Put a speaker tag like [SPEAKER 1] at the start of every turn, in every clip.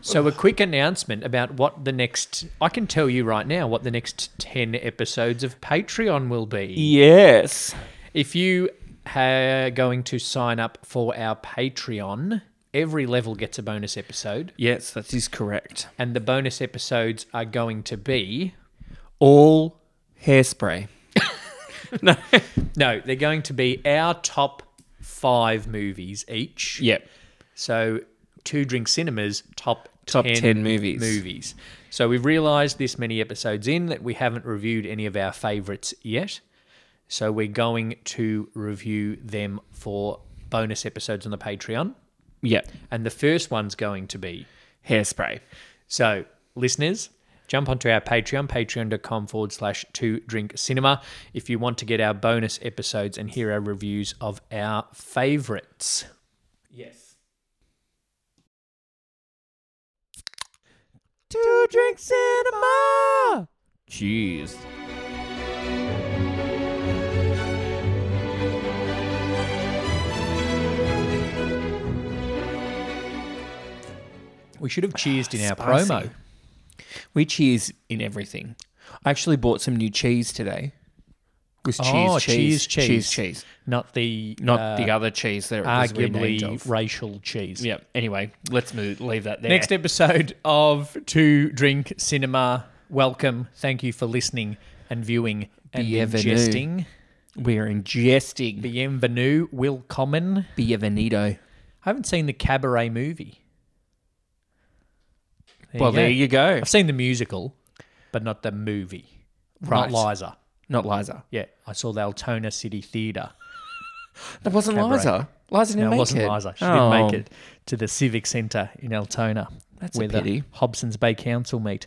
[SPEAKER 1] So, a quick announcement about what the next. I can tell you right now what the next 10 episodes of Patreon will be.
[SPEAKER 2] Yes.
[SPEAKER 1] If you are going to sign up for our Patreon, every level gets a bonus episode,
[SPEAKER 2] Yes, that is correct.
[SPEAKER 1] and the bonus episodes are going to be all.
[SPEAKER 2] Hairspray.
[SPEAKER 1] No, they're going to be our top five movies each.
[SPEAKER 2] Yep.
[SPEAKER 1] So, Two Drink Cinemas top
[SPEAKER 2] Top
[SPEAKER 1] 10,
[SPEAKER 2] 10 movies.
[SPEAKER 1] movies. So we've realised this many episodes in that we haven't reviewed any of our favourites yet. So we're going to review them for bonus episodes on the Patreon.
[SPEAKER 2] Yep.
[SPEAKER 1] And the first one's going to be
[SPEAKER 2] Hairspray.
[SPEAKER 1] so, listeners, jump onto our Patreon, patreon.com forward slash two drink cinema, if you want to get our bonus episodes and hear our reviews of our favorites.
[SPEAKER 2] Yes. Two drink cinema. Jeez.
[SPEAKER 1] We should have cheersed in our
[SPEAKER 2] Spicy.
[SPEAKER 1] promo.
[SPEAKER 2] We cheese in everything. I actually bought some new cheese today. It was cheese,
[SPEAKER 1] Oh, cheese,
[SPEAKER 2] cheese,
[SPEAKER 1] cheese.
[SPEAKER 2] cheese, cheese.
[SPEAKER 1] Not the
[SPEAKER 2] Not
[SPEAKER 1] uh,
[SPEAKER 2] the other cheese that it was renamed
[SPEAKER 1] arguably
[SPEAKER 2] of.
[SPEAKER 1] racial cheese.
[SPEAKER 2] Yeah. Anyway, let's move. Leave that there.
[SPEAKER 1] Next episode of Two Drink Cinema. Welcome. Thank you for listening and viewing and
[SPEAKER 2] Bienvenue.
[SPEAKER 1] ingesting.
[SPEAKER 2] we are ingesting
[SPEAKER 1] Bienvenue, Will Common.
[SPEAKER 2] bienvenido.
[SPEAKER 1] I haven't seen the cabaret movie. There
[SPEAKER 2] well,
[SPEAKER 1] you go.
[SPEAKER 2] there you go.
[SPEAKER 1] I've seen the musical, but not the movie.
[SPEAKER 2] Right.
[SPEAKER 1] Not Liza.
[SPEAKER 2] Not Liza.
[SPEAKER 1] Yeah, I saw the Altona City Theatre.
[SPEAKER 2] That wasn't
[SPEAKER 1] Cabaret.
[SPEAKER 2] Liza. Liza didn't
[SPEAKER 1] No, it
[SPEAKER 2] make
[SPEAKER 1] wasn't
[SPEAKER 2] it.
[SPEAKER 1] Liza. She
[SPEAKER 2] Oh.
[SPEAKER 1] didn't make it to the Civic Centre in Altona.
[SPEAKER 2] That's a
[SPEAKER 1] where
[SPEAKER 2] pity.
[SPEAKER 1] the Hobson's Bay Council meet.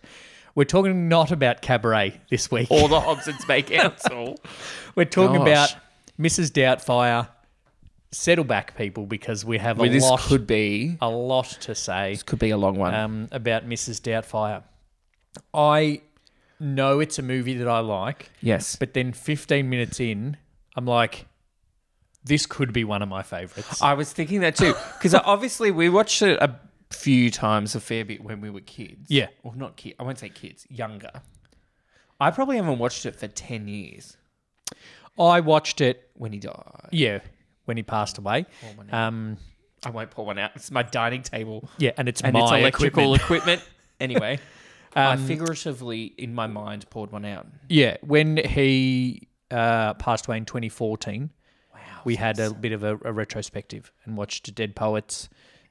[SPEAKER 1] We're talking not about cabaret this week.
[SPEAKER 2] Or the Hobson's Bay Council.
[SPEAKER 1] We're talking
[SPEAKER 2] Oh, Gosh.
[SPEAKER 1] about Mrs. Doubtfire, Settleback people, because we have a
[SPEAKER 2] Well, this
[SPEAKER 1] lot,
[SPEAKER 2] could be
[SPEAKER 1] a lot to say
[SPEAKER 2] this could be a long one.
[SPEAKER 1] um, about Mrs. Doubtfire. I know it's a movie that I like,
[SPEAKER 2] yes.
[SPEAKER 1] but then 15 minutes in, I'm like, this could be one of my favourites.
[SPEAKER 2] I was thinking that too because obviously we watched it a few times, a fair bit when we were kids.
[SPEAKER 1] Yeah.
[SPEAKER 2] or not kids. I won't say kids. Younger. I probably haven't watched it for ten years
[SPEAKER 1] I watched it,
[SPEAKER 2] when he died.
[SPEAKER 1] yeah, when he passed away.
[SPEAKER 2] Oh,
[SPEAKER 1] Um,
[SPEAKER 2] I won't pour one out. It's my dining table
[SPEAKER 1] yeah, and it's
[SPEAKER 2] and
[SPEAKER 1] my
[SPEAKER 2] it's electrical
[SPEAKER 1] equipment.
[SPEAKER 2] equipment. anyway, um, I figuratively in my mind poured one out.
[SPEAKER 1] Yeah, when he uh, passed away in 2014, we had a bit of a, a retrospective and watched Dead Poets,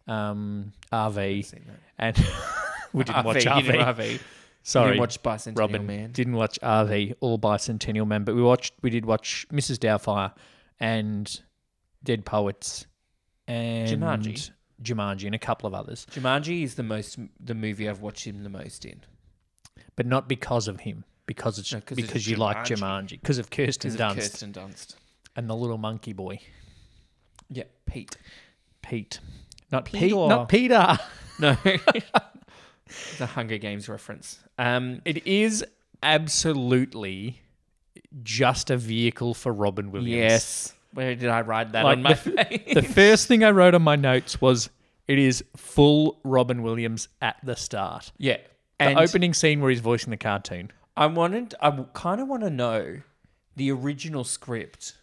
[SPEAKER 1] um, RV, and we didn't watch
[SPEAKER 2] RV,
[SPEAKER 1] RV.
[SPEAKER 2] you didn't RV.
[SPEAKER 1] Sorry,
[SPEAKER 2] You watched Bicentennial
[SPEAKER 1] Robin
[SPEAKER 2] Man.
[SPEAKER 1] didn't watch RV or Bicentennial Man, but we watched. We did watch Mrs. Doubtfire and Dead Poets and
[SPEAKER 2] Jumanji.
[SPEAKER 1] Jumanji and a couple of others,
[SPEAKER 2] Jumanji is the most the movie I've watched him the most in.
[SPEAKER 1] but not because of him. Because it's
[SPEAKER 2] 'cause it's
[SPEAKER 1] because you like
[SPEAKER 2] Jumanji.
[SPEAKER 1] Jumanji, because of Kirsten
[SPEAKER 2] Because
[SPEAKER 1] Dunst
[SPEAKER 2] of Kirsten Dunst.
[SPEAKER 1] and the little monkey boy.
[SPEAKER 2] Yeah, Pete.
[SPEAKER 1] Pete. Not
[SPEAKER 2] Peter.
[SPEAKER 1] Pete. Not Peter.
[SPEAKER 2] No. the Hunger Games reference. Um,
[SPEAKER 1] It is absolutely just a vehicle for Robin Williams.
[SPEAKER 2] yes. Where did I write that
[SPEAKER 1] Like
[SPEAKER 2] on my
[SPEAKER 1] the-
[SPEAKER 2] face?
[SPEAKER 1] The first thing I wrote on my notes was it is full Robin Williams at the start.
[SPEAKER 2] yeah.
[SPEAKER 1] The
[SPEAKER 2] And
[SPEAKER 1] opening scene where he's voicing the cartoon.
[SPEAKER 2] I wanted, I kind of want to know the original script.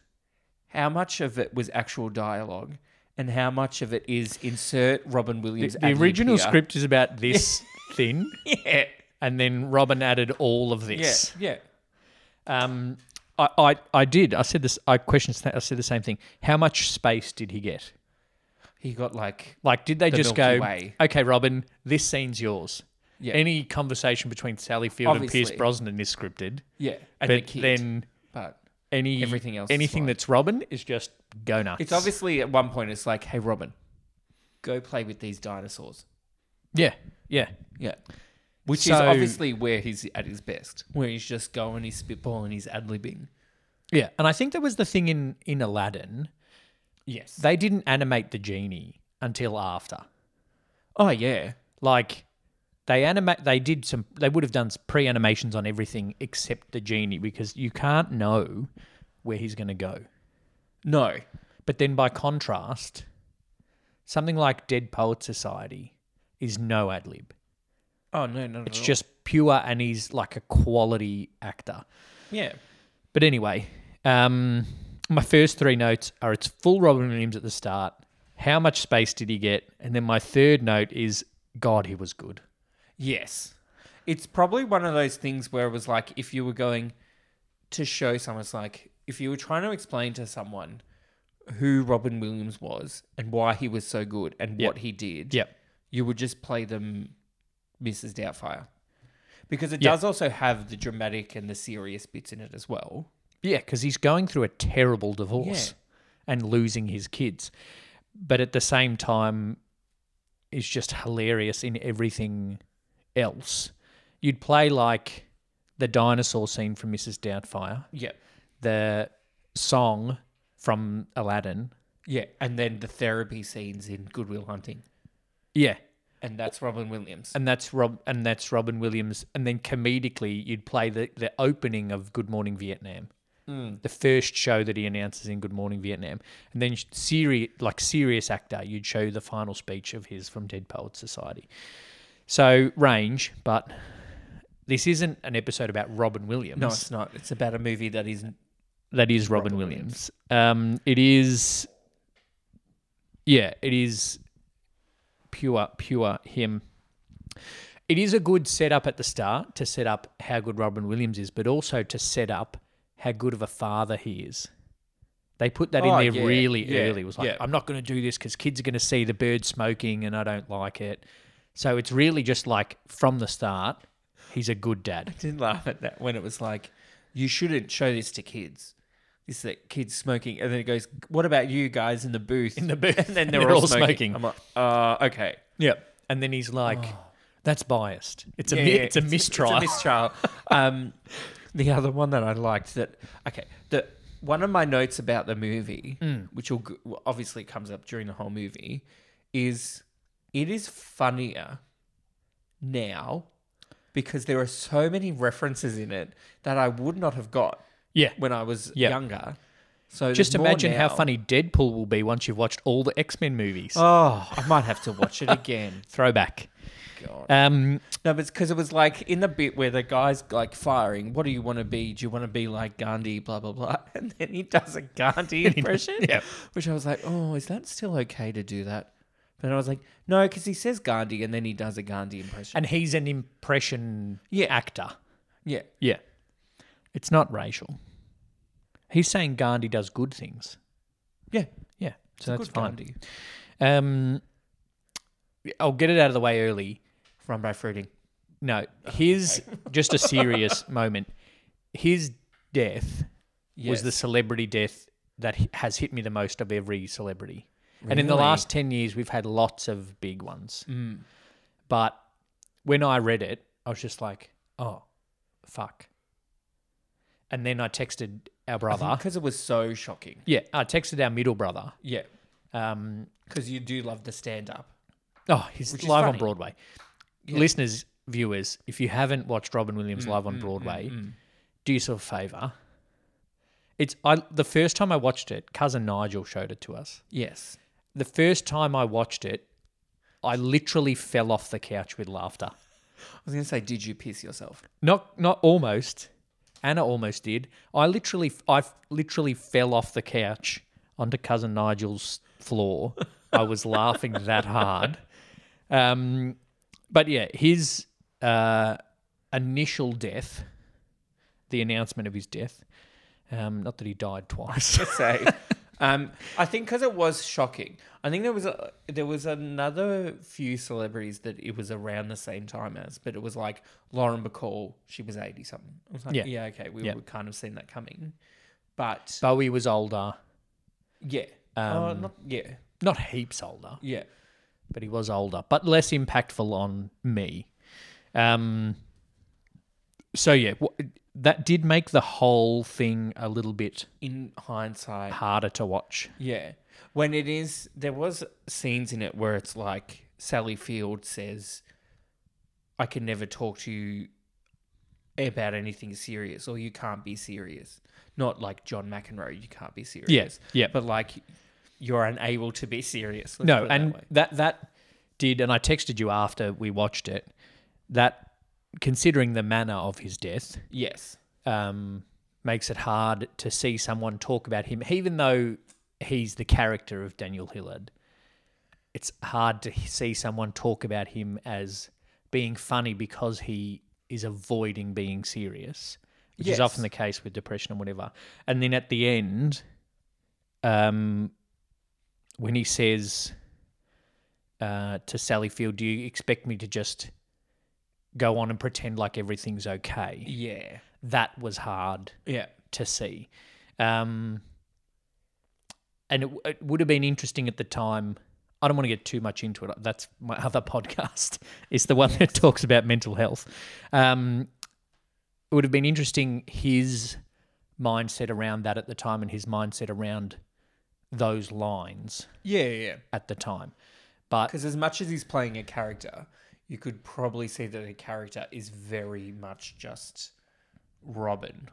[SPEAKER 2] How much of it was actual dialogue, and how much of it is insert Robin Williams?
[SPEAKER 1] The
[SPEAKER 2] ad-lib
[SPEAKER 1] original
[SPEAKER 2] here.
[SPEAKER 1] script is about this thing,
[SPEAKER 2] Yeah.
[SPEAKER 1] and then Robin added all of
[SPEAKER 2] Yeah.
[SPEAKER 1] this.
[SPEAKER 2] Yeah.
[SPEAKER 1] Um, I, I, I did. I said this. I questioned. I said the same thing. How much space did he get?
[SPEAKER 2] He got like
[SPEAKER 1] Like, did they
[SPEAKER 2] The
[SPEAKER 1] just
[SPEAKER 2] Milky
[SPEAKER 1] go,
[SPEAKER 2] Way.
[SPEAKER 1] okay, Robin, this scene's yours?
[SPEAKER 2] Yeah.
[SPEAKER 1] Any conversation between Sally Field and
[SPEAKER 2] Obviously.
[SPEAKER 1] Pierce Brosnan is scripted,
[SPEAKER 2] yeah, and the
[SPEAKER 1] but
[SPEAKER 2] kid,
[SPEAKER 1] then
[SPEAKER 2] but
[SPEAKER 1] any
[SPEAKER 2] Everything else is
[SPEAKER 1] anything
[SPEAKER 2] fine.
[SPEAKER 1] that's Robin is just go nuts.
[SPEAKER 2] it's obviously at one point it's like, hey Robin, go play with these dinosaurs.
[SPEAKER 1] yeah, yeah.
[SPEAKER 2] Yeah. Which is
[SPEAKER 1] So-
[SPEAKER 2] obviously where he's at his best, where he's just going, he's spitballing, he's ad libbing.
[SPEAKER 1] Yeah, and I think that was the thing in in Aladdin.
[SPEAKER 2] Yes.
[SPEAKER 1] They didn't animate the genie until after.
[SPEAKER 2] oh, yeah.
[SPEAKER 1] Like they animate they did some they would have done pre animations on everything except the genie because you can't know where he's going to go.
[SPEAKER 2] No.
[SPEAKER 1] But then by contrast, something like Dead Poet Society is no ad lib.
[SPEAKER 2] Oh no, no,
[SPEAKER 1] It's just pure, and he's like a quality actor.
[SPEAKER 2] yeah.
[SPEAKER 1] But anyway, um, my first three notes are it's full Robin Williams at the start. How much space did he get? And then my third note is God, he was good.
[SPEAKER 2] Yes. It's probably one of those things where it was like if you were going to show someone, it's like if you were trying to explain to someone who Robin Williams was and why he was so good and
[SPEAKER 1] Yep.
[SPEAKER 2] what he did,
[SPEAKER 1] Yep.
[SPEAKER 2] you would just play them Mrs. Doubtfire. Because it
[SPEAKER 1] Yeah.
[SPEAKER 2] does also have the dramatic and the serious bits in it as well.
[SPEAKER 1] Yeah, because he's going through a terrible divorce and losing his kids. But at the same time, is just hilarious in everything else. You'd play like the dinosaur scene from Mrs. Doubtfire,
[SPEAKER 2] Yeah.
[SPEAKER 1] the song from Aladdin.
[SPEAKER 2] Yeah. And then the therapy scenes in Goodwill Hunting.
[SPEAKER 1] Yeah.
[SPEAKER 2] And that's Robin Williams.
[SPEAKER 1] and that's Rob and that's Robin Williams. And then comedically, you'd play the the opening of Good Morning Vietnam,
[SPEAKER 2] Hmm.
[SPEAKER 1] the first show that he announces in Good Morning Vietnam, and then serious like serious actor, you'd show the final speech of his from Dead Poets Society. So range, but this isn't an episode about Robin Williams.
[SPEAKER 2] No, it's not. It's about a movie that is
[SPEAKER 1] That is Robin,
[SPEAKER 2] Robin
[SPEAKER 1] Williams. Um, it is, yeah, it is pure, pure him. It is a good setup at the start to set up how good Robin Williams is, but also to set up how good of a father he is. They put that
[SPEAKER 2] Oh,
[SPEAKER 1] in there
[SPEAKER 2] yeah,
[SPEAKER 1] really
[SPEAKER 2] yeah,
[SPEAKER 1] early. It was like,
[SPEAKER 2] yeah.
[SPEAKER 1] I'm not going to do this because kids are going to see the bird smoking and I don't like it. So it's really just like from the start, he's a good dad.
[SPEAKER 2] did laugh at that when it was like, you shouldn't show this to kids. This that kids smoking, and then it goes, "What about you guys in the booth?" In
[SPEAKER 1] the booth.
[SPEAKER 2] and then
[SPEAKER 1] And
[SPEAKER 2] they're,
[SPEAKER 1] they're
[SPEAKER 2] all,
[SPEAKER 1] all
[SPEAKER 2] smoking.
[SPEAKER 1] smoking.
[SPEAKER 2] I'm like, uh, okay,
[SPEAKER 1] Yeah. And then he's like, Oh. that's biased. It's a
[SPEAKER 2] Yeah,
[SPEAKER 1] mi-
[SPEAKER 2] yeah,
[SPEAKER 1] it's a mistrial.
[SPEAKER 2] It's a mistrial. um, the other one that I liked that okay, the one of my notes about the movie,
[SPEAKER 1] Mm.
[SPEAKER 2] which will g- obviously comes up during the whole movie, is it is funnier now because there are so many references in it that I would not have got
[SPEAKER 1] yeah.
[SPEAKER 2] when I was
[SPEAKER 1] Yeah.
[SPEAKER 2] younger. So
[SPEAKER 1] Just
[SPEAKER 2] there's more
[SPEAKER 1] imagine how
[SPEAKER 2] now.
[SPEAKER 1] funny Deadpool will be once you've watched all the X Men movies.
[SPEAKER 2] Oh, I might have to watch it again.
[SPEAKER 1] Throwback.
[SPEAKER 2] God.
[SPEAKER 1] Um,
[SPEAKER 2] No, but because it was like in the bit where the guy's like firing. What do you want to be? Do you want to be like Gandhi? Blah blah blah. And then he does a Gandhi impression.
[SPEAKER 1] yeah.
[SPEAKER 2] Which I was like, oh, is that still okay to do that? But I was like, no, because he says Gandhi and then he does a Gandhi impression.
[SPEAKER 1] and he's an impression
[SPEAKER 2] Yeah.
[SPEAKER 1] actor.
[SPEAKER 2] yeah.
[SPEAKER 1] Yeah. It's not racial. He's saying Gandhi does good things.
[SPEAKER 2] Yeah.
[SPEAKER 1] Yeah.
[SPEAKER 2] It's a
[SPEAKER 1] So that's
[SPEAKER 2] good
[SPEAKER 1] fine.
[SPEAKER 2] Gandhi.
[SPEAKER 1] Um, I'll get it out of the way early.
[SPEAKER 2] Run by fruiting.
[SPEAKER 1] No, his just a serious moment. His death was the celebrity death that h- has hit me the most of every celebrity. And in the
[SPEAKER 2] Really?
[SPEAKER 1] last 10 years, we've had lots of big ones. But when I read it, I was just like, oh, fuck. And then I texted our brother.
[SPEAKER 2] Because it was so shocking.
[SPEAKER 1] Yeah, I texted our middle brother.
[SPEAKER 2] Yeah.
[SPEAKER 1] Um,
[SPEAKER 2] Because you do love the stand up.
[SPEAKER 1] oh, he's
[SPEAKER 2] Which is
[SPEAKER 1] live on
[SPEAKER 2] funny.
[SPEAKER 1] Broadway. Listeners, viewers, if you haven't watched Robin Williams
[SPEAKER 2] Mm,
[SPEAKER 1] live on Broadway, do yourself a favor. It's I the first time I watched it, cousin Nigel showed it to us.
[SPEAKER 2] Yes.
[SPEAKER 1] the first time I watched it, I literally fell off the couch with laughter.
[SPEAKER 2] I was going to say, did you piss yourself?
[SPEAKER 1] Not not almost. Anna almost did. I literally I f- literally fell off the couch onto cousin Nigel's floor. I was laughing that hard. Um, but yeah, his uh, initial death, the announcement of his death, um, not that he died twice.
[SPEAKER 2] to say. Um, I think because it was shocking. I think there was a, there was another few celebrities that it was around the same time as, but it was like Lauren Bacall. She was eighty something. I was like,
[SPEAKER 1] Yeah.
[SPEAKER 2] yeah, okay, we
[SPEAKER 1] Yeah.
[SPEAKER 2] would kind of seen that coming. But
[SPEAKER 1] Bowie was older,
[SPEAKER 2] yeah, oh,
[SPEAKER 1] um,
[SPEAKER 2] not, yeah,
[SPEAKER 1] not heaps older.
[SPEAKER 2] yeah,
[SPEAKER 1] but he was older, but less impactful on me. Um, so yeah, w- that did make the whole thing a little bit
[SPEAKER 2] in hindsight,
[SPEAKER 1] harder to watch.
[SPEAKER 2] yeah. When it is, there was scenes in it where it's like Sally Field says, "I can never talk to you about anything serious or you can't be serious. Not like John McEnroe, you can't be serious.
[SPEAKER 1] yeah.
[SPEAKER 2] But like you're unable to be serious. let's
[SPEAKER 1] No,
[SPEAKER 2] put it that
[SPEAKER 1] and
[SPEAKER 2] way.
[SPEAKER 1] that that did, and I texted you after we watched it, that considering the manner of his death,
[SPEAKER 2] Yes.
[SPEAKER 1] um, makes it hard to see someone talk about him, even though he's the character of Daniel Hillard. It's hard to see someone talk about him as being funny because he is avoiding being serious, which
[SPEAKER 2] Yes.
[SPEAKER 1] is often the case with depression and whatever. And then at the end, um, when he says uh, to Sally Field, "Do you expect me to just go on and pretend like everything's okay?"
[SPEAKER 2] Yeah.
[SPEAKER 1] that was hard
[SPEAKER 2] Yeah.
[SPEAKER 1] to see. Um, and it, w- it would have been interesting at the time. I don't want to get too much into it. That's my other podcast. It's the one that talks about mental health. Um, it would have been interesting his mindset around that at the time and his mindset around those lines
[SPEAKER 2] Yeah. Yeah.
[SPEAKER 1] at the time. But
[SPEAKER 2] Because as much as he's playing a character, you could probably see that a character is very much just Robin.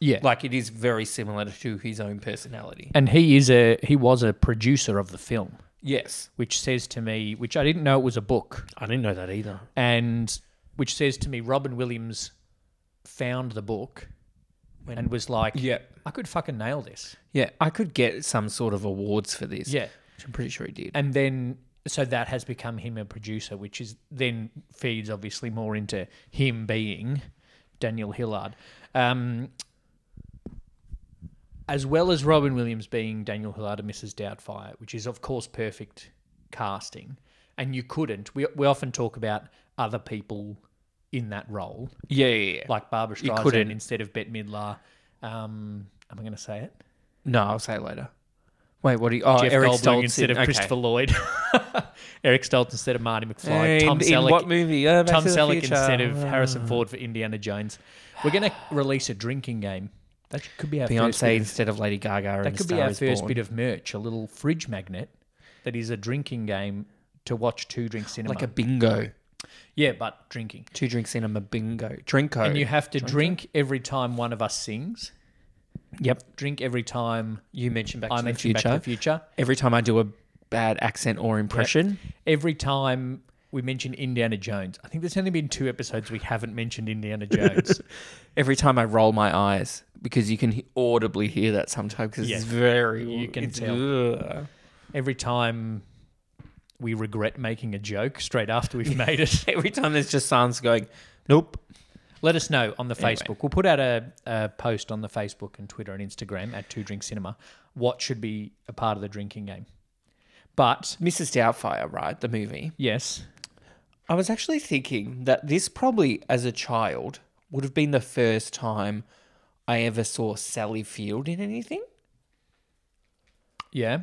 [SPEAKER 1] yeah,
[SPEAKER 2] Like it is very similar to his own personality.
[SPEAKER 1] and he is a he was a producer of the film,
[SPEAKER 2] Yes.
[SPEAKER 1] which says to me, which I didn't know it was a book.
[SPEAKER 2] I didn't know that either.
[SPEAKER 1] and which says to me Robin Williams found the book
[SPEAKER 2] When-
[SPEAKER 1] and was like,
[SPEAKER 2] Yeah.
[SPEAKER 1] I could fucking nail this.
[SPEAKER 2] Yeah. I could get some sort of awards for this.
[SPEAKER 1] Yeah.
[SPEAKER 2] Which I'm pretty sure he did.
[SPEAKER 1] And then so that has become him a producer, which is then feeds obviously more into him being Daniel Hillard. Um as well as Robin Williams being Daniel Hillard and Mrs. Doubtfire, which is of course perfect casting, and you couldn't. We we often talk about other people in that role.
[SPEAKER 2] Yeah. Yeah. yeah.
[SPEAKER 1] like Barbara
[SPEAKER 2] You
[SPEAKER 1] Streisand
[SPEAKER 2] couldn't-
[SPEAKER 1] instead of Bette Midler. Um, am I going to say it?
[SPEAKER 2] no, I'll say it later. Wait, what do you? Oh,
[SPEAKER 1] Jeff
[SPEAKER 2] Eric
[SPEAKER 1] Goldblum
[SPEAKER 2] Stoltz
[SPEAKER 1] instead
[SPEAKER 2] in-
[SPEAKER 1] of
[SPEAKER 2] okay.
[SPEAKER 1] Christopher Lloyd. Eric Stoltz instead of Marty McFly.
[SPEAKER 2] In-
[SPEAKER 1] Tom
[SPEAKER 2] in
[SPEAKER 1] Selleck.
[SPEAKER 2] what movie? Uh, Back
[SPEAKER 1] Tom
[SPEAKER 2] to the
[SPEAKER 1] Selleck
[SPEAKER 2] Future.
[SPEAKER 1] instead of
[SPEAKER 2] Uh,
[SPEAKER 1] Harrison Ford for Indiana Jones. We're going to release a drinking game. That could be our first
[SPEAKER 2] Beyonce
[SPEAKER 1] bit of,
[SPEAKER 2] instead of Lady Gaga.
[SPEAKER 1] that could be our first bit of merch. A little fridge magnet that is a drinking game to watch two drink cinema.
[SPEAKER 2] like a bingo.
[SPEAKER 1] yeah, but drinking.
[SPEAKER 2] Two drink cinema bingo. Drinko.
[SPEAKER 1] And you have to drink every time one of us sings.
[SPEAKER 2] yep.
[SPEAKER 1] Drink every time
[SPEAKER 2] You mentioned Back
[SPEAKER 1] I
[SPEAKER 2] to the
[SPEAKER 1] mention Back
[SPEAKER 2] Future.
[SPEAKER 1] to the Future.
[SPEAKER 2] Every time I do a bad accent or impression,
[SPEAKER 1] every time we mention Indiana Jones. I think there's only been two episodes we haven't mentioned Indiana Jones.
[SPEAKER 2] every time I roll my eyes because you can he- audibly hear that sometimes because
[SPEAKER 1] Yes.
[SPEAKER 2] it's very
[SPEAKER 1] You can
[SPEAKER 2] it's-
[SPEAKER 1] tell.
[SPEAKER 2] Ugh.
[SPEAKER 1] every time we regret making a joke straight after we've made it.
[SPEAKER 2] Every time there's just sounds going, nope.
[SPEAKER 1] Let us know on the
[SPEAKER 2] Anyway.
[SPEAKER 1] Facebook. We'll put out a, a post on the Facebook and Twitter and Instagram at Two Drink Cinema. What should be a part of the drinking game? But
[SPEAKER 2] Mrs. Doubtfire, right? The movie.
[SPEAKER 1] yes,
[SPEAKER 2] I was actually thinking that this probably, as a child, would have been the first time I ever saw Sally Field in anything.
[SPEAKER 1] yeah,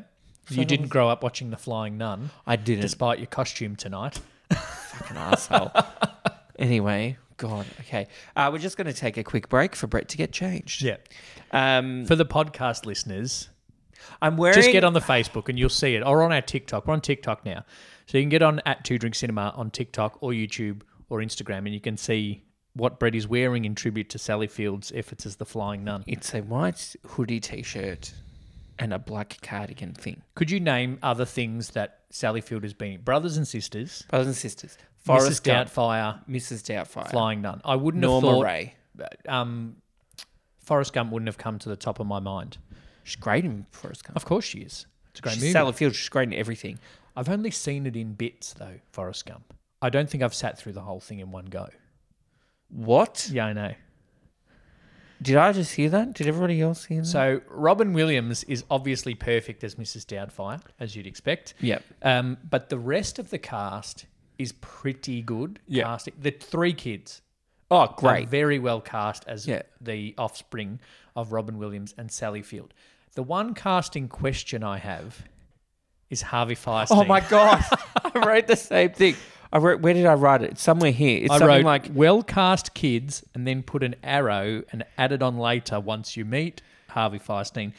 [SPEAKER 1] you didn't grow up watching The Flying Nun,
[SPEAKER 2] I didn't.
[SPEAKER 1] despite your costume tonight.
[SPEAKER 2] fucking arsehole. anyway, God. Okay. Uh, we're just going to take a quick break for Brett to get changed.
[SPEAKER 1] Yeah.
[SPEAKER 2] Um,
[SPEAKER 1] For the podcast listeners,
[SPEAKER 2] I'm wearing.
[SPEAKER 1] Just get on the Facebook and you'll see it, or on our TikTok. We're on TikTok now, so you can get on at Two Drink Cinema on TikTok or YouTube or Instagram, and you can see what Brett is wearing in tribute to Sally Field's efforts as the Flying Nun.
[SPEAKER 2] It's a white hoodie t shirt and a black cardigan thing.
[SPEAKER 1] Could you name other things that Sally Field has been? Brothers and sisters,
[SPEAKER 2] Brothers and sisters.
[SPEAKER 1] Forest
[SPEAKER 2] Forrest Gump.
[SPEAKER 1] Doubtfire,
[SPEAKER 2] Mrs. Doubtfire.
[SPEAKER 1] Flying Nun. I wouldn't
[SPEAKER 2] Norma
[SPEAKER 1] have thought
[SPEAKER 2] Ray.
[SPEAKER 1] um, Forrest Gump wouldn't have come to the top of my mind.
[SPEAKER 2] She's great in Forrest Gump.
[SPEAKER 1] Of course she is. It's a great
[SPEAKER 2] She's
[SPEAKER 1] movie.
[SPEAKER 2] Sally Field. She's great in everything.
[SPEAKER 1] I've only seen it in bits though. Forrest Gump. I don't think I've sat through the whole thing in one go.
[SPEAKER 2] What?
[SPEAKER 1] Yeah, I know.
[SPEAKER 2] Did I just hear that? Did everybody else hear that?
[SPEAKER 1] So Robin Williams is obviously perfect as Mrs. Doubtfire, as you'd expect.
[SPEAKER 2] Yep.
[SPEAKER 1] Um, but the rest of the cast is pretty good.
[SPEAKER 2] Yeah.
[SPEAKER 1] Casting. The three kids
[SPEAKER 2] oh,
[SPEAKER 1] are
[SPEAKER 2] great.
[SPEAKER 1] very well cast as
[SPEAKER 2] Yeah.
[SPEAKER 1] the offspring of Robin Williams and Sally Field. The one casting question I have is Harvey Fierstein.
[SPEAKER 2] Oh my god, I wrote the same thing. I wrote. Where did I write it? It's somewhere here. It's
[SPEAKER 1] I
[SPEAKER 2] something
[SPEAKER 1] wrote
[SPEAKER 2] like
[SPEAKER 1] like well cast kids and then put an arrow and add it on later once you meet Harvey Fierstein.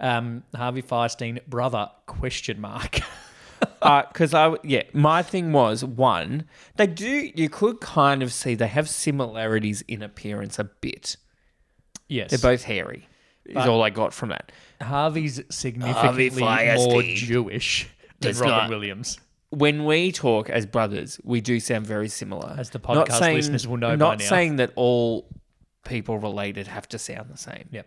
[SPEAKER 1] Um, Harvey Fierstein brother question mark.
[SPEAKER 2] because Uh, I yeah. My thing was one. They do. You could kind of see they have similarities in appearance a bit.
[SPEAKER 1] yes.
[SPEAKER 2] They're both hairy. is all I got from that.
[SPEAKER 1] Harvey's significantly more
[SPEAKER 2] Fierstein
[SPEAKER 1] Jewish than
[SPEAKER 2] does
[SPEAKER 1] Robin
[SPEAKER 2] not-
[SPEAKER 1] Williams.
[SPEAKER 2] when we talk as brothers, we do sound very similar.
[SPEAKER 1] As the
[SPEAKER 2] Not
[SPEAKER 1] podcast
[SPEAKER 2] saying-
[SPEAKER 1] listeners will know by
[SPEAKER 2] Not
[SPEAKER 1] now.
[SPEAKER 2] saying that all people related have to sound the same.
[SPEAKER 1] Yep.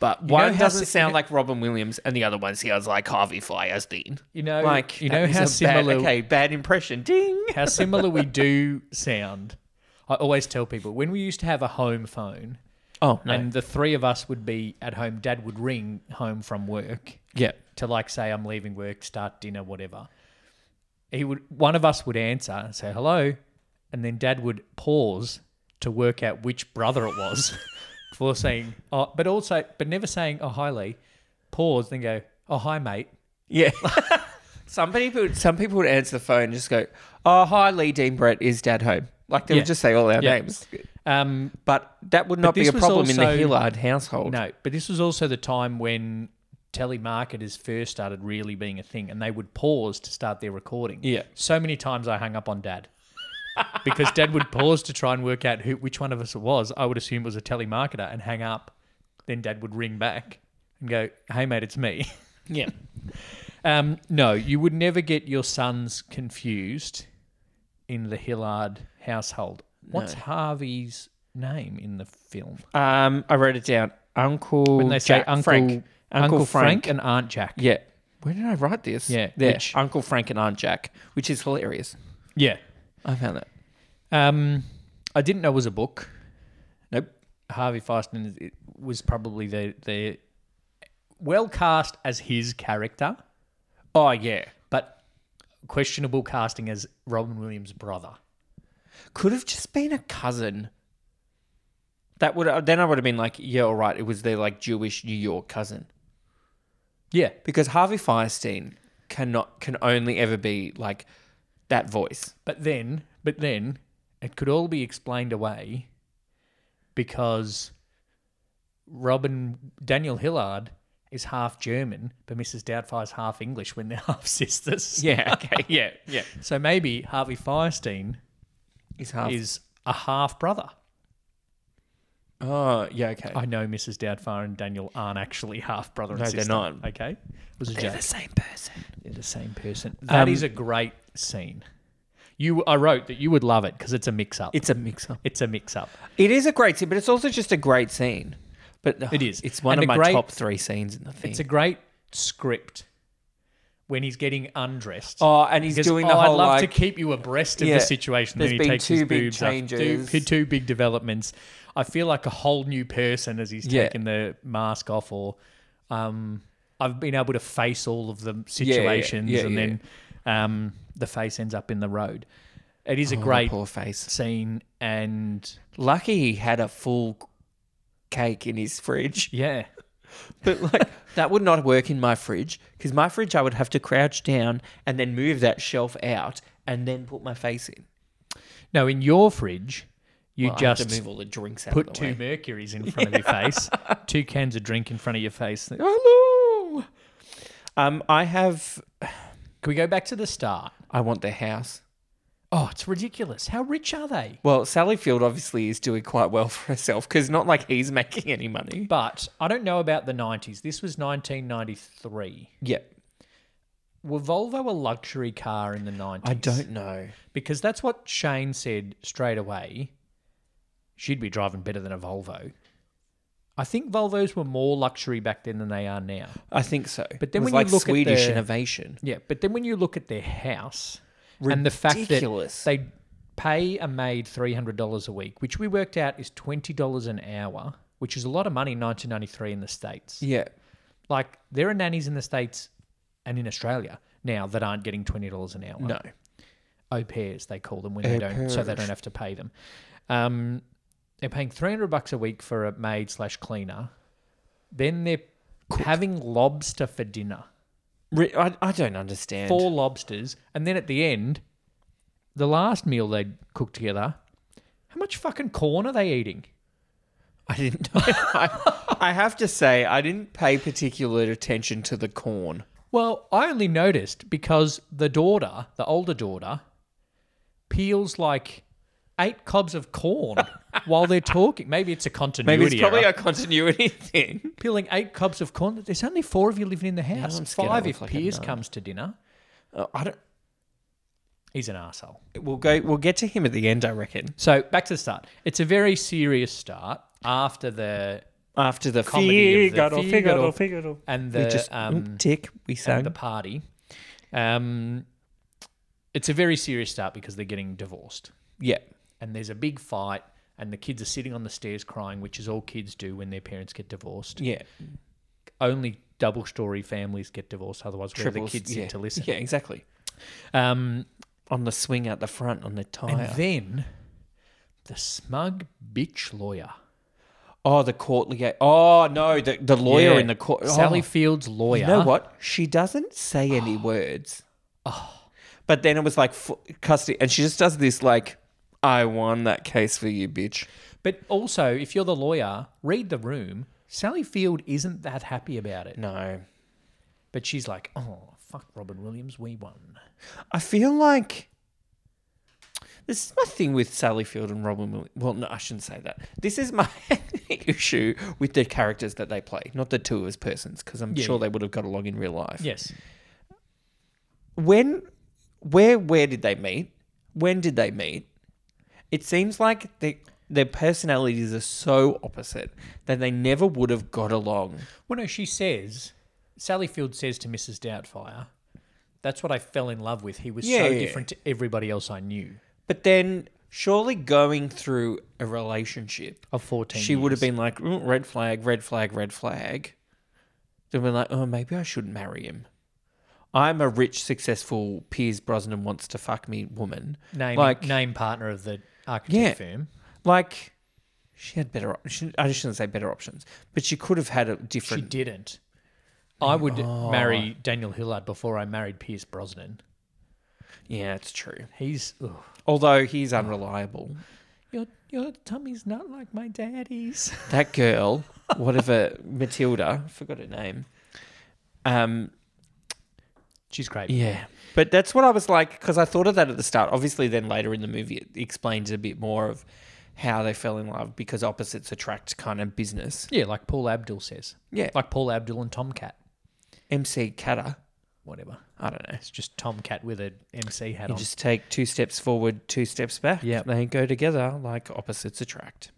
[SPEAKER 2] But
[SPEAKER 1] You know
[SPEAKER 2] one
[SPEAKER 1] how
[SPEAKER 2] doesn't
[SPEAKER 1] si-
[SPEAKER 2] sound like Robin Williams, and the other one sounds like Harvey Fierstein.
[SPEAKER 1] You know,
[SPEAKER 2] Like
[SPEAKER 1] Oh, you know
[SPEAKER 2] that is
[SPEAKER 1] how
[SPEAKER 2] a bad-
[SPEAKER 1] similar
[SPEAKER 2] okay, bad impression. Ding.
[SPEAKER 1] how similar we do sound. I always tell people when we used to have a home phone,
[SPEAKER 2] Oh no.
[SPEAKER 1] and the three of us would be at home. Dad would ring home from work
[SPEAKER 2] yeah.
[SPEAKER 1] to like say, "I'm leaving work, start dinner, whatever." He would one of us would answer and say hello, and then Dad would pause to work out which brother it was before saying, "Oh," but also, but never saying, "Oh, hi Lee." Pause, then go, "Oh, hi mate."
[SPEAKER 2] Yeah. some people would- some people would answer the phone and just go, Oh hi Lee Dean Brett, is dad home? Like they
[SPEAKER 1] Yeah.
[SPEAKER 2] would just say all our
[SPEAKER 1] Yeah.
[SPEAKER 2] names.
[SPEAKER 1] Um,
[SPEAKER 2] But that would not be
[SPEAKER 1] this
[SPEAKER 2] a
[SPEAKER 1] was
[SPEAKER 2] problem in the
[SPEAKER 1] also-
[SPEAKER 2] Hillard household.
[SPEAKER 1] No, but this was also the time when telemarketers first started really being a thing and they would pause to start their recording.
[SPEAKER 2] Yeah.
[SPEAKER 1] So many times I hung up on dad because dad would pause to try and work out who, which one of us it was. I would assume it was a telemarketer and hang up. Then dad would ring back and go, hey, mate, it's me.
[SPEAKER 2] Yeah.
[SPEAKER 1] Um, no, you would never get your sons confused in the Hillard household. What's Harvey's name in the film?
[SPEAKER 2] Um, I wrote it down. Uncle
[SPEAKER 1] When they say
[SPEAKER 2] Jack-
[SPEAKER 1] Uncle,
[SPEAKER 2] Frank.
[SPEAKER 1] Uncle, Frank and Aunt Jack.
[SPEAKER 2] Yeah. Where did I write this?
[SPEAKER 1] Yeah,
[SPEAKER 2] There.
[SPEAKER 1] which-
[SPEAKER 2] Uncle Frank and Aunt Jack, which is hilarious.
[SPEAKER 1] Yeah.
[SPEAKER 2] I found that.
[SPEAKER 1] Um, I didn't know it was a book.
[SPEAKER 2] Nope.
[SPEAKER 1] Harvey Fierstein is- it was probably the the well cast as his character,
[SPEAKER 2] Oh yeah.
[SPEAKER 1] but questionable casting as Robin Williams' brother.
[SPEAKER 2] Could have just been a cousin. That would then I would have been like, yeah, all right. It was their like Jewish New York cousin.
[SPEAKER 1] Yeah,
[SPEAKER 2] Because Harvey Fierstein cannot can only ever be like that voice.
[SPEAKER 1] but then but then it could all be explained away because Robin Daniel Hillard is half German, but Mrs. Doubtfire's half English when they're half sisters.
[SPEAKER 2] Yeah. Okay. Yeah. Yeah.
[SPEAKER 1] So maybe Harvey Fierstein
[SPEAKER 2] He's half.
[SPEAKER 1] is a half brother.
[SPEAKER 2] oh yeah. Okay.
[SPEAKER 1] I know Mrs. Doubtfire and Daniel aren't actually half brother and
[SPEAKER 2] No, they're
[SPEAKER 1] sister.
[SPEAKER 2] not.
[SPEAKER 1] Okay, it was a joke.
[SPEAKER 2] same person.
[SPEAKER 1] They're the same person.
[SPEAKER 2] Um,
[SPEAKER 1] That is a great scene. You, I wrote that you would love it because it's a mix up.
[SPEAKER 2] It's a mix up.
[SPEAKER 1] It's a mix up.
[SPEAKER 2] It is a great scene, but it's also just a great scene. But
[SPEAKER 1] It is.
[SPEAKER 2] It's one
[SPEAKER 1] And
[SPEAKER 2] of
[SPEAKER 1] a
[SPEAKER 2] my
[SPEAKER 1] great-
[SPEAKER 2] top three scenes in the film.
[SPEAKER 1] It's a great script when he's getting undressed.
[SPEAKER 2] oh, and he's
[SPEAKER 1] Because,
[SPEAKER 2] doing
[SPEAKER 1] "Oh,
[SPEAKER 2] the whole
[SPEAKER 1] I'd love
[SPEAKER 2] like,
[SPEAKER 1] to keep you abreast of
[SPEAKER 2] Yeah.
[SPEAKER 1] the situation.
[SPEAKER 2] There's
[SPEAKER 1] then he
[SPEAKER 2] been
[SPEAKER 1] takes
[SPEAKER 2] two
[SPEAKER 1] his
[SPEAKER 2] big
[SPEAKER 1] boobs up. Two-
[SPEAKER 2] changes.
[SPEAKER 1] Two, big developments. I feel like a whole new person as he's
[SPEAKER 2] Yeah.
[SPEAKER 1] taking the mask off, or um, I've been able to face all of the
[SPEAKER 2] yeah,
[SPEAKER 1] situations,
[SPEAKER 2] yeah,
[SPEAKER 1] and
[SPEAKER 2] yeah. Oh,
[SPEAKER 1] then um, the face ends up in the road. It is a great
[SPEAKER 2] poor face.
[SPEAKER 1] scene, and
[SPEAKER 2] Lucky he had a full cake in his fridge,
[SPEAKER 1] yeah,
[SPEAKER 2] but like that would not work in my fridge because my fridge I would have to crouch down and then move that shelf out and then put my face in.
[SPEAKER 1] no, in your fridge, you
[SPEAKER 2] Well, I have to
[SPEAKER 1] just
[SPEAKER 2] move all the drinks out.
[SPEAKER 1] put
[SPEAKER 2] of the
[SPEAKER 1] two
[SPEAKER 2] Way.
[SPEAKER 1] mercuries in front of your face, two cans of drink in front of your face. Can
[SPEAKER 2] Hello. Um, I have.
[SPEAKER 1] we go back to the start?
[SPEAKER 2] I want the house.
[SPEAKER 1] Oh, it's ridiculous. How rich are they?
[SPEAKER 2] Well, Sally Field obviously is doing quite well for herself because not like he's making any money.
[SPEAKER 1] But I don't know about the 90s. This was 1993.
[SPEAKER 2] Yeah,
[SPEAKER 1] Were Volvo a luxury car in the 90s?
[SPEAKER 2] I don't know.
[SPEAKER 1] Because that's what Shane said straight away. She'd be driving better than a Volvo. I think Volvos were more luxury back then than they are now.
[SPEAKER 2] I think so.
[SPEAKER 1] But then
[SPEAKER 2] It was
[SPEAKER 1] when you
[SPEAKER 2] like
[SPEAKER 1] look at
[SPEAKER 2] Swedish
[SPEAKER 1] the-
[SPEAKER 2] innovation,
[SPEAKER 1] Yeah, but then when you look at their house and the fact that
[SPEAKER 2] Ridiculous.
[SPEAKER 1] they pay a maid $300 a week, which we worked out is $20 an hour, which is a lot of money in 1993 in the States.
[SPEAKER 2] yeah,
[SPEAKER 1] Like there are nannies in the states and in Australia now that aren't getting twenty dollars an hour.
[SPEAKER 2] no,
[SPEAKER 1] au pairs they call them when they
[SPEAKER 2] Au
[SPEAKER 1] don't, so they
[SPEAKER 2] pairs.
[SPEAKER 1] don't have to pay them. Um, they're paying three hundred bucks a week for a maid slash cleaner. Then they're having lobster for dinner,
[SPEAKER 2] Re- I, I don't understand.
[SPEAKER 1] four lobsters, and then at the end, the last meal they cook together. How much fucking corn are they eating?
[SPEAKER 2] I didn't. I, I have to say, I didn't pay particular attention to the corn.
[SPEAKER 1] Well, I only noticed because the daughter, the older daughter, peels like eight cobs of corn while they're talking. Maybe it's a continuity.
[SPEAKER 2] Maybe it's probably
[SPEAKER 1] error.
[SPEAKER 2] a continuity thing.
[SPEAKER 1] peeling eight cobs of corn. There's only four of you living in the house.
[SPEAKER 2] I'm scared I
[SPEAKER 1] Five
[SPEAKER 2] look
[SPEAKER 1] if
[SPEAKER 2] like a
[SPEAKER 1] Piers
[SPEAKER 2] nut.
[SPEAKER 1] comes to dinner.
[SPEAKER 2] Uh, I don't.
[SPEAKER 1] He's an asshole.
[SPEAKER 2] We'll go. We'll get to him at the end, I reckon.
[SPEAKER 1] So back to the start. It's a very serious start after the
[SPEAKER 2] After the
[SPEAKER 1] Comedy of the
[SPEAKER 2] Figaro, Figaro,
[SPEAKER 1] Figaro.
[SPEAKER 2] Figaro.
[SPEAKER 1] and the
[SPEAKER 2] We just
[SPEAKER 1] um,
[SPEAKER 2] tick. We sang.
[SPEAKER 1] and the party. Um, it's a very serious start because they're getting divorced,
[SPEAKER 2] yeah,
[SPEAKER 1] and there's a big fight, and the kids are sitting on the stairs crying, which is all kids do when their parents get divorced.
[SPEAKER 2] yeah.
[SPEAKER 1] Only double story families get divorced, otherwise where
[SPEAKER 2] Triples.
[SPEAKER 1] the kids
[SPEAKER 2] yeah.
[SPEAKER 1] sit to listen.
[SPEAKER 2] Yeah, exactly.
[SPEAKER 1] Um,
[SPEAKER 2] On the swing at the front, on the
[SPEAKER 1] and
[SPEAKER 2] tire.
[SPEAKER 1] then the smug bitch lawyer,
[SPEAKER 2] oh, the court liaison. Oh no, the the lawyer
[SPEAKER 1] Yeah.
[SPEAKER 2] in the court.
[SPEAKER 1] Sally
[SPEAKER 2] Oh.
[SPEAKER 1] Field's lawyer.
[SPEAKER 2] You know what? Oh. She doesn't say any words. But then it was like fu- custody, and she just does this like, "I won that case for you, bitch."
[SPEAKER 1] But also, if you're the lawyer, read the room. Sally Field isn't that happy about it.
[SPEAKER 2] No,
[SPEAKER 1] But she's like, oh, fuck Robin Williams, we won.
[SPEAKER 2] I feel like this is my thing with Sally Field and Robin Williams. Well, no, I shouldn't say that. This is my issue with the characters that they play, not the two as persons, because I'm
[SPEAKER 1] Yeah,
[SPEAKER 2] sure
[SPEAKER 1] yeah.
[SPEAKER 2] they would have got along in real life.
[SPEAKER 1] Yes.
[SPEAKER 2] When, where, where did they meet? When did they meet? It seems like they, their personalities are so opposite that they never would have got along.
[SPEAKER 1] Well, no, she says, Sally Field says to Mrs. Doubtfire, that's what I fell in love with. He was
[SPEAKER 2] Yeah,
[SPEAKER 1] so
[SPEAKER 2] yeah.
[SPEAKER 1] different to everybody else I knew
[SPEAKER 2] But then, surely going through a relationship
[SPEAKER 1] of 14.
[SPEAKER 2] she would have
[SPEAKER 1] years.
[SPEAKER 2] been like, "Ooh, red flag, red flag, red flag. Then we're like, oh, maybe I shouldn't marry him. I'm a rich, successful Piers Brosnan wants to fuck me woman.
[SPEAKER 1] name,
[SPEAKER 2] like-
[SPEAKER 1] name partner of the
[SPEAKER 2] Yeah.
[SPEAKER 1] architect firm.
[SPEAKER 2] Like, she had better. op- She, I shouldn't say better options, but she could have had a
[SPEAKER 1] She
[SPEAKER 2] different.
[SPEAKER 1] didn't. I would
[SPEAKER 2] Oh.
[SPEAKER 1] marry Daniel Hillard before I married Pierce Brosnan.
[SPEAKER 2] yeah, it's true.
[SPEAKER 1] He's, ugh.
[SPEAKER 2] Although he's unreliable.
[SPEAKER 1] Your, your tummy's not like my daddy's.
[SPEAKER 2] That girl, whatever Matilda, I forgot her name. Um,
[SPEAKER 1] She's great.
[SPEAKER 2] Yeah. But that's what I was like, because I thought of that at the start. Obviously, then later in the movie, it explains a bit more of how they fell in love because opposites attract kind of business.
[SPEAKER 1] Yeah, like Paul Abdul says.
[SPEAKER 2] Yeah. Like
[SPEAKER 1] Like Paul Abdul and Tomcat.
[SPEAKER 2] MC Cutter.
[SPEAKER 1] Whatever.
[SPEAKER 2] I don't know.
[SPEAKER 1] It's just Tomcat with an MC hat
[SPEAKER 2] You
[SPEAKER 1] on.
[SPEAKER 2] just take two steps forward, two steps back.
[SPEAKER 1] Yeah.
[SPEAKER 2] They go together like opposites attract.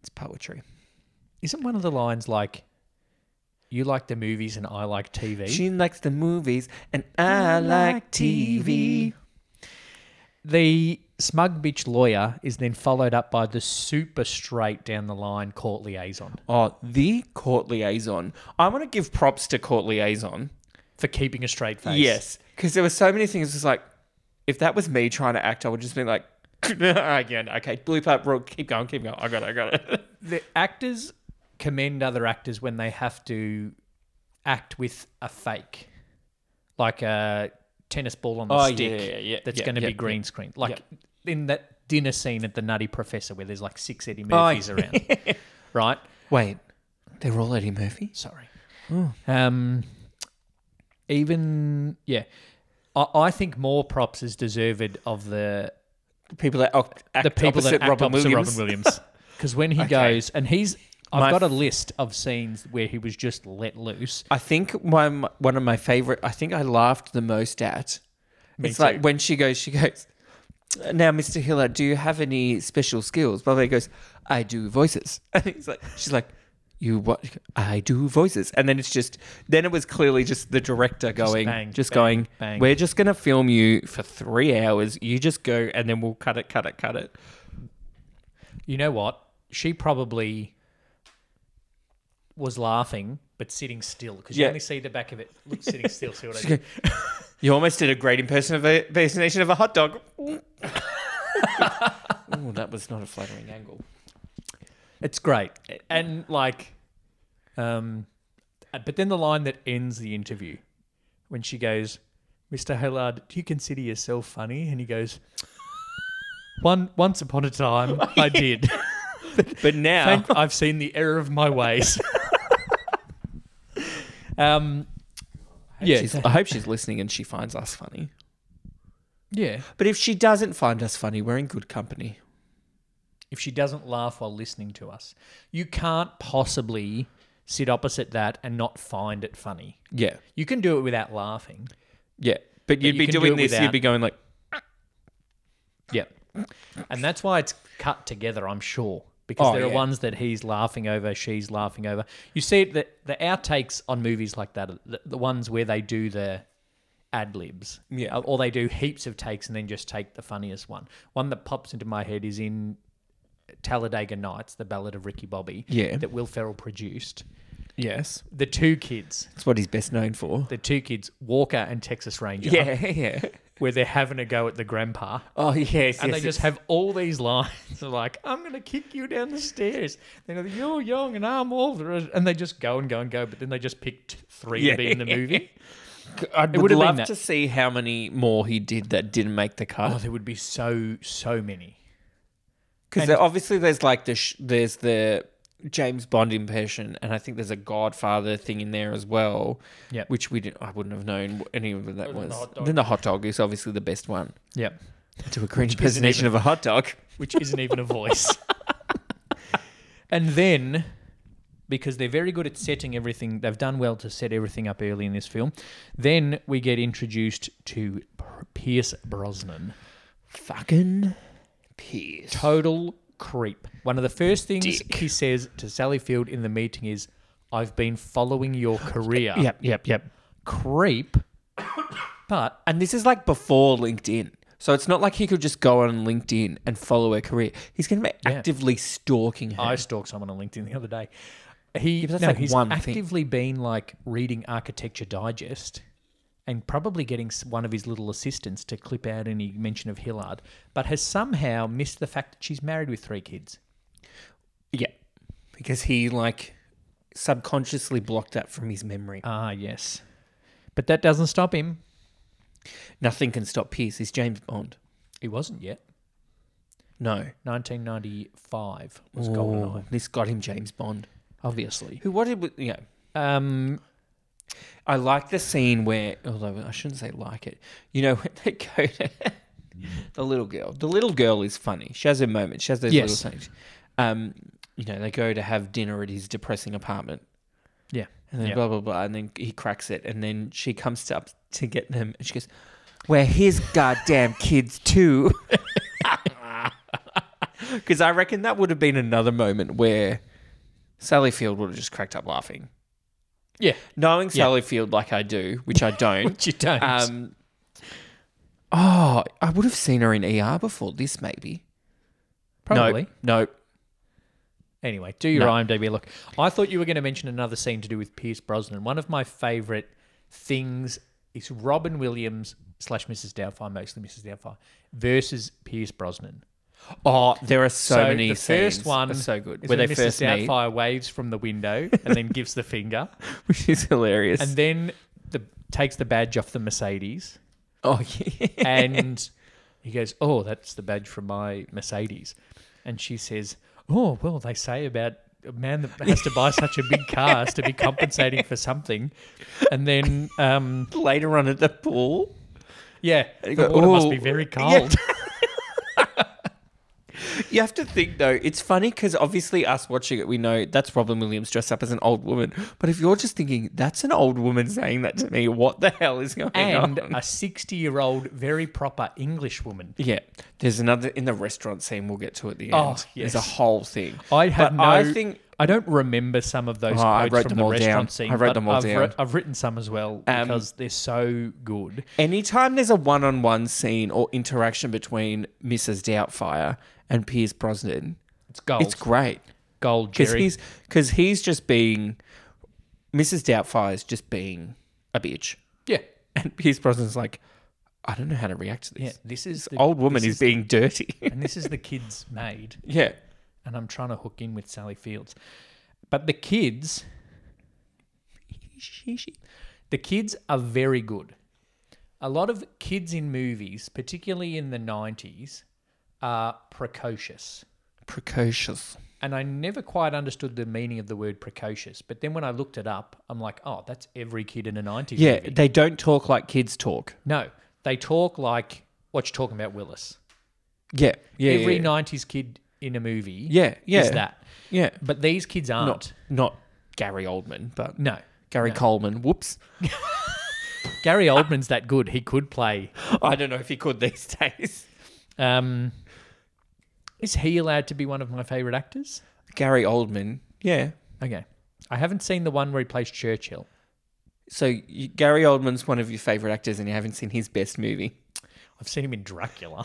[SPEAKER 2] It's poetry.
[SPEAKER 1] Isn't one of the lines like, you like the movies and I like TV?
[SPEAKER 2] She likes the movies and I like TV.
[SPEAKER 1] the smug bitch lawyer is then followed up by the super straight down the line court liaison
[SPEAKER 2] Oh, the court liaison. I want to give props to court liaison.
[SPEAKER 1] for keeping a straight face.
[SPEAKER 2] Yes, because there were so many things. It's like, if that was me trying to act, I would just be like, again, okay, bleep up, bro, keep going, keep going. I got it, I got it.
[SPEAKER 1] The actors commend other actors when they have to act with a fake, like a tennis ball on the
[SPEAKER 2] Oh, yeah,
[SPEAKER 1] stick
[SPEAKER 2] yeah, yeah,
[SPEAKER 1] that's
[SPEAKER 2] yeah,
[SPEAKER 1] going to
[SPEAKER 2] yeah,
[SPEAKER 1] be
[SPEAKER 2] yeah.
[SPEAKER 1] green screen. Like in that dinner scene at the Nutty Professor where there's like six Eddie
[SPEAKER 2] Oh,
[SPEAKER 1] Murphys around, right?
[SPEAKER 2] Wait, they're all Eddie Murphy?
[SPEAKER 1] Sorry. Um, even, yeah. I, I think more props is deserved of the
[SPEAKER 2] People that act,
[SPEAKER 1] the people that
[SPEAKER 2] opposite
[SPEAKER 1] act
[SPEAKER 2] Robin
[SPEAKER 1] opposite
[SPEAKER 2] Williams.
[SPEAKER 1] Robin Williams. Because when he goes, and he's, I've
[SPEAKER 2] My
[SPEAKER 1] got a list of scenes where he was just let loose.
[SPEAKER 2] I think my, my- one of my favorite, I think I laughed the most at. it's like
[SPEAKER 1] too.
[SPEAKER 2] when she goes, she goes, now, Mr. Hiller, do you have any special skills? Blah, blah, he goes, I do voices. And he's like, she's like, you what? I do voices. And then it's just, then it was clearly just the director going,
[SPEAKER 1] bang,
[SPEAKER 2] just
[SPEAKER 1] bang,
[SPEAKER 2] going,
[SPEAKER 1] bang.
[SPEAKER 2] we're just going to film you for three hours. You just go and then we'll cut it, cut it, cut it.
[SPEAKER 1] You know what? She probably was laughing, but sitting still because you
[SPEAKER 2] Yeah.
[SPEAKER 1] only see the back of it. Look, sitting still. See what I
[SPEAKER 2] go-
[SPEAKER 1] did?
[SPEAKER 2] You almost did a great impersona- impersonation of a hot dog. Ooh, that was not a flattering angle.
[SPEAKER 1] It's great, and like, um, uh, but then the line that ends the interview when she goes, "Mr. Hillard, do you consider yourself funny?" and he goes, "One once upon a time, I did.
[SPEAKER 2] But now,
[SPEAKER 1] Thank- I've seen the error of my ways." um, yeah,
[SPEAKER 2] She's- I hope she's listening and she finds us funny.
[SPEAKER 1] yeah.
[SPEAKER 2] But if she doesn't find us funny, we're in good company.
[SPEAKER 1] if she doesn't laugh while listening to us. You can't possibly sit opposite that and not find it funny.
[SPEAKER 2] Yeah,
[SPEAKER 1] You can do it without laughing.
[SPEAKER 2] yeah. But you'd
[SPEAKER 1] you
[SPEAKER 2] be
[SPEAKER 1] can do
[SPEAKER 2] doing
[SPEAKER 1] it
[SPEAKER 2] this.
[SPEAKER 1] without-
[SPEAKER 2] You'd be going like,
[SPEAKER 1] Yeah. And that's why it's cut together, I'm sure. Because
[SPEAKER 2] Oh,
[SPEAKER 1] there are
[SPEAKER 2] yeah.
[SPEAKER 1] ones that he's laughing over, she's laughing over. You see it, the, the outtakes on movies like that, are the, the ones where they do the ad libs.
[SPEAKER 2] Yeah.
[SPEAKER 1] Uh, Or they do heaps of takes and then just take the funniest one. One that pops into my head is in Talladega Nights, The Ballad of Ricky Bobby,
[SPEAKER 2] Yeah.
[SPEAKER 1] that Will Ferrell produced.
[SPEAKER 2] Yes.
[SPEAKER 1] The two kids,
[SPEAKER 2] That's what he's best known for.
[SPEAKER 1] the two kids, Walker and Texas Ranger,
[SPEAKER 2] Yeah, yeah.
[SPEAKER 1] where they're having a go at the grandpa.
[SPEAKER 2] Oh, yes.
[SPEAKER 1] And
[SPEAKER 2] yes,
[SPEAKER 1] they just
[SPEAKER 2] yes.
[SPEAKER 1] have all these lines of like, I'm going to kick you down the stairs. They go, you're young and I'm older. And they just go and go and go. But then they just picked three
[SPEAKER 2] Yeah.
[SPEAKER 1] to be in the movie.
[SPEAKER 2] I
[SPEAKER 1] would
[SPEAKER 2] would
[SPEAKER 1] have been
[SPEAKER 2] love
[SPEAKER 1] that.
[SPEAKER 2] to see how many more he did that didn't make the
[SPEAKER 1] Oh,
[SPEAKER 2] cut.
[SPEAKER 1] there would be so, so many.
[SPEAKER 2] Because obviously there's like the sh- there's the James Bond impression, and I think there's a Godfather thing in there as well.
[SPEAKER 1] Yep.
[SPEAKER 2] Which we didn't. I wouldn't have known what any of that
[SPEAKER 1] Other than
[SPEAKER 2] was.
[SPEAKER 1] the hot dog.
[SPEAKER 2] then the hot dog is obviously the best one.
[SPEAKER 1] Yep.
[SPEAKER 2] To a cringe impersonation of a hot dog.
[SPEAKER 1] Which isn't even a voice. and then, because they're very good at setting everything, they've done well to set everything up early in this film. Then we get introduced to Pierce Brosnan.
[SPEAKER 2] Fucking Pierce.
[SPEAKER 1] total creep. One of the first things
[SPEAKER 2] Dick.
[SPEAKER 1] he says to Sally Field in the meeting is, "I've been following your career."
[SPEAKER 2] Yep, yep, yep.
[SPEAKER 1] creep. But
[SPEAKER 2] And this is like before LinkedIn. So it's not like he could just go on LinkedIn and follow her career. He's going to be
[SPEAKER 1] Yeah.
[SPEAKER 2] actively stalking her.
[SPEAKER 1] I stalked someone on LinkedIn the other day. He
[SPEAKER 2] but that's
[SPEAKER 1] no,
[SPEAKER 2] like
[SPEAKER 1] he's
[SPEAKER 2] one thing.
[SPEAKER 1] actively been like reading Architecture Digest. And probably getting s- one of his little assistants to clip out any mention of Hillard, but has somehow missed the fact that she's married with three kids.
[SPEAKER 2] yeah. Because he like subconsciously blocked that from his memory.
[SPEAKER 1] Ah, yes. But that doesn't stop him.
[SPEAKER 2] Nothing can stop Pierce. He's James Bond.
[SPEAKER 1] He wasn't yet.
[SPEAKER 2] No.
[SPEAKER 1] 1995 was
[SPEAKER 2] Oh,
[SPEAKER 1] GoldenEye,
[SPEAKER 2] this got him James Bond.
[SPEAKER 1] obviously.
[SPEAKER 2] Who, what did, we, you know,
[SPEAKER 1] Um,
[SPEAKER 2] I like the scene where, although I shouldn't say like it, you know, when they go to
[SPEAKER 1] Mm.
[SPEAKER 2] the little girl. The little girl is funny. She has her moments. She has those
[SPEAKER 1] Yes.
[SPEAKER 2] little things. Um, you know, they go to have dinner at his depressing apartment.
[SPEAKER 1] Yeah.
[SPEAKER 2] And then
[SPEAKER 1] Yeah.
[SPEAKER 2] blah, blah, blah. And then he cracks it. And then she comes up to get them. And she goes, We're his goddamn kids too. Because I reckon that would have been another moment where Sally Field would have just cracked up laughing.
[SPEAKER 1] yeah,
[SPEAKER 2] Knowing
[SPEAKER 1] Yeah.
[SPEAKER 2] Sally Field like I do, which I don't,
[SPEAKER 1] which you don't.
[SPEAKER 2] um, oh, I would have seen her in ER before this, maybe.
[SPEAKER 1] Probably.
[SPEAKER 2] No, no.
[SPEAKER 1] Anyway, do your
[SPEAKER 2] No.
[SPEAKER 1] IMDb look. I thought you were going to mention another scene to do with Pierce Brosnan. One of my favourite things is Robin Williams slash Mrs. Doubtfire, mostly Mrs. Doubtfire, versus Pierce Brosnan.
[SPEAKER 2] Oh, there are so, many.
[SPEAKER 1] the first
[SPEAKER 2] scenes
[SPEAKER 1] one
[SPEAKER 2] are so good.
[SPEAKER 1] is
[SPEAKER 2] Where they
[SPEAKER 1] Mrs.
[SPEAKER 2] first meet,
[SPEAKER 1] Doubtfire waves from the window and then gives the finger,
[SPEAKER 2] which is hilarious.
[SPEAKER 1] and then the takes the badge off the Mercedes.
[SPEAKER 2] oh, yeah.
[SPEAKER 1] and he goes, "Oh, that's the badge from my Mercedes," and she says, "Oh, well, they say about a man that has to buy such a big car has to be compensating for something," and then, um,
[SPEAKER 2] later on at the pool,
[SPEAKER 1] yeah, the
[SPEAKER 2] you go,
[SPEAKER 1] water must
[SPEAKER 2] "Ooh."
[SPEAKER 1] be very
[SPEAKER 2] Yeah.
[SPEAKER 1] cold.
[SPEAKER 2] you have to think though. It's funny because obviously us watching it, we know that's Robin Williams dressed up as an old woman. But if you're just thinking that's an old woman saying that to me, what the hell is going
[SPEAKER 1] And
[SPEAKER 2] on?
[SPEAKER 1] a sixty-year-old, very proper English woman.
[SPEAKER 2] Yeah, there's another in the restaurant scene. We'll get to at the end.
[SPEAKER 1] Oh, yes. Oh.
[SPEAKER 2] There's a whhole thing.
[SPEAKER 1] I have
[SPEAKER 2] But
[SPEAKER 1] no.
[SPEAKER 2] I think
[SPEAKER 1] I don't remember some of those
[SPEAKER 2] Oh, I
[SPEAKER 1] quotes
[SPEAKER 2] wrote
[SPEAKER 1] from
[SPEAKER 2] them
[SPEAKER 1] the
[SPEAKER 2] all
[SPEAKER 1] restaurant
[SPEAKER 2] down.
[SPEAKER 1] scene.
[SPEAKER 2] I wrote
[SPEAKER 1] but
[SPEAKER 2] them all
[SPEAKER 1] I've
[SPEAKER 2] down.
[SPEAKER 1] writ- I've written some as well
[SPEAKER 2] Um,
[SPEAKER 1] because they're so good.
[SPEAKER 2] anytime there's a one-on-one scene or interaction between Mrs. Doubtfire and Piers Brosnan,
[SPEAKER 1] It's gold.
[SPEAKER 2] it's great
[SPEAKER 1] gold,
[SPEAKER 2] because
[SPEAKER 1] Jerry.
[SPEAKER 2] he's because he's just being Mrs. Doubtfire's just being a bitch,
[SPEAKER 1] yeah,
[SPEAKER 2] and Piers Brosnan's like, I don't know how to react to this.
[SPEAKER 1] yeah. This is the
[SPEAKER 2] Old woman
[SPEAKER 1] this
[SPEAKER 2] is being dirty.
[SPEAKER 1] and this is the kid's maid,
[SPEAKER 2] yeah,
[SPEAKER 1] and I'm trying to hook in with Sally Fields. But the kids, the kids are very good. A lot of kids in movies, particularly in the 90s, are precocious.
[SPEAKER 2] precocious.
[SPEAKER 1] And I never quite understood the meaning of the word precocious. But then when I looked it up, I'm like, oh, that's every kid in a 90s
[SPEAKER 2] Yeah,
[SPEAKER 1] movie.
[SPEAKER 2] they don't talk like kids talk.
[SPEAKER 1] No, they talk like what you're talking about, Willis.
[SPEAKER 2] Yeah, yeah,
[SPEAKER 1] every
[SPEAKER 2] yeah.
[SPEAKER 1] 90s kid in a movie
[SPEAKER 2] Yeah, yeah,
[SPEAKER 1] is that.
[SPEAKER 2] yeah.
[SPEAKER 1] But these kids aren't.
[SPEAKER 2] not not Gary Oldman, but
[SPEAKER 1] No.
[SPEAKER 2] Gary Coleman. Whoops.
[SPEAKER 1] Gary Oldman's that good. He could play.
[SPEAKER 2] I don't know if he could these days.
[SPEAKER 1] Um, is he allowed to be one of my favorite actors?
[SPEAKER 2] Gary Oldman. Yeah.
[SPEAKER 1] Okay, I haven't seen the one where he plays Churchill.
[SPEAKER 2] So you, Gary Oldman's one of your favorite actors, and you haven't seen his best movie.
[SPEAKER 1] I've seen him in Dracula.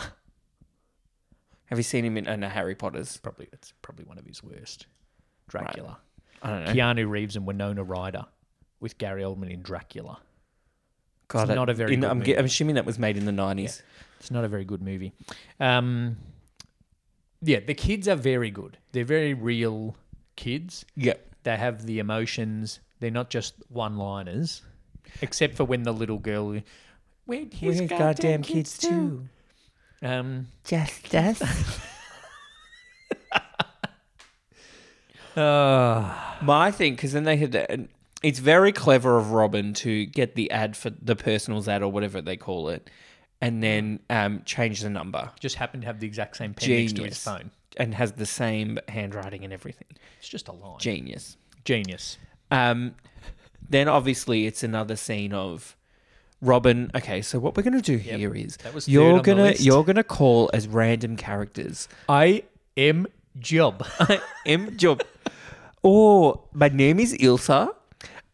[SPEAKER 2] Have you seen him in uh, no, Harry Potter's?
[SPEAKER 1] Probably it's probably one of his worst. Dracula.
[SPEAKER 2] I don't know.
[SPEAKER 1] Keanu Reeves and Winona Ryder with Gary Oldman in Dracula.
[SPEAKER 2] God,
[SPEAKER 1] it's
[SPEAKER 2] that-
[SPEAKER 1] not a very
[SPEAKER 2] in-
[SPEAKER 1] good
[SPEAKER 2] I'm,
[SPEAKER 1] movie.
[SPEAKER 2] ge- I'm assuming that was made in the nineties.
[SPEAKER 1] It's not a very good movie. Um, yeah, the kids are very good. They're very real kids.
[SPEAKER 2] Yeah.
[SPEAKER 1] They have the emotions. They're not just one-liners, except for when the little girl, where'd his goddamn, kids, too? Um,
[SPEAKER 2] Just us.
[SPEAKER 1] ah,
[SPEAKER 2] My thing, because then they had. uh, It's very clever of Robin to get the ad for the personals ad or whatever they call it, and then um, change the number
[SPEAKER 1] just happened to have the exact same pen next to his
[SPEAKER 2] Genius.
[SPEAKER 1] phone.
[SPEAKER 2] and has the same handwriting and everything.
[SPEAKER 1] It's just a line.
[SPEAKER 2] Genius.
[SPEAKER 1] Genius.
[SPEAKER 2] Um, then obviously it's another scene of Robin. Okay, so what we're gonna do here is
[SPEAKER 1] That was third on
[SPEAKER 2] you're
[SPEAKER 1] the
[SPEAKER 2] gonna
[SPEAKER 1] list.
[SPEAKER 2] you're gonna call as random characters.
[SPEAKER 1] I am job.
[SPEAKER 2] M job. Oh, my name is Ilsa,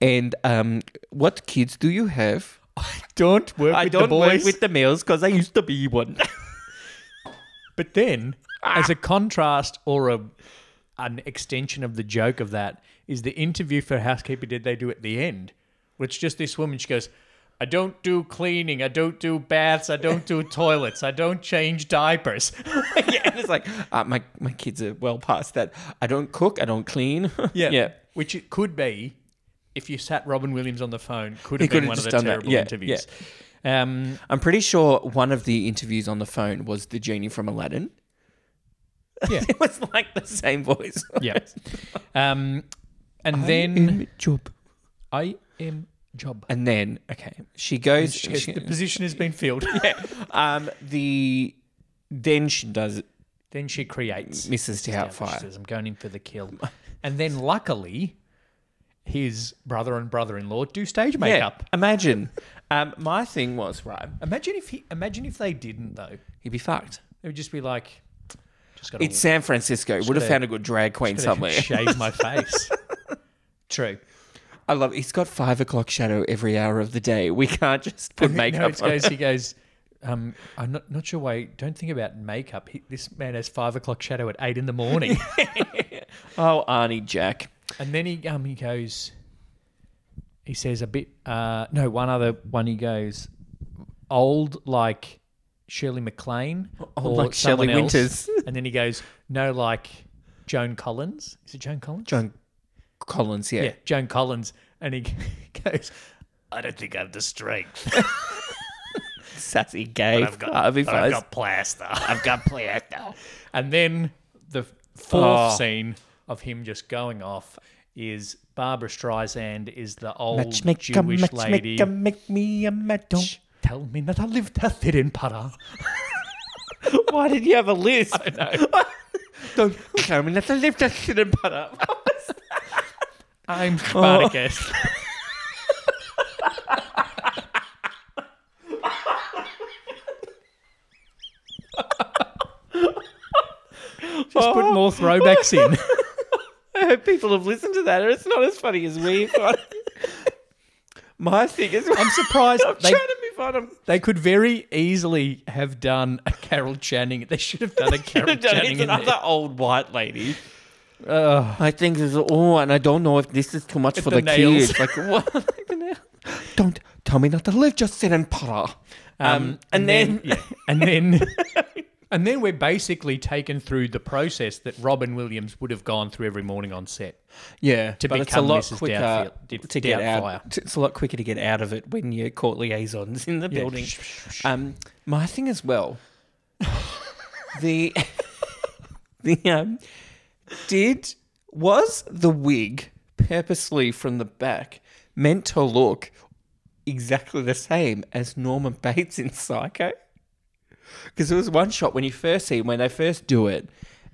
[SPEAKER 2] and um, what kids do you have?
[SPEAKER 1] don't work
[SPEAKER 2] I
[SPEAKER 1] with
[SPEAKER 2] don't
[SPEAKER 1] the boys.
[SPEAKER 2] work with the males because I used to be one.
[SPEAKER 1] But then, as a contrast or a an extension of the joke of that is the interview for housekeeper did they do at the end, which just this woman she goes, I don't do cleaning, I don't do baths, I don't do toilets, I don't change diapers.
[SPEAKER 2] yeah, and it's like uh, my my kids are well past that. I don't cook. I don't clean. yeah.
[SPEAKER 1] Which it could be if you sat Robin Williams on the phone, could
[SPEAKER 2] He
[SPEAKER 1] have been
[SPEAKER 2] could've
[SPEAKER 1] one of
[SPEAKER 2] just
[SPEAKER 1] the
[SPEAKER 2] done that.
[SPEAKER 1] terrible
[SPEAKER 2] Yeah,
[SPEAKER 1] interviews. Um,
[SPEAKER 2] I'm pretty sure one of the interviews on the phone was the genie from Aladdin.
[SPEAKER 1] yeah.
[SPEAKER 2] It was like the same voice.
[SPEAKER 1] yeah. Um, and then
[SPEAKER 2] job.
[SPEAKER 1] I am job.
[SPEAKER 2] And then okay, she goes.
[SPEAKER 1] She goes,
[SPEAKER 2] she-
[SPEAKER 1] the position has been filled.
[SPEAKER 2] um, the then she does
[SPEAKER 1] Then she creates
[SPEAKER 2] misses to
[SPEAKER 1] She
[SPEAKER 2] outfire.
[SPEAKER 1] says, I'm going in for the kill. And then luckily, his brother and brother in law do stage makeup.
[SPEAKER 2] Imagine. Um, my thing was right.
[SPEAKER 1] Imagine if he, imagine if they didn't though.
[SPEAKER 2] He'd be fucked.
[SPEAKER 1] It would just be like just gotta,
[SPEAKER 2] It's San Francisco. Would have
[SPEAKER 1] gotta-
[SPEAKER 2] found a good drag queen
[SPEAKER 1] gotta
[SPEAKER 2] somewhere.
[SPEAKER 1] shave my face. True.
[SPEAKER 2] I love. He's got five o'clock shadow every hour of the day. We can't just put
[SPEAKER 1] no,
[SPEAKER 2] makeup
[SPEAKER 1] it
[SPEAKER 2] on.
[SPEAKER 1] goes he goes, um, I'm not, not sure why don't think about makeup. He, this man has five o'clock shadow at eight in the morning.
[SPEAKER 2] Oh, Arnie Jack.
[SPEAKER 1] And then he um he goes. He says a bit. Uh, no, one other one. He goes old like Shirley MacLaine
[SPEAKER 2] Old like
[SPEAKER 1] someone
[SPEAKER 2] Shirley
[SPEAKER 1] else."
[SPEAKER 2] Winters.
[SPEAKER 1] and then he goes no like Joan Collins. Is it Joan Collins?
[SPEAKER 2] John Collins. Yeah.
[SPEAKER 1] yeah, Joan Collins. And he goes, I don't think I have the strength.
[SPEAKER 2] Sassy gay.
[SPEAKER 3] I've got,
[SPEAKER 2] Harvey
[SPEAKER 3] but I've
[SPEAKER 2] Fuzz.
[SPEAKER 3] got plaster. I've got plaster.
[SPEAKER 1] And then the fourth
[SPEAKER 2] Oh.
[SPEAKER 1] scene of him just going off is Barbara Streisand is the old
[SPEAKER 2] Matchmaker,
[SPEAKER 1] Jewish lady.
[SPEAKER 2] matchmaker, make me a match.
[SPEAKER 1] Don't tell me that I lived that fit in para.
[SPEAKER 2] Why did you have a list? I know. Don't tell me that I left that shit and butt up.
[SPEAKER 1] I'm Spartacus.
[SPEAKER 2] Oh.
[SPEAKER 1] Just put more throwbacks in.
[SPEAKER 2] I hope people have listened to that, or it's not as funny as we thought. My thing is, I'm
[SPEAKER 1] I'm surprised they,
[SPEAKER 2] trying to be fun. I'm
[SPEAKER 1] they could very easily have done a Carol Channing. They should have done a Carol Channing
[SPEAKER 2] it's
[SPEAKER 1] in there.
[SPEAKER 2] another old white lady.
[SPEAKER 1] Ugh.
[SPEAKER 2] I think this is oh, and I don't know if this is too much for
[SPEAKER 1] the
[SPEAKER 2] the,
[SPEAKER 1] nails.
[SPEAKER 2] kids. Like what? Like the nail- don't tell me not to live. Just sit and potter. Um,
[SPEAKER 1] Um,
[SPEAKER 2] and, then,
[SPEAKER 1] yeah, and then and then we're basically taken through the process that Robin Williams would have gone through every morning on set.
[SPEAKER 2] yeah,
[SPEAKER 1] To
[SPEAKER 2] but it's a
[SPEAKER 1] become
[SPEAKER 2] lot
[SPEAKER 1] Mrs.
[SPEAKER 2] quicker
[SPEAKER 1] Doubtfield- Dou-
[SPEAKER 2] to get
[SPEAKER 1] Doubtfire.
[SPEAKER 2] out. t- It's a lot quicker to get out of it when you're court liaisons in the building. Um, my thing as well. the the um, did was the wig purposely from the back meant to look exactly the same as Norman Bates in Psycho? Because there was one shot when you first see him, when they first do it,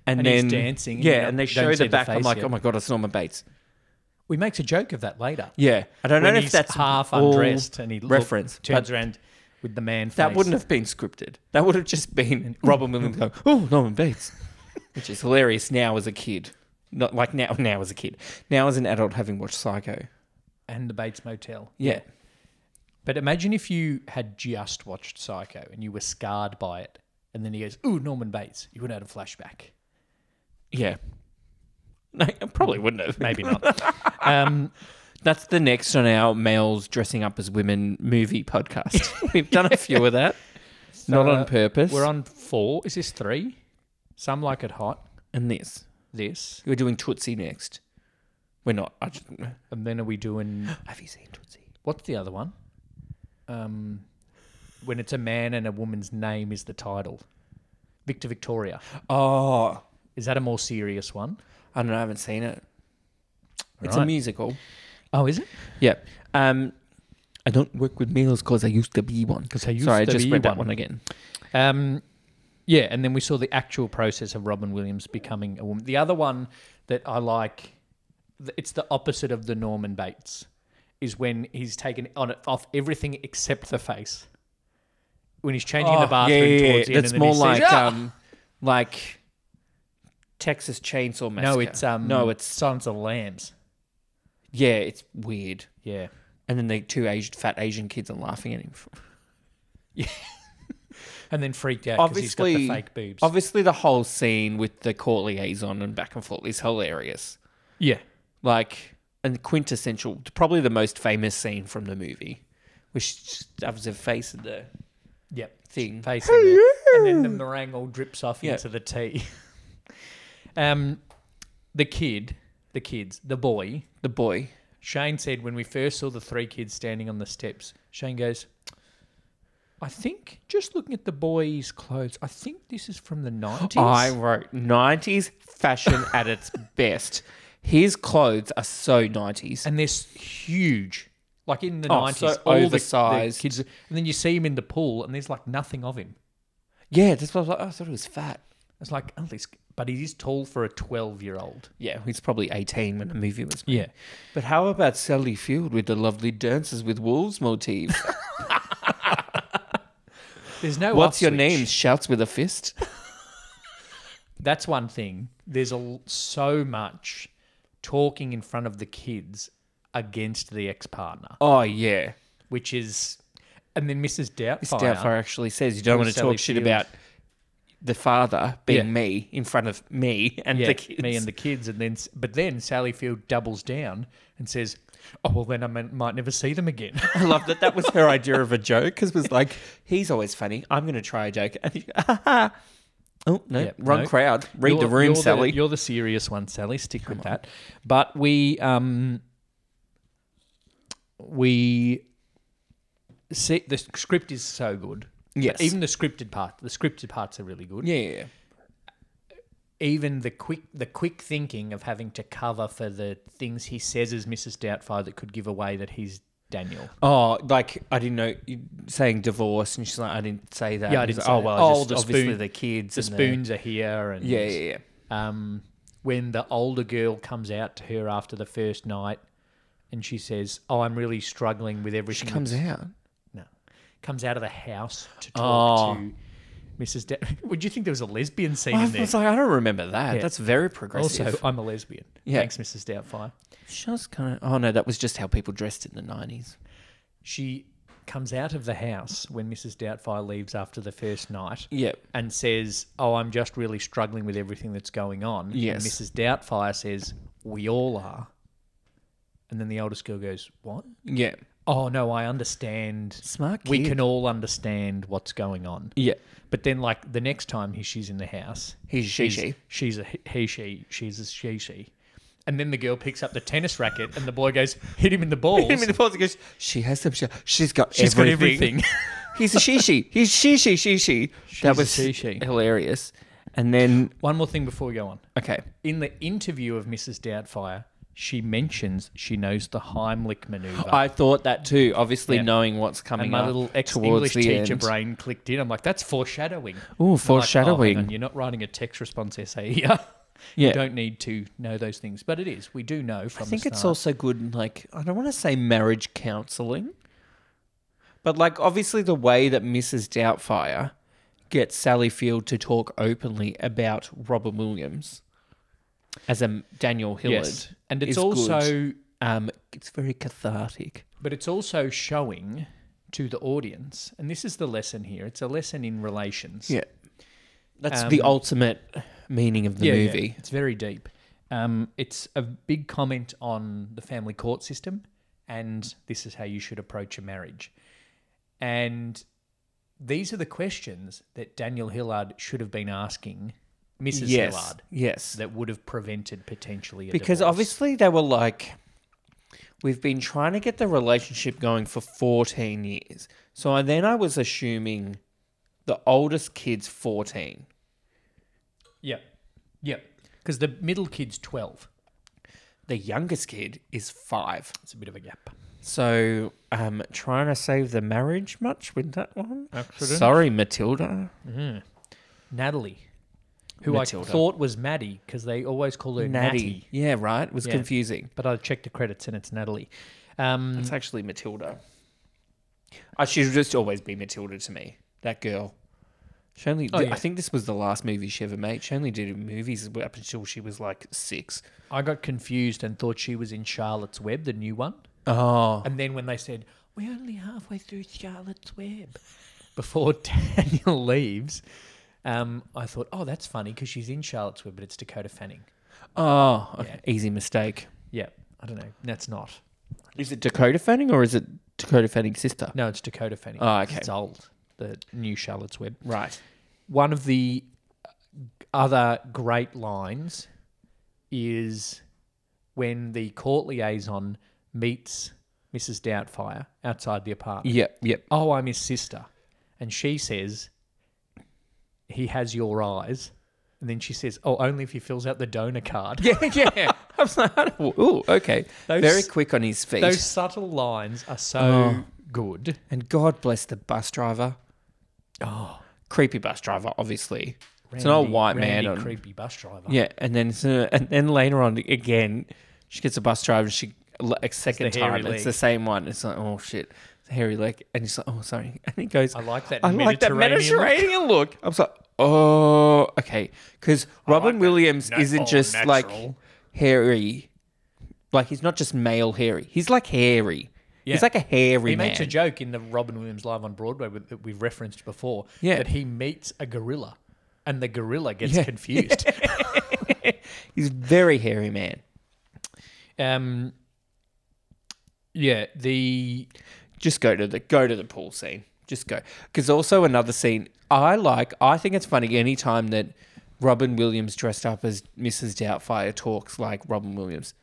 [SPEAKER 2] and,
[SPEAKER 1] And he's
[SPEAKER 2] then
[SPEAKER 1] dancing and you
[SPEAKER 2] Yeah,
[SPEAKER 1] don't-
[SPEAKER 2] and they
[SPEAKER 1] don't
[SPEAKER 2] show
[SPEAKER 1] see
[SPEAKER 2] the
[SPEAKER 1] the
[SPEAKER 2] back. I'm
[SPEAKER 1] face
[SPEAKER 2] like,
[SPEAKER 1] yet.
[SPEAKER 2] oh my god, it's Norman Bates.
[SPEAKER 1] We makes a joke of that later.
[SPEAKER 2] Yeah, I don't
[SPEAKER 1] when
[SPEAKER 2] know
[SPEAKER 1] he's
[SPEAKER 2] if that's
[SPEAKER 1] half
[SPEAKER 2] all
[SPEAKER 1] undressed and he look-
[SPEAKER 2] reference,
[SPEAKER 1] turns
[SPEAKER 2] but-
[SPEAKER 1] around. with the man face.
[SPEAKER 2] That wouldn't have been scripted. That would have just been Robin Williams going, "Oh, Norman Bates," which is hilarious now as a kid. Not like now. Now as a kid. Now as an adult, having watched Psycho.
[SPEAKER 1] and the Bates Motel.
[SPEAKER 2] Yeah.
[SPEAKER 1] But imagine if you had just watched Psycho and you were scarred by it, and then he goes, "Ooh, Norman Bates." You would have had a flashback.
[SPEAKER 2] Yeah. No, I probably wouldn't have.
[SPEAKER 1] Maybe not. um,
[SPEAKER 2] That's the next on our males dressing up as women movie podcast. We've done a few of that. not
[SPEAKER 1] So,
[SPEAKER 2] on purpose.
[SPEAKER 1] we're on four. Is this three? Some like it hot.
[SPEAKER 2] and this.
[SPEAKER 1] This,
[SPEAKER 2] We're doing Tootsie next. We're not. I just,
[SPEAKER 1] and then are we doing
[SPEAKER 2] have you seen Tootsie?
[SPEAKER 1] what's the other one? Um, when it's a man and a woman's name is the title. Victor Victoria.
[SPEAKER 2] Oh,
[SPEAKER 1] Is that a more serious one?
[SPEAKER 2] I don't know. I haven't seen it. It's a
[SPEAKER 1] Right.
[SPEAKER 2] musical.
[SPEAKER 1] Oh, is it?
[SPEAKER 2] Yeah. Um, I don't work with males because I used to be one.
[SPEAKER 1] 'Cause I used
[SPEAKER 2] Sorry,
[SPEAKER 1] to
[SPEAKER 2] I just
[SPEAKER 1] be
[SPEAKER 2] read that
[SPEAKER 1] one.
[SPEAKER 2] one again.
[SPEAKER 1] Um, yeah, and then we saw the actual process of Robin Williams becoming a woman. The other one that I like, th- it's the opposite of the Norman Bates, is when he's taken on off everything except the face. When he's
[SPEAKER 2] Ah,
[SPEAKER 1] changing
[SPEAKER 2] Oh,
[SPEAKER 1] in the bathroom towards the end, and
[SPEAKER 2] That's
[SPEAKER 1] then
[SPEAKER 2] more
[SPEAKER 1] he
[SPEAKER 2] like
[SPEAKER 1] says, "Ah!"
[SPEAKER 2] um, like Texas Chainsaw Massacre.
[SPEAKER 1] no, it's um,
[SPEAKER 2] uh, no, it's
[SPEAKER 1] Sons of the Lambs.
[SPEAKER 2] yeah, it's weird.
[SPEAKER 1] Yeah,
[SPEAKER 2] And then the two Asian, fat Asian kids are laughing at him.
[SPEAKER 1] and then freaked out because he's got the
[SPEAKER 2] Obviously-
[SPEAKER 1] fake boobs.
[SPEAKER 2] Obviously, the whole scene with the court liaison and back and forth is hilarious.
[SPEAKER 1] yeah,
[SPEAKER 2] Like, and quintessential, probably the most famous scene from the movie, which just has a face in the
[SPEAKER 1] yep.
[SPEAKER 2] thing.
[SPEAKER 1] face in it, and then the meringue all drips off
[SPEAKER 2] Yeah.
[SPEAKER 1] into the tea. um, the kid, the kids, the boy.
[SPEAKER 2] The boy.
[SPEAKER 1] Shane said when we first saw the three kids standing on the steps, Shane goes, "I think just looking at the boy's clothes, I think this is from the nineties.
[SPEAKER 2] I wrote 90s fashion at its best. His clothes are so 90s.
[SPEAKER 1] and they're s- huge." Like in the
[SPEAKER 2] Oh,
[SPEAKER 1] nineties,
[SPEAKER 2] so
[SPEAKER 1] all the-
[SPEAKER 2] oversized.
[SPEAKER 1] the kids, and then you see him in the pool, and there's like nothing of him.
[SPEAKER 2] yeah, that's what I was like. oh, I thought he was fat.
[SPEAKER 1] It's like, oh, this, but he is tall for a twelve-year-old.
[SPEAKER 2] Yeah, he's probably 18 when the movie was made.
[SPEAKER 1] Yeah,
[SPEAKER 2] But how about Sally Field with the lovely dances with wolves motif?
[SPEAKER 1] there's no.
[SPEAKER 2] What's
[SPEAKER 1] off
[SPEAKER 2] your
[SPEAKER 1] switch.
[SPEAKER 2] name? Shouts with a fist.
[SPEAKER 1] that's one thing. There's a l- so much talking in front of the kids against the ex-partner,
[SPEAKER 2] Oh, yeah.
[SPEAKER 1] which is, and then Mrs. Doubtfire.
[SPEAKER 2] Doubtfire actually says you don't want to
[SPEAKER 1] Sally
[SPEAKER 2] talk shit
[SPEAKER 1] Field.
[SPEAKER 2] about the father being
[SPEAKER 1] Yeah.
[SPEAKER 2] me in front of me and
[SPEAKER 1] yeah,
[SPEAKER 2] the kids.
[SPEAKER 1] me and the kids, and then s- but then Sally Field doubles down and says, "Oh well, then I might might never see them again."
[SPEAKER 2] I love that that was her idea of a joke because was like he's always funny. I'm going to try a joke. And he- oh no,
[SPEAKER 1] Yeah,
[SPEAKER 2] wrong
[SPEAKER 1] no.
[SPEAKER 2] crowd. Read the
[SPEAKER 1] You're-
[SPEAKER 2] room,
[SPEAKER 1] you're
[SPEAKER 2] Sally.
[SPEAKER 1] you're the serious one, Sally. Stick with that. But we um we see the script is so good.
[SPEAKER 2] Yes.
[SPEAKER 1] Even the scripted part, the scripted parts are really good.
[SPEAKER 2] yeah, yeah, yeah.
[SPEAKER 1] Even the quick, the quick thinking of having to cover for the things he says as Mrs. Doubtfire that could give away that he's Daniel.
[SPEAKER 2] Oh, like I didn't know you saying divorce, and she's like, I didn't say that.
[SPEAKER 1] Yeah, I
[SPEAKER 2] And he's
[SPEAKER 1] didn't say
[SPEAKER 2] like, oh well,
[SPEAKER 1] that.
[SPEAKER 2] I
[SPEAKER 1] Oh,
[SPEAKER 2] just-
[SPEAKER 1] the
[SPEAKER 2] obviously
[SPEAKER 1] spoon-
[SPEAKER 2] the kids,
[SPEAKER 1] The
[SPEAKER 2] and
[SPEAKER 1] spoons are here, and
[SPEAKER 2] Yeah, yeah, yeah.
[SPEAKER 1] um, when the older girl comes out to her after the first night and she says, Oh, I'm really struggling with everything.
[SPEAKER 2] She comes out.
[SPEAKER 1] No. Comes out of the house to talk
[SPEAKER 2] Oh.
[SPEAKER 1] to Mrs. De- Would you think there was a lesbian scene
[SPEAKER 2] I
[SPEAKER 1] in there?
[SPEAKER 2] was like, I don't remember that.
[SPEAKER 1] Yeah.
[SPEAKER 2] That's very
[SPEAKER 1] also,
[SPEAKER 2] progressive.
[SPEAKER 1] I'm a lesbian.
[SPEAKER 2] Yeah.
[SPEAKER 1] Thanks, Mrs. Doubtfire.
[SPEAKER 2] just kind of. Oh no, that was just how people dressed in the nineties.
[SPEAKER 1] She comes out of the house when Mrs. Doubtfire leaves after the first night.
[SPEAKER 2] Yep.
[SPEAKER 1] and says, "Oh, I'm just really struggling with everything that's going on."
[SPEAKER 2] Yes.
[SPEAKER 1] And Mrs. Doubtfire says, "We all are." And then the oldest girl goes, "What?
[SPEAKER 2] Yeah.
[SPEAKER 1] Oh no, I understand.
[SPEAKER 2] Smart.
[SPEAKER 1] We
[SPEAKER 2] kid.
[SPEAKER 1] can all understand what's going on."
[SPEAKER 2] Yeah.
[SPEAKER 1] But then, like the next time he she's in the house,
[SPEAKER 2] He's she.
[SPEAKER 1] she's-
[SPEAKER 2] she.
[SPEAKER 1] she's a he- he she, she's a she she, and then the girl picks up the tennis racket and the boy goes, "Hit him in the balls."
[SPEAKER 2] Him in the pause, he goes, she has some. She's got.
[SPEAKER 1] She's got
[SPEAKER 2] everything.
[SPEAKER 1] everything.
[SPEAKER 2] He's a shishi. He's shishi shishi.
[SPEAKER 1] a
[SPEAKER 2] That was
[SPEAKER 1] shishi.
[SPEAKER 2] hilarious. And then
[SPEAKER 1] One more thing before we go on.
[SPEAKER 2] okay,
[SPEAKER 1] In the interview of Mrs. Doubtfire, she mentions she knows the Heimlich maneuver.
[SPEAKER 2] I thought that too. Obviously,
[SPEAKER 1] Yeah.
[SPEAKER 2] knowing what's coming
[SPEAKER 1] and my
[SPEAKER 2] up
[SPEAKER 1] little ex
[SPEAKER 2] towards
[SPEAKER 1] English
[SPEAKER 2] the
[SPEAKER 1] teacher
[SPEAKER 2] end.
[SPEAKER 1] brain clicked in. I'm like, that's foreshadowing.
[SPEAKER 2] Ooh,
[SPEAKER 1] I'm like, oh, hang
[SPEAKER 2] foreshadowing.
[SPEAKER 1] on, you're not writing a text response essay here. You
[SPEAKER 2] Yeah.
[SPEAKER 1] don't need to know those things, but it is. We do know from.
[SPEAKER 2] I think
[SPEAKER 1] the
[SPEAKER 2] it's
[SPEAKER 1] start.
[SPEAKER 2] also good. in, Like I don't want to say marriage counseling, But like obviously the way that Mrs. Doubtfire gets Sally Field to talk openly about Robin Williams as a M- Daniel Hillard.
[SPEAKER 1] Yes. And it's
[SPEAKER 2] is
[SPEAKER 1] also
[SPEAKER 2] good. um it's very cathartic.
[SPEAKER 1] but it's also showing to the audience, and this is the lesson here. It's a lesson in relations.
[SPEAKER 2] That's
[SPEAKER 1] Um,
[SPEAKER 2] the ultimate meaning of the
[SPEAKER 1] Yeah, yeah.
[SPEAKER 2] movie.
[SPEAKER 1] It's very deep. Um, it's a big comment on the family court system, and this is how you should approach a marriage. And these are the questions that Daniel Hillard should have been asking Mrs.
[SPEAKER 2] Yes.
[SPEAKER 1] Hillard
[SPEAKER 2] Yes.
[SPEAKER 1] that would have prevented potentially a
[SPEAKER 2] because
[SPEAKER 1] divorce.
[SPEAKER 2] obviously they were like we've been trying to get the relationship going for 14 years so I- then i was assuming the oldest kid's 14
[SPEAKER 1] Yep. Yep. Because the middle kid's 12.
[SPEAKER 2] the youngest kid is 5
[SPEAKER 1] It's a bit of a gap.
[SPEAKER 2] so um trying to save the marriage much with that one
[SPEAKER 1] Accident.
[SPEAKER 2] sorry matilda
[SPEAKER 1] Natalie, who
[SPEAKER 2] Matilda.
[SPEAKER 1] I thought was Maddie because they always call her Natty.
[SPEAKER 2] natty yeah right it was
[SPEAKER 1] Yeah.
[SPEAKER 2] confusing
[SPEAKER 1] But I checked the credits and it's Natalie. Um,
[SPEAKER 2] it's actually matilda i should just always be matilda to me that girl She only
[SPEAKER 1] Oh, yeah.
[SPEAKER 2] I think this was the last movie she ever made. She only did movies up until she was like six.
[SPEAKER 1] I got confused and thought she was in Charlotte's Web, the new one.
[SPEAKER 2] Oh.
[SPEAKER 1] And then when they said, we're only halfway through Charlotte's Web before Daniel leaves, um, I thought, oh, that's funny because she's in Charlotte's Web, but it's Dakota Fanning.
[SPEAKER 2] Oh. okay. Easy mistake.
[SPEAKER 1] Yeah. I don't know. That's not.
[SPEAKER 2] Is it Dakota Fanning or is it Dakota Fanning's sister?
[SPEAKER 1] No, it's Dakota Fanning.
[SPEAKER 2] Oh, okay.
[SPEAKER 1] It's old, the new Charlotte's Web.
[SPEAKER 2] Right.
[SPEAKER 1] one of the uh, other great lines is when the court liaison meets Mrs. Doubtfire outside the apartment.
[SPEAKER 2] Yep. Yep.
[SPEAKER 1] Oh, I'm his sister. And she says, He has your eyes. And then she says, Oh, only if he fills out the donor card.
[SPEAKER 2] Yeah. Yeah. I was like, I don't- ooh, okay.
[SPEAKER 1] Those-
[SPEAKER 2] Very quick on his feet.
[SPEAKER 1] Those subtle lines are so
[SPEAKER 2] Oh.
[SPEAKER 1] good.
[SPEAKER 2] And God bless the bus driver.
[SPEAKER 1] Oh,
[SPEAKER 2] Creepy bus driver, obviously. it's an old
[SPEAKER 1] Randy-
[SPEAKER 2] white
[SPEAKER 1] Randy
[SPEAKER 2] man. on-
[SPEAKER 1] creepy bus driver.
[SPEAKER 2] Yeah, and then so- and then later on again, she gets a bus driver. and She a second
[SPEAKER 1] the hairy
[SPEAKER 2] time, it's the
[SPEAKER 1] leg.
[SPEAKER 2] same one. It's like oh shit, it's a hairy leg, and he's like oh sorry, and he goes,
[SPEAKER 1] I like that
[SPEAKER 2] I like that
[SPEAKER 1] Mediterranean look."
[SPEAKER 2] Mediterranean look. I was like oh okay, because Robin Williams
[SPEAKER 1] nat- all
[SPEAKER 2] isn't just like
[SPEAKER 1] natural.
[SPEAKER 2] hairy, like he's not just male hairy. He's like hairy.
[SPEAKER 1] Yeah.
[SPEAKER 2] He's like a hairy
[SPEAKER 1] He
[SPEAKER 2] man.
[SPEAKER 1] makes a joke in the Robin Williams Live on Broadway with, that we've referenced before
[SPEAKER 2] Yeah.
[SPEAKER 1] that he meets a gorilla and the gorilla gets
[SPEAKER 2] Yeah.
[SPEAKER 1] confused.
[SPEAKER 2] he's very hairy man.
[SPEAKER 1] um, yeah, the.
[SPEAKER 2] just go to the go to the pool scene. Just go because also another scene I like. I think it's funny any time that Robin Williams dressed up as Mrs. Doubtfire talks like Robin Williams.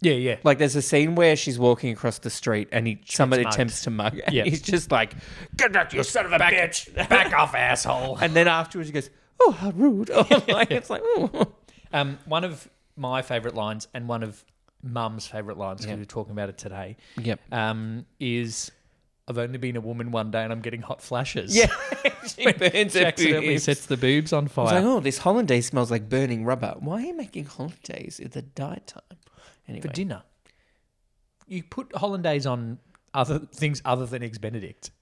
[SPEAKER 1] Yeah, yeah.
[SPEAKER 2] Like there's a scene where she's walking across the street and he somebody
[SPEAKER 1] mugged.
[SPEAKER 2] attempts to mug. And
[SPEAKER 1] Yeah.
[SPEAKER 2] he's just like, "Get out, you son of a bitch!"
[SPEAKER 1] Back off, asshole.
[SPEAKER 2] And then afterwards he goes, "Oh, how rude!" Or like it's like, "Oh."
[SPEAKER 1] Um, one of my favourite lines and one of Mum's favourite lines, because we were talking about it today,
[SPEAKER 2] Yep.
[SPEAKER 1] um, is I've only been a woman one day and I'm getting hot flashes.
[SPEAKER 2] Yeah. she burns
[SPEAKER 1] She
[SPEAKER 2] her
[SPEAKER 1] accidentally
[SPEAKER 2] boobs.
[SPEAKER 1] sets the boobs on fire.
[SPEAKER 2] I was like, "Oh, this hollandaise smells like burning rubber. Why are you making hollandaise at the diet time?" Anyway,
[SPEAKER 1] for dinner. You put hollandaise on other things other than eggs Benedict.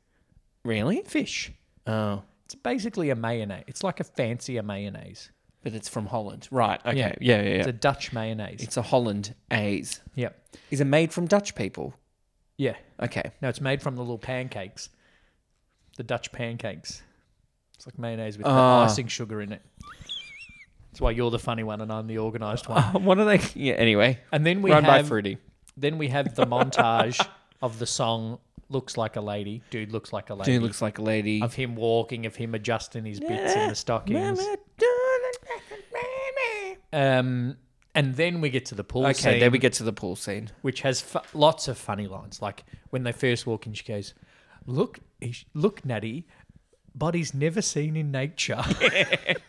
[SPEAKER 2] really?
[SPEAKER 1] Fish.
[SPEAKER 2] Oh,
[SPEAKER 1] It's basically a mayonnaise. It's like a fancier mayonnaise.
[SPEAKER 2] but it's from Holland, right?
[SPEAKER 1] Yeah.
[SPEAKER 2] Okay, yeah, yeah, yeah.
[SPEAKER 1] It's a Dutch mayonnaise.
[SPEAKER 2] It's a Holland A's.
[SPEAKER 1] yep.
[SPEAKER 2] Is it made from Dutch people?
[SPEAKER 1] Yeah.
[SPEAKER 2] Okay,
[SPEAKER 1] No, it's made from the little pancakes. The Dutch pancakes. It's like mayonnaise with
[SPEAKER 2] Ah.
[SPEAKER 1] icing sugar in it. That's why you're the funny one and I'm the organised one.
[SPEAKER 2] what are they? Yeah. Anyway,
[SPEAKER 1] And then we
[SPEAKER 2] run by
[SPEAKER 1] have
[SPEAKER 2] Fruity.
[SPEAKER 1] then we have the montage of the song "Looks Like a Lady." Dude looks like a lady.
[SPEAKER 2] Dude looks like a lady.
[SPEAKER 1] of him walking, of him adjusting his bits in the stockings. Um, and then we get to the pool
[SPEAKER 2] Okay,
[SPEAKER 1] scene,
[SPEAKER 2] then we get to the pool scene.
[SPEAKER 1] which has fu- lots of funny lines. Like when they first walk in, she goes, "Look, ish- look, Natty, bodies never seen in nature." and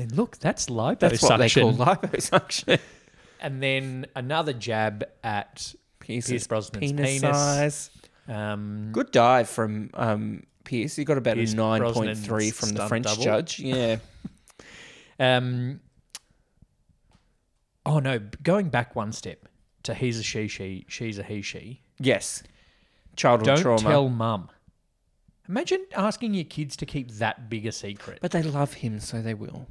[SPEAKER 1] then look, that's liposuction.
[SPEAKER 2] That's what they call liposuction.
[SPEAKER 1] And then another jab at Pierce Brosnan's penis.
[SPEAKER 2] size.
[SPEAKER 1] um,
[SPEAKER 2] Good dive from um, Pierce. He got about
[SPEAKER 1] Pierce
[SPEAKER 2] a nine point three
[SPEAKER 1] Brosnan's
[SPEAKER 2] from the
[SPEAKER 1] stunt
[SPEAKER 2] French
[SPEAKER 1] double.
[SPEAKER 2] judge. Yeah.
[SPEAKER 1] um. Oh no! Going back one step to he's a she, she, she's a he, she.
[SPEAKER 2] yes. childhood
[SPEAKER 1] Don't
[SPEAKER 2] trauma.
[SPEAKER 1] tell mum. Imagine asking your kids to keep that big a secret.
[SPEAKER 2] But they love him, so they will.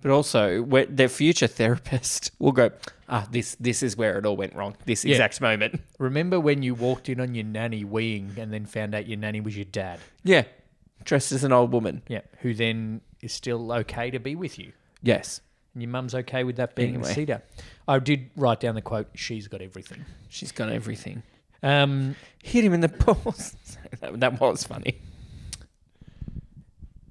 [SPEAKER 2] But also, where- their future therapist will go, ah, this this is where it all went wrong. This
[SPEAKER 1] Yeah.
[SPEAKER 2] exact moment.
[SPEAKER 1] Remember when you walked in on your nanny weeing and then found out your nanny was your dad?
[SPEAKER 2] Yeah, dressed as an old woman.
[SPEAKER 1] Yeah. Who then is still okay to be with you.
[SPEAKER 2] Yes,
[SPEAKER 1] And your mum's okay with that being
[SPEAKER 2] Anyway.
[SPEAKER 1] a cedar. I did write down the quote, she's got everything.
[SPEAKER 2] she's got everything.
[SPEAKER 1] Um,
[SPEAKER 2] Hit him in the balls. that, that was funny.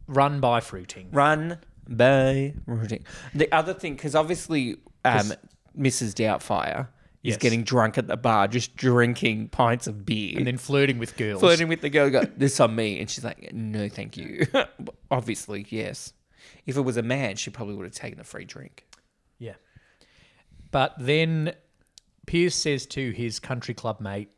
[SPEAKER 1] run by fruiting.
[SPEAKER 2] Run by rooting. The other thing, because obviously, um, Mrs. Doubtfire is
[SPEAKER 1] Yes.
[SPEAKER 2] getting drunk at the bar, just drinking pints of beer.
[SPEAKER 1] And then flirting with girls.
[SPEAKER 2] flirting with the girl, go, this on me. And she's like, no, thank you. Obviously, yes. If it was a man, she probably would have taken the free drink.
[SPEAKER 1] Yeah. But then Pierce says to his country club mate,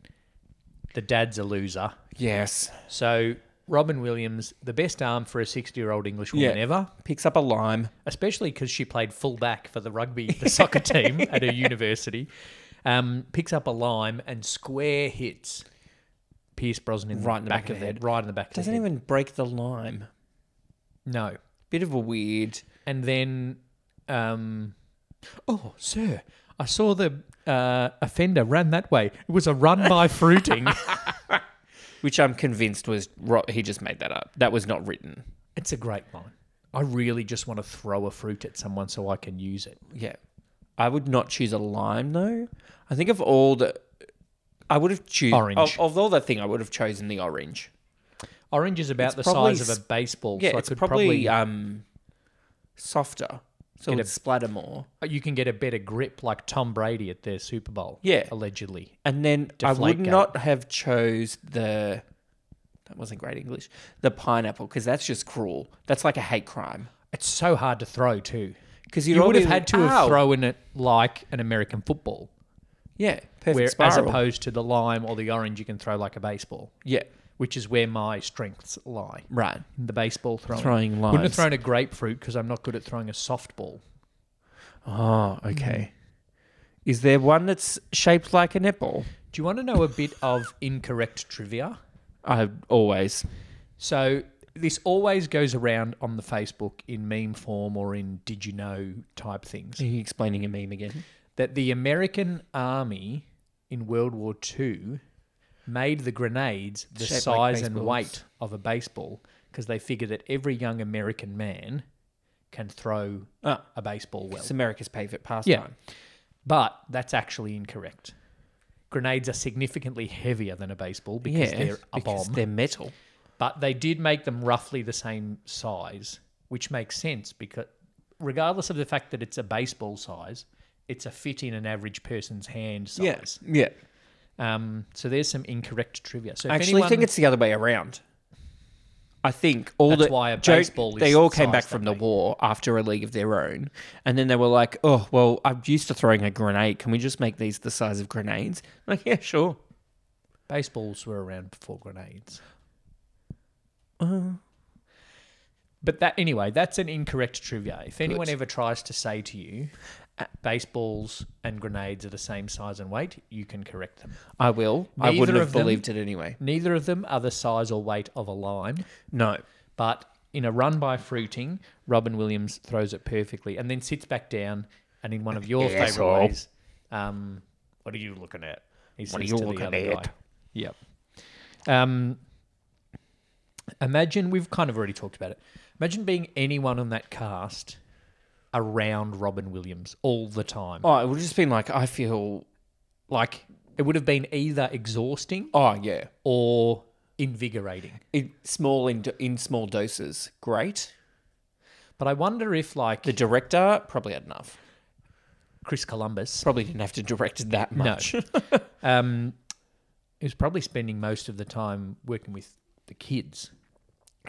[SPEAKER 1] the dad's a loser.
[SPEAKER 2] Yes.
[SPEAKER 1] So Robin Williams, the best arm for a 60 year old English woman
[SPEAKER 2] Yeah.
[SPEAKER 1] ever,
[SPEAKER 2] Picks up a lime.
[SPEAKER 1] especially because she played fullback for the rugby, the soccer team at her university, um, picks up a lime and square hits Pierce Brosnan
[SPEAKER 2] Right in the back of the head.
[SPEAKER 1] Right in the back of
[SPEAKER 2] Doesn't
[SPEAKER 1] the head.
[SPEAKER 2] even break the lime.
[SPEAKER 1] No.
[SPEAKER 2] Bit of a weird.
[SPEAKER 1] And then, um, oh, sir, I saw the uh, offender ran that way. It was a run by fruiting.
[SPEAKER 2] Which I'm convinced was ro- he just made that up. That was not written.
[SPEAKER 1] it's a great line. I really just want to throw a fruit at someone so I can use it.
[SPEAKER 2] Yeah. I would not choose a lime though. I think of all the, I would have chosen
[SPEAKER 1] Orange.
[SPEAKER 2] Of, of all the thing, I would have chosen the orange.
[SPEAKER 1] Orange is about
[SPEAKER 2] It's
[SPEAKER 1] the
[SPEAKER 2] probably
[SPEAKER 1] size of
[SPEAKER 2] s-
[SPEAKER 1] a baseball,
[SPEAKER 2] Yeah,
[SPEAKER 1] so I
[SPEAKER 2] it's
[SPEAKER 1] could
[SPEAKER 2] probably,
[SPEAKER 1] probably,
[SPEAKER 2] um, softer,
[SPEAKER 1] Get
[SPEAKER 2] so it
[SPEAKER 1] a-
[SPEAKER 2] would splatter more.
[SPEAKER 1] you can get a better grip like Tom Brady at their Super Bowl.
[SPEAKER 2] Yeah.
[SPEAKER 1] allegedly.
[SPEAKER 2] And then I would
[SPEAKER 1] Deflategate.
[SPEAKER 2] not have chose the that wasn't great English. The pineapple because that's just cruel. That's like a hate crime.
[SPEAKER 1] It's so hard to throw too.
[SPEAKER 2] Because
[SPEAKER 1] You would have had to have thrown it like an American football,
[SPEAKER 2] Yeah, perfect
[SPEAKER 1] where as
[SPEAKER 2] spiral.
[SPEAKER 1] opposed to the lime or the orange, you can throw like a baseball,
[SPEAKER 2] yeah,
[SPEAKER 1] which is where my strengths lie.
[SPEAKER 2] right.
[SPEAKER 1] In the baseball throwing,
[SPEAKER 2] Throwing
[SPEAKER 1] wouldn't have
[SPEAKER 2] limes.
[SPEAKER 1] thrown a grapefruit because I'm not good at throwing a softball.
[SPEAKER 2] Oh, okay. Mm-hmm. Is there one that's shaped like an apple?
[SPEAKER 1] Do you want to know a bit of incorrect trivia?
[SPEAKER 2] I always.
[SPEAKER 1] So this always goes around on the Facebook in meme form or in did you know type things.
[SPEAKER 2] Are you explaining a meme again?
[SPEAKER 1] that the American army in World War II made the grenades the
[SPEAKER 2] Shaped like
[SPEAKER 1] size and
[SPEAKER 2] baseballs.
[SPEAKER 1] weight of a baseball because they figured that every young American man can throw
[SPEAKER 2] Ah.
[SPEAKER 1] a baseball well.
[SPEAKER 2] It's America's favorite pastime.
[SPEAKER 1] Yeah. But that's actually incorrect. Grenades are significantly heavier than a baseball because
[SPEAKER 2] Yeah,
[SPEAKER 1] they're a
[SPEAKER 2] because
[SPEAKER 1] bomb.
[SPEAKER 2] They're metal.
[SPEAKER 1] but they did make them roughly the same size, which makes sense because, regardless of the fact that it's a baseball size, it's a fit in an average person's hand size.
[SPEAKER 2] yeah.
[SPEAKER 1] Um, so there's some incorrect trivia. So if
[SPEAKER 2] I actually
[SPEAKER 1] anyone,
[SPEAKER 2] think it's the other way around. I think all
[SPEAKER 1] That's
[SPEAKER 2] the
[SPEAKER 1] why a
[SPEAKER 2] Joe-
[SPEAKER 1] baseball is
[SPEAKER 2] they all came back
[SPEAKER 1] sized
[SPEAKER 2] from
[SPEAKER 1] that
[SPEAKER 2] the
[SPEAKER 1] way.
[SPEAKER 2] war after a league of their own, and then they were like, "Oh, well, I'm used to throwing a grenade. Can we just make these the size of grenades?" I'm like, yeah, sure.
[SPEAKER 1] baseballs were around before grenades.
[SPEAKER 2] Uh-huh.
[SPEAKER 1] But that anyway, that's an incorrect trivia. If anyone ever tries to say to you, baseballs and grenades are the same size and weight, you can correct them.
[SPEAKER 2] I will. I
[SPEAKER 1] Neither
[SPEAKER 2] wouldn't
[SPEAKER 1] of
[SPEAKER 2] have
[SPEAKER 1] them-
[SPEAKER 2] believed it anyway.
[SPEAKER 1] Neither of them are the size or weight of a lime.
[SPEAKER 2] No.
[SPEAKER 1] But in a run by fruiting, Robin Williams throws it perfectly and then sits back down. And in one of your
[SPEAKER 3] Asshole.
[SPEAKER 1] favourite ways, um, what are you looking at? He
[SPEAKER 3] What are
[SPEAKER 1] says
[SPEAKER 3] you
[SPEAKER 1] to the
[SPEAKER 3] looking
[SPEAKER 1] other
[SPEAKER 3] at?
[SPEAKER 1] guy. Yep. Um, imagine we've kind of already talked about it. Imagine being anyone on that cast around Robin Williams all the time.
[SPEAKER 2] Oh, it would have just been like, I feel like,
[SPEAKER 1] It would have been either exhausting
[SPEAKER 2] oh yeah,
[SPEAKER 1] or invigorating.
[SPEAKER 2] in small in, in small doses, great.
[SPEAKER 1] But I wonder if, like
[SPEAKER 2] The director probably had enough.
[SPEAKER 1] Chris Columbus,
[SPEAKER 2] Probably didn't have to direct it that much.
[SPEAKER 1] um, he was probably spending most of the time working with the kids.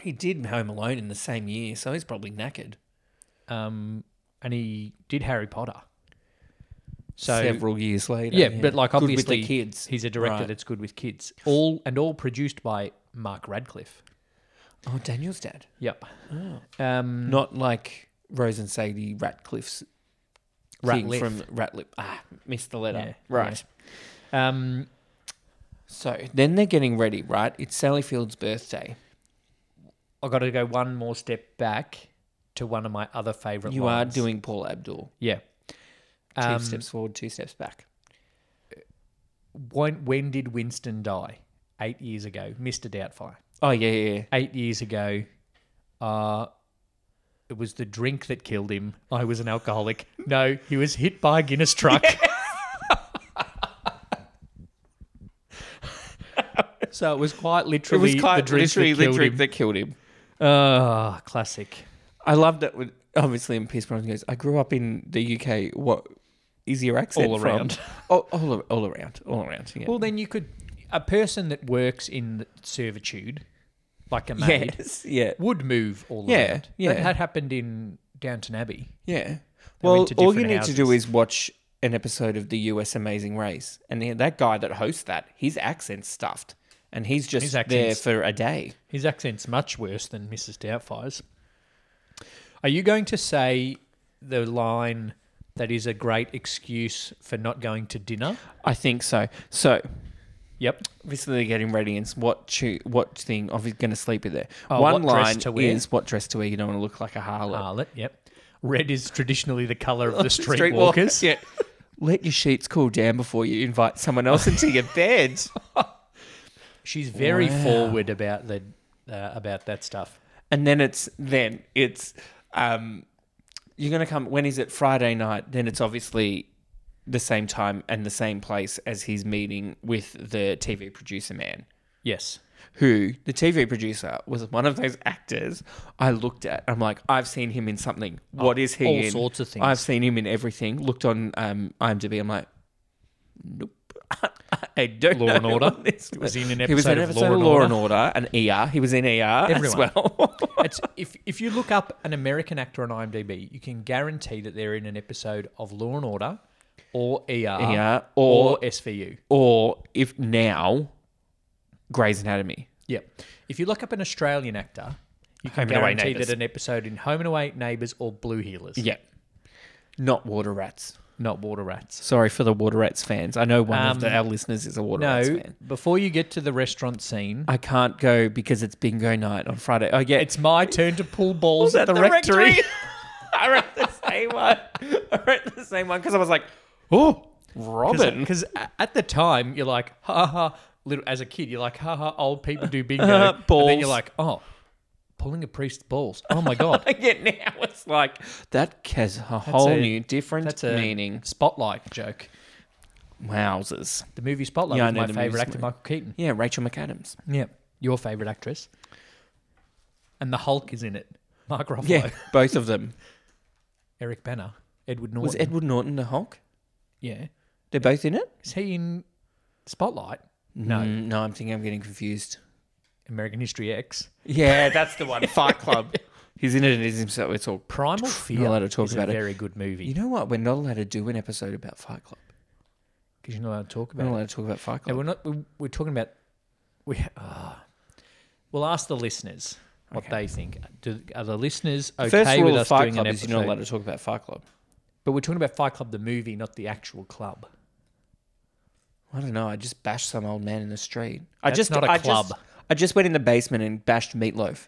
[SPEAKER 2] he did Home Alone in the same year, so he's probably knackered.
[SPEAKER 1] Um, and he did Harry Potter. So
[SPEAKER 2] several years later.
[SPEAKER 1] yeah, but like
[SPEAKER 2] Good with
[SPEAKER 1] obviously
[SPEAKER 2] the kids.
[SPEAKER 1] he's a director
[SPEAKER 2] Right.
[SPEAKER 1] that's good with kids. All and all produced by Mark Radcliffe.
[SPEAKER 2] Oh, Daniel's dad,
[SPEAKER 1] Yep.
[SPEAKER 2] Oh.
[SPEAKER 1] Um,
[SPEAKER 2] Mm. not like Rose and Sadie Ratcliffe's thing
[SPEAKER 1] Ratliff.
[SPEAKER 2] from Ratliff. Ah, missed the letter.
[SPEAKER 1] Yeah,
[SPEAKER 2] right.
[SPEAKER 1] um,
[SPEAKER 2] So then they're getting ready, right? It's Sally Field's birthday.
[SPEAKER 1] I got to go one more step back to one of my other favorite.
[SPEAKER 2] You
[SPEAKER 1] lines.
[SPEAKER 2] are doing Paul Abdul.
[SPEAKER 1] yeah.
[SPEAKER 2] Two
[SPEAKER 1] Um,
[SPEAKER 2] steps forward, two steps back.
[SPEAKER 1] When, when did Winston die? Eight years ago, Mister Doubtfire.
[SPEAKER 2] Oh yeah, yeah, yeah.
[SPEAKER 1] Eight years ago, uh, it was the drink that killed him. I was an alcoholic. No, he was hit by a Guinness truck. so it was quite
[SPEAKER 2] It
[SPEAKER 1] literally
[SPEAKER 2] was quite
[SPEAKER 1] the drink
[SPEAKER 2] literally
[SPEAKER 1] that killed
[SPEAKER 2] the drink
[SPEAKER 1] him.
[SPEAKER 2] that killed him.
[SPEAKER 1] Ah, classic.
[SPEAKER 2] I loved it. When, obviously, in Pierce Brosnan goes, "I grew up in the UK. What is your accent
[SPEAKER 1] All
[SPEAKER 2] from?"
[SPEAKER 1] around.
[SPEAKER 2] Oh, all, a- all around, all around. Yeah.
[SPEAKER 1] Well, then you could a person that works in servitude, like a maid,
[SPEAKER 2] yes, yeah,
[SPEAKER 1] would move all
[SPEAKER 2] Yeah,
[SPEAKER 1] around.
[SPEAKER 2] yeah.
[SPEAKER 1] that, that happened in Downton Abbey.
[SPEAKER 2] yeah.
[SPEAKER 1] They
[SPEAKER 2] Well,
[SPEAKER 1] went to
[SPEAKER 2] all you
[SPEAKER 1] different
[SPEAKER 2] need to do
[SPEAKER 1] houses.
[SPEAKER 2] is watch an episode of the US Amazing Race, and then that guy that hosts that, his accent's stuffed, and he's just
[SPEAKER 1] His
[SPEAKER 2] there
[SPEAKER 1] accent's-
[SPEAKER 2] for a day.
[SPEAKER 1] His accent's much worse than Mrs. Doubtfire's. Are you going to say the line that is a great excuse for not going to dinner?
[SPEAKER 2] I think so. So
[SPEAKER 1] Yep.
[SPEAKER 2] obviously they're getting ready and it's what cho- what thing obviously going to sleep in there.
[SPEAKER 1] Oh,
[SPEAKER 2] One
[SPEAKER 1] what dress
[SPEAKER 2] line
[SPEAKER 1] to wear. Ah,
[SPEAKER 2] is what dress to wear. You don't want to look like a harlot.
[SPEAKER 1] Harlot, yep. Red is traditionally the colour of the streetwalkers.
[SPEAKER 2] Streetwalkers, Yeah. Let your sheets cool down before you invite someone else into your bed.
[SPEAKER 1] She's very
[SPEAKER 2] Wow.
[SPEAKER 1] forward about the uh, about that stuff.
[SPEAKER 2] And then it's then it's um you're gonna come when is it Friday night? Then it's obviously the same time and the same place as his meeting with the TV producer man.
[SPEAKER 1] Yes.
[SPEAKER 2] Who the TV producer was one of those actors I looked at. I'm like, I've seen him in something. What is he
[SPEAKER 1] Oh, all
[SPEAKER 2] in?
[SPEAKER 1] sorts of things.
[SPEAKER 2] I've seen him in everything. Looked on um, IMDb. I'm like, nope. I don't
[SPEAKER 1] Law and
[SPEAKER 2] know
[SPEAKER 1] Order?
[SPEAKER 2] what this
[SPEAKER 1] Was he in an
[SPEAKER 2] He was in an
[SPEAKER 1] episode
[SPEAKER 2] episode
[SPEAKER 1] of
[SPEAKER 2] of
[SPEAKER 1] Law
[SPEAKER 2] Law
[SPEAKER 1] and
[SPEAKER 2] and Order, and ER. He was in ER as
[SPEAKER 1] Everyone.
[SPEAKER 2] well.
[SPEAKER 1] It's, if if you look up an American actor on IMDb, you can guarantee that they're in an episode of Law and Order, or ER,
[SPEAKER 2] ER
[SPEAKER 1] or,
[SPEAKER 2] or
[SPEAKER 1] SVU.
[SPEAKER 2] or if now, Grey's Anatomy.
[SPEAKER 1] Yep. If you look up an Australian actor, you can
[SPEAKER 2] Home and Away
[SPEAKER 1] guarantee
[SPEAKER 2] Neighbours.
[SPEAKER 1] that an episode in Home and Away, Neighbours, or Blue Healers,
[SPEAKER 2] Yeah, not Water Rats.
[SPEAKER 1] not Water Rats.
[SPEAKER 2] Sorry for the Water Rats fans. I know one
[SPEAKER 1] Um,
[SPEAKER 2] of the, our listeners is a Water Rats
[SPEAKER 1] No,
[SPEAKER 2] fan.
[SPEAKER 1] before you get to the restaurant scene,
[SPEAKER 2] I can't go because it's bingo night on Friday. Oh yeah,
[SPEAKER 1] it's my turn to pull balls at the, rectory.
[SPEAKER 2] I wrote the same one. I wrote the same one because I was like, oh, Robin.
[SPEAKER 1] Because at the time, you're like, ha ha, little, as a kid, you're like, ha ha, old people do bingo.
[SPEAKER 2] Uh,
[SPEAKER 1] And then
[SPEAKER 2] balls.
[SPEAKER 1] you're like, oh, pulling a priest's balls. Oh my God.
[SPEAKER 2] Yeah, now it's like that has a whole
[SPEAKER 1] a-
[SPEAKER 2] new different
[SPEAKER 1] That's a
[SPEAKER 2] meaning.
[SPEAKER 1] spotlight joke.
[SPEAKER 2] Wowzers.
[SPEAKER 1] The movie Spotlight
[SPEAKER 2] Yeah, I
[SPEAKER 1] with
[SPEAKER 2] know
[SPEAKER 1] my
[SPEAKER 2] the
[SPEAKER 1] favourite
[SPEAKER 2] movie
[SPEAKER 1] actor,
[SPEAKER 2] Spotlight.
[SPEAKER 1] Michael Keaton.
[SPEAKER 2] Yeah, Rachel McAdams.
[SPEAKER 1] Yeah. Your favourite actress. And the Hulk is in it. Mark Ruffalo,
[SPEAKER 2] Yeah, both of them.
[SPEAKER 1] Eric Banner, Edward Norton.
[SPEAKER 2] Was Edward Norton the Hulk?
[SPEAKER 1] yeah.
[SPEAKER 2] They're both in it.
[SPEAKER 1] Is he in Spotlight? No.
[SPEAKER 2] Mm, no, I'm thinking I'm getting confused.
[SPEAKER 1] American History X.
[SPEAKER 2] Yeah, that's the one. Fight Club. He's in it and he's himself. It's all.
[SPEAKER 1] Primal Fear
[SPEAKER 2] allowed to talk
[SPEAKER 1] is
[SPEAKER 2] about
[SPEAKER 1] a
[SPEAKER 2] it.
[SPEAKER 1] very good movie
[SPEAKER 2] You know what? We're not allowed to do an episode about Fight Club.
[SPEAKER 1] because you're not allowed to talk
[SPEAKER 2] We're
[SPEAKER 1] about
[SPEAKER 2] not
[SPEAKER 1] it.
[SPEAKER 2] allowed to talk about Fight
[SPEAKER 1] No,
[SPEAKER 2] Club.
[SPEAKER 1] we're not. We're, we're talking about. We ah. we'll ask the listeners what they think. Do, are the listeners okay
[SPEAKER 2] First
[SPEAKER 1] with
[SPEAKER 2] rule of
[SPEAKER 1] us
[SPEAKER 2] Fight
[SPEAKER 1] doing
[SPEAKER 2] Club
[SPEAKER 1] an
[SPEAKER 2] is
[SPEAKER 1] episode?
[SPEAKER 2] you're not allowed to talk about Fight Club.
[SPEAKER 1] but we're talking about Fight Club the movie, not the actual club.
[SPEAKER 2] I don't know. I just bashed some old man in the street. I
[SPEAKER 1] That's
[SPEAKER 2] just
[SPEAKER 1] not a
[SPEAKER 2] I
[SPEAKER 1] club.
[SPEAKER 2] Just, I just went in the basement and bashed meatloaf,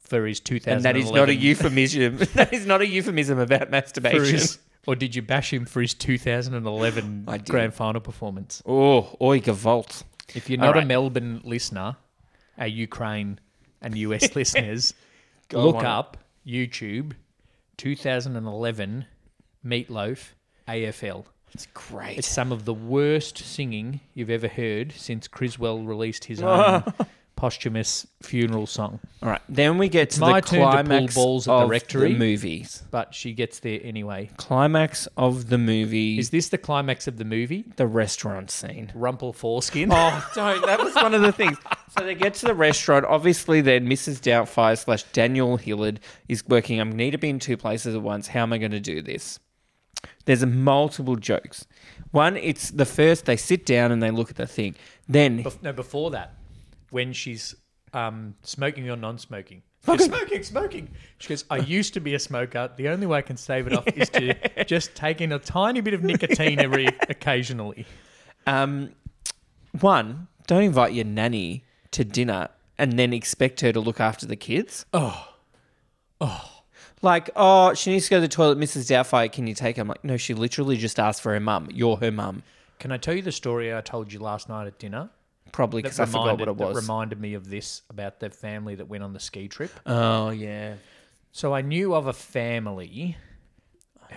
[SPEAKER 1] For his 2011,
[SPEAKER 2] and that is not a euphemism. that is not a euphemism about
[SPEAKER 1] for
[SPEAKER 2] masturbation.
[SPEAKER 1] his, or did you bash him for his 2011
[SPEAKER 2] I did.
[SPEAKER 1] grand final performance?
[SPEAKER 2] Oh, oi, gavolt.
[SPEAKER 1] If you're
[SPEAKER 2] All
[SPEAKER 1] not a
[SPEAKER 2] right.
[SPEAKER 1] Melbourne listener, our Ukraine and US listeners,
[SPEAKER 2] Go
[SPEAKER 1] look
[SPEAKER 2] on.
[SPEAKER 1] up YouTube 2011 Meatloaf AFL.
[SPEAKER 2] It's great.
[SPEAKER 1] It's some of the worst singing you've ever heard since Criswell released his own posthumous funeral song.
[SPEAKER 2] All right, then we get to
[SPEAKER 1] my
[SPEAKER 2] the
[SPEAKER 1] turn to pull
[SPEAKER 2] climax
[SPEAKER 1] balls at the
[SPEAKER 2] of
[SPEAKER 1] rectory.
[SPEAKER 2] the movies.
[SPEAKER 1] But she gets there anyway.
[SPEAKER 2] Climax of the movie
[SPEAKER 1] Is
[SPEAKER 2] is
[SPEAKER 1] this the climax of the movie?
[SPEAKER 2] the restaurant scene.
[SPEAKER 1] Rumple foreskin.
[SPEAKER 2] Oh, don't. That was one of the things. So they get to the restaurant. Obviously, then Mrs. Doubtfire slash Daniel Hillard is working. I need to be in two places at once. How am I going to do this? There's multiple jokes. One, it's the first, they sit down and they look at the thing. Then,
[SPEAKER 1] Bef- no, before that, when she's um, smoking or non-smoking. She's
[SPEAKER 2] Smoking.
[SPEAKER 1] Smoking, smoking. She goes, I used to be a smoker. The only way I can save it off is to just take in a tiny bit of nicotine every occasionally.
[SPEAKER 2] um, one, don't invite your nanny to dinner and then expect her to look after the kids. Oh. Oh. Like, oh, she needs to go to the toilet. Mrs. Doubtfire, can you take her? I'm like, no, she literally just asked for her mum. You're her mum.
[SPEAKER 1] Can I tell you the story I told you last night at dinner?
[SPEAKER 2] Probably because I forgot what it
[SPEAKER 1] that
[SPEAKER 2] was.
[SPEAKER 1] reminded me of this about the family that went on the ski trip.
[SPEAKER 2] oh, yeah.
[SPEAKER 1] So I knew of a family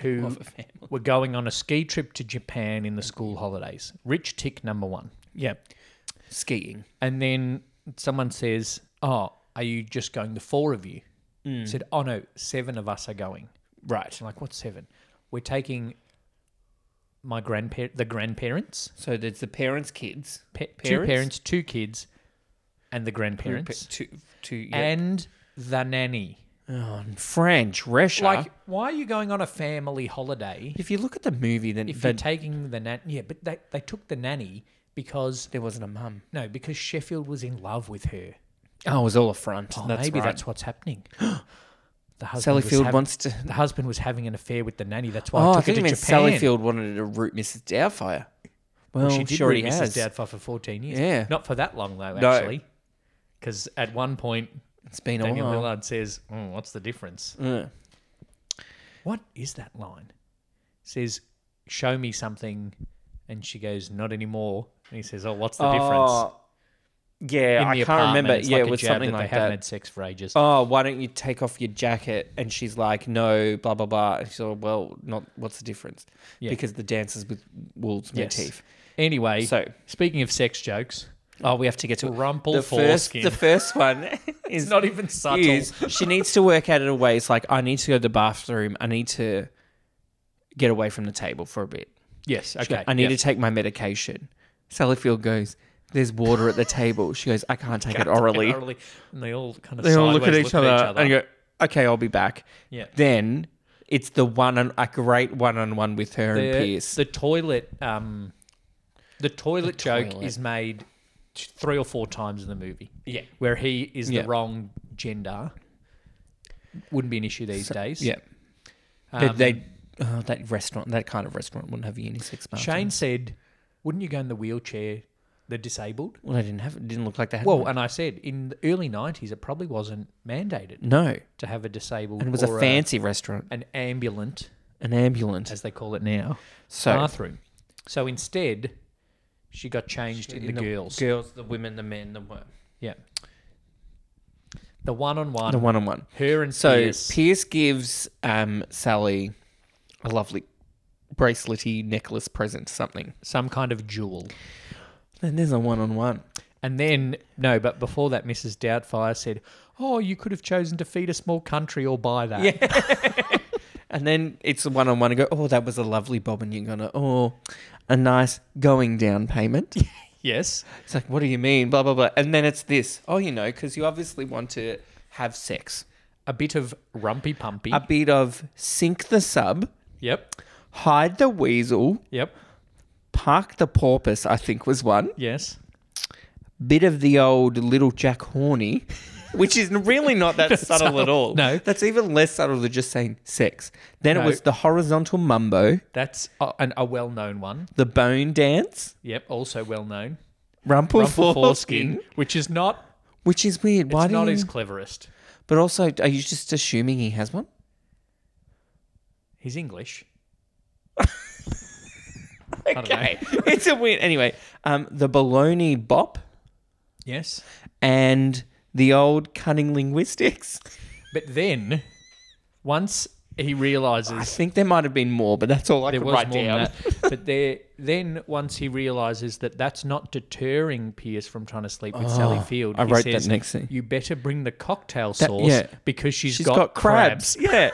[SPEAKER 1] who
[SPEAKER 2] Of a family.
[SPEAKER 1] were going on a ski trip to Japan in the school holidays. Rich tick number one.
[SPEAKER 2] Yeah. Skiing.
[SPEAKER 1] And then someone says, Oh, are you just going the four of you?
[SPEAKER 2] Hmm.
[SPEAKER 1] Said, Oh no, seven of us are going.
[SPEAKER 2] Right.
[SPEAKER 1] I'm like, What's seven? We're taking my grandpa the grandparents,
[SPEAKER 2] So there's the parents' kids.
[SPEAKER 1] pa- two
[SPEAKER 2] Parents?
[SPEAKER 1] parents, two kids, and the grandparents.
[SPEAKER 2] Two, two, yeah. Oh,
[SPEAKER 1] And the nanny.
[SPEAKER 2] and French, Russia.
[SPEAKER 1] Like, why are you going on a family holiday
[SPEAKER 2] if you look at the movie, then
[SPEAKER 1] if
[SPEAKER 2] the-
[SPEAKER 1] you're taking the nanny? Yeah, but they, they took the nanny because,
[SPEAKER 2] there wasn't a mum.
[SPEAKER 1] no, because Sheffield was in love with her.
[SPEAKER 2] Oh, it was all a front.
[SPEAKER 1] Oh,
[SPEAKER 2] that's
[SPEAKER 1] maybe
[SPEAKER 2] right.
[SPEAKER 1] that's what's happening. the husband was
[SPEAKER 2] Sallyfield
[SPEAKER 1] hav-
[SPEAKER 2] wants to.
[SPEAKER 1] the husband was having an affair with the nanny. That's why
[SPEAKER 2] Oh,
[SPEAKER 1] I
[SPEAKER 2] I
[SPEAKER 1] took
[SPEAKER 2] think
[SPEAKER 1] her
[SPEAKER 2] you
[SPEAKER 1] to Japan.
[SPEAKER 2] meant Sallyfield wanted to root Mrs. Doubtfire. Well,
[SPEAKER 1] she did
[SPEAKER 2] Oh, she already
[SPEAKER 1] root
[SPEAKER 2] has.
[SPEAKER 1] Mrs. Doubtfire for fourteen years.
[SPEAKER 2] Yeah.
[SPEAKER 1] not for that long though,
[SPEAKER 2] No. Oh,
[SPEAKER 1] actually. Because at one point,
[SPEAKER 2] it's been a
[SPEAKER 1] Daniel
[SPEAKER 2] while.
[SPEAKER 1] Millard says, "Mm, "What's the difference?
[SPEAKER 2] Mm.
[SPEAKER 1] What is that line?" Says, "Show me something," and she goes, "Not anymore." And he says, "Oh, what's the difference?"
[SPEAKER 2] Oh, yeah,
[SPEAKER 1] In
[SPEAKER 2] I
[SPEAKER 1] the
[SPEAKER 2] can't
[SPEAKER 1] apartment,
[SPEAKER 2] remember.
[SPEAKER 1] it's
[SPEAKER 2] Yeah,
[SPEAKER 1] like
[SPEAKER 2] it
[SPEAKER 1] a
[SPEAKER 2] was
[SPEAKER 1] jab
[SPEAKER 2] something
[SPEAKER 1] that
[SPEAKER 2] like
[SPEAKER 1] they haven't
[SPEAKER 2] that.
[SPEAKER 1] had sex for ages.
[SPEAKER 2] Oh, why don't you take off your jacket? And she's like, no, blah blah blah. And she's like, well, not. What's the difference?
[SPEAKER 1] Yeah.
[SPEAKER 2] Because the dancers with wolves
[SPEAKER 1] Yes.
[SPEAKER 2] motif.
[SPEAKER 1] Anyway,
[SPEAKER 2] So,
[SPEAKER 1] speaking of sex jokes,
[SPEAKER 2] oh, we have to get to
[SPEAKER 1] rumple
[SPEAKER 2] the first.
[SPEAKER 1] foreskin.
[SPEAKER 2] The first one is
[SPEAKER 1] it's not even subtle.
[SPEAKER 2] is she needs to work out in a way. It's like I need to go to the bathroom. I need to get away from the table for a bit.
[SPEAKER 1] Yes.
[SPEAKER 2] She
[SPEAKER 1] Okay.
[SPEAKER 2] goes, I need
[SPEAKER 1] yeah.
[SPEAKER 2] to take my medication. Sallyfield goes. There's water at the table. She goes. I can't take it orally.
[SPEAKER 1] Orally. And they all kind of
[SPEAKER 2] They all look at
[SPEAKER 1] sideways
[SPEAKER 2] each other, and
[SPEAKER 1] other.
[SPEAKER 2] go, "Okay, I'll be back."
[SPEAKER 1] Yeah.
[SPEAKER 2] Then it's the one on a great one-on-one with her and
[SPEAKER 1] The-
[SPEAKER 2] Pierce.
[SPEAKER 1] The toilet, um, the toilet joke
[SPEAKER 2] toilet.
[SPEAKER 1] is made t- three or four times in the movie.
[SPEAKER 2] Yeah.
[SPEAKER 1] Where he is
[SPEAKER 2] Yeah.
[SPEAKER 1] the wrong gender. Wouldn't be an issue these days. Um,
[SPEAKER 2] yeah. But they oh, that restaurant, that kind of restaurant, wouldn't have a unisex bathroom.
[SPEAKER 1] Shane said, "Wouldn't you go in the wheelchair, the disabled?"
[SPEAKER 2] Well, they didn't have. It didn't look like they had.
[SPEAKER 1] Well,
[SPEAKER 2] one.
[SPEAKER 1] and I said in the early '90s, it probably wasn't mandated
[SPEAKER 2] no,
[SPEAKER 1] to have a disabled
[SPEAKER 2] and it was a
[SPEAKER 1] or
[SPEAKER 2] fancy restaurant,
[SPEAKER 1] an ambulant,
[SPEAKER 2] an ambulance.
[SPEAKER 1] as they call it now.
[SPEAKER 2] So
[SPEAKER 1] bathroom. So instead, she got changed in the, girls.
[SPEAKER 2] girls, the women, the men, the wo-
[SPEAKER 1] yeah. The one on
[SPEAKER 2] the
[SPEAKER 1] one,
[SPEAKER 2] one-on-one.
[SPEAKER 1] her and
[SPEAKER 2] So
[SPEAKER 1] Pierce.
[SPEAKER 2] Pierce gives um, Sally a lovely bracelety necklace present, something.
[SPEAKER 1] some kind of jewel.
[SPEAKER 2] Then there's a one-on-one.
[SPEAKER 1] And then, no, but before that, Mrs. Doubtfire said, Oh, you could have chosen to feed a small country or buy that.
[SPEAKER 2] Yeah. And then it's a one on one and go, oh, that was a lovely bob. And you're going to, oh, a nice going down payment.
[SPEAKER 1] Yes.
[SPEAKER 2] it's like, what do you mean? Blah, blah, blah. And then it's this, oh, you know, because you obviously want to have sex.
[SPEAKER 1] A bit of rumpy pumpy.
[SPEAKER 2] A bit of sink the sub,
[SPEAKER 1] yep.
[SPEAKER 2] hide the weasel,
[SPEAKER 1] Yep.
[SPEAKER 2] park the porpoise, I think was one.
[SPEAKER 1] Yes.
[SPEAKER 2] Bit of the old little Jack Horny. Which is really not that subtle, at all.
[SPEAKER 1] no.
[SPEAKER 2] That's even less subtle than just saying sex. Then
[SPEAKER 1] No.
[SPEAKER 2] it was the horizontal mumbo,
[SPEAKER 1] That's a, an, a well known one.
[SPEAKER 2] the bone dance,
[SPEAKER 1] Yep. Also well known.
[SPEAKER 2] Rumple,
[SPEAKER 1] Rumpel
[SPEAKER 2] foreskin,
[SPEAKER 1] foreskin, which is not,
[SPEAKER 2] which is weird.
[SPEAKER 1] it's
[SPEAKER 2] Why do
[SPEAKER 1] not
[SPEAKER 2] you?
[SPEAKER 1] his cleverest.
[SPEAKER 2] But also, are you just assuming he has one?
[SPEAKER 1] He's English. don't know.
[SPEAKER 2] Okay, it's a weird. Anyway, um, the baloney bop
[SPEAKER 1] Yes.
[SPEAKER 2] and the old cunning linguistics.
[SPEAKER 1] But then, once he
[SPEAKER 2] I
[SPEAKER 1] realizes
[SPEAKER 2] think there might have been more, but that's all I
[SPEAKER 1] there
[SPEAKER 2] could
[SPEAKER 1] was
[SPEAKER 2] write
[SPEAKER 1] more
[SPEAKER 2] down.
[SPEAKER 1] than that, but there, then once he realizes that that's not deterring Pierce from trying to sleep with Sally Field,
[SPEAKER 2] Oh, I
[SPEAKER 1] he
[SPEAKER 2] wrote that
[SPEAKER 1] says,
[SPEAKER 2] next thing.
[SPEAKER 1] You better bring the cocktail
[SPEAKER 2] That-
[SPEAKER 1] sauce
[SPEAKER 2] yeah.
[SPEAKER 1] because she's
[SPEAKER 2] She's
[SPEAKER 1] got,
[SPEAKER 2] got, crabs. Yeah,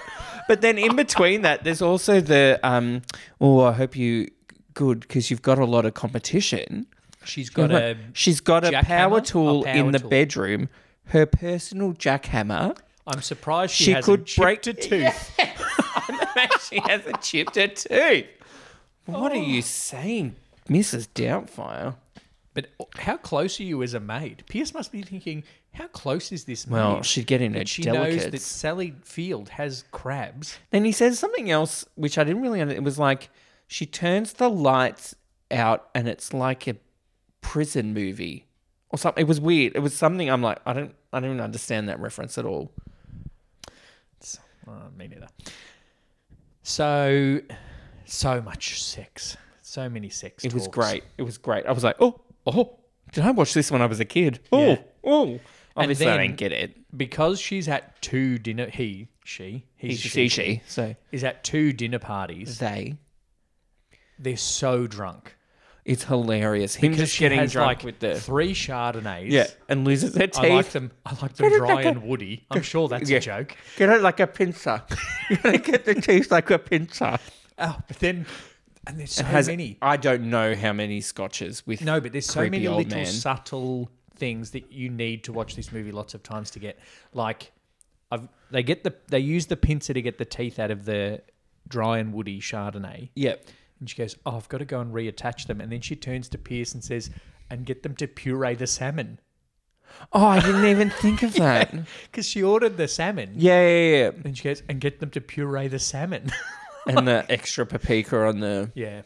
[SPEAKER 2] but then in between that, there's also the um. Oh, I hope you good because you've got a lot of competition.
[SPEAKER 1] She's got a
[SPEAKER 2] She's got a
[SPEAKER 1] jackhammer?
[SPEAKER 2] power
[SPEAKER 1] A
[SPEAKER 2] tool in
[SPEAKER 1] power
[SPEAKER 2] the
[SPEAKER 1] tool.
[SPEAKER 2] bedroom. Her personal jackhammer.
[SPEAKER 1] I'm surprised she,
[SPEAKER 2] She
[SPEAKER 1] hasn't
[SPEAKER 2] could break-
[SPEAKER 1] chipped a tooth.
[SPEAKER 2] she hasn't chipped her tooth. What are
[SPEAKER 1] Oh.
[SPEAKER 2] you saying, Mrs. Doubtfire?
[SPEAKER 1] But how close are you as a maid? Pierce must be thinking, how close is this maid?
[SPEAKER 2] Well, she'd get in her
[SPEAKER 1] that she knows that
[SPEAKER 2] delicates.
[SPEAKER 1] Sally Field has crabs.
[SPEAKER 2] Then he says something else, which I didn't really understand. It was like she turns the lights out, and it's like a prison movie or something. It was weird. It was something I'm like, I don't, I don't even understand that reference at all.
[SPEAKER 1] Uh, me neither. So, so much sex. So many sex.
[SPEAKER 2] It was
[SPEAKER 1] talks.
[SPEAKER 2] great. It was great. I was like, oh, oh, did I watch this when I was a kid? Oh,
[SPEAKER 1] Yeah.
[SPEAKER 2] oh. Obviously, I
[SPEAKER 1] then-
[SPEAKER 2] didn't get it.
[SPEAKER 1] because she's at two dinner. He, she, he's
[SPEAKER 2] He's she, she, so
[SPEAKER 1] is at two dinner parties.
[SPEAKER 2] they.
[SPEAKER 1] They're so drunk.
[SPEAKER 2] It's hilarious. Him just
[SPEAKER 1] She
[SPEAKER 2] getting
[SPEAKER 1] has,
[SPEAKER 2] drunk
[SPEAKER 1] like
[SPEAKER 2] with the
[SPEAKER 1] three Chardonnays.
[SPEAKER 2] yeah, and loses their teeth.
[SPEAKER 1] I like them. I like them
[SPEAKER 2] Get it
[SPEAKER 1] dry
[SPEAKER 2] like a-
[SPEAKER 1] and woody. I'm sure that's
[SPEAKER 2] Yeah.
[SPEAKER 1] a joke.
[SPEAKER 2] Get it like a pincer. you gotta get the teeth like a pincer.
[SPEAKER 1] Oh, but then, and there's so
[SPEAKER 2] Has
[SPEAKER 1] many.
[SPEAKER 2] I don't know how many scotches with
[SPEAKER 1] No, but there's so
[SPEAKER 2] creepy
[SPEAKER 1] many
[SPEAKER 2] old
[SPEAKER 1] little
[SPEAKER 2] man.
[SPEAKER 1] subtle things that you need to watch this movie lots of times to get. Like, I've, they get the they use the pincer to get the teeth out of the dry and woody Chardonnay,
[SPEAKER 2] Yep.
[SPEAKER 1] and she goes, "Oh, I've got to go and reattach them." And then she turns to Pierce and says, "And get them to puree the salmon,"
[SPEAKER 2] Oh, I didn't even think of that. Yeah,
[SPEAKER 1] because she ordered the salmon.
[SPEAKER 2] yeah, yeah. yeah.
[SPEAKER 1] And she goes, "And get them to puree the salmon."
[SPEAKER 2] And the extra paprika on the
[SPEAKER 1] yeah.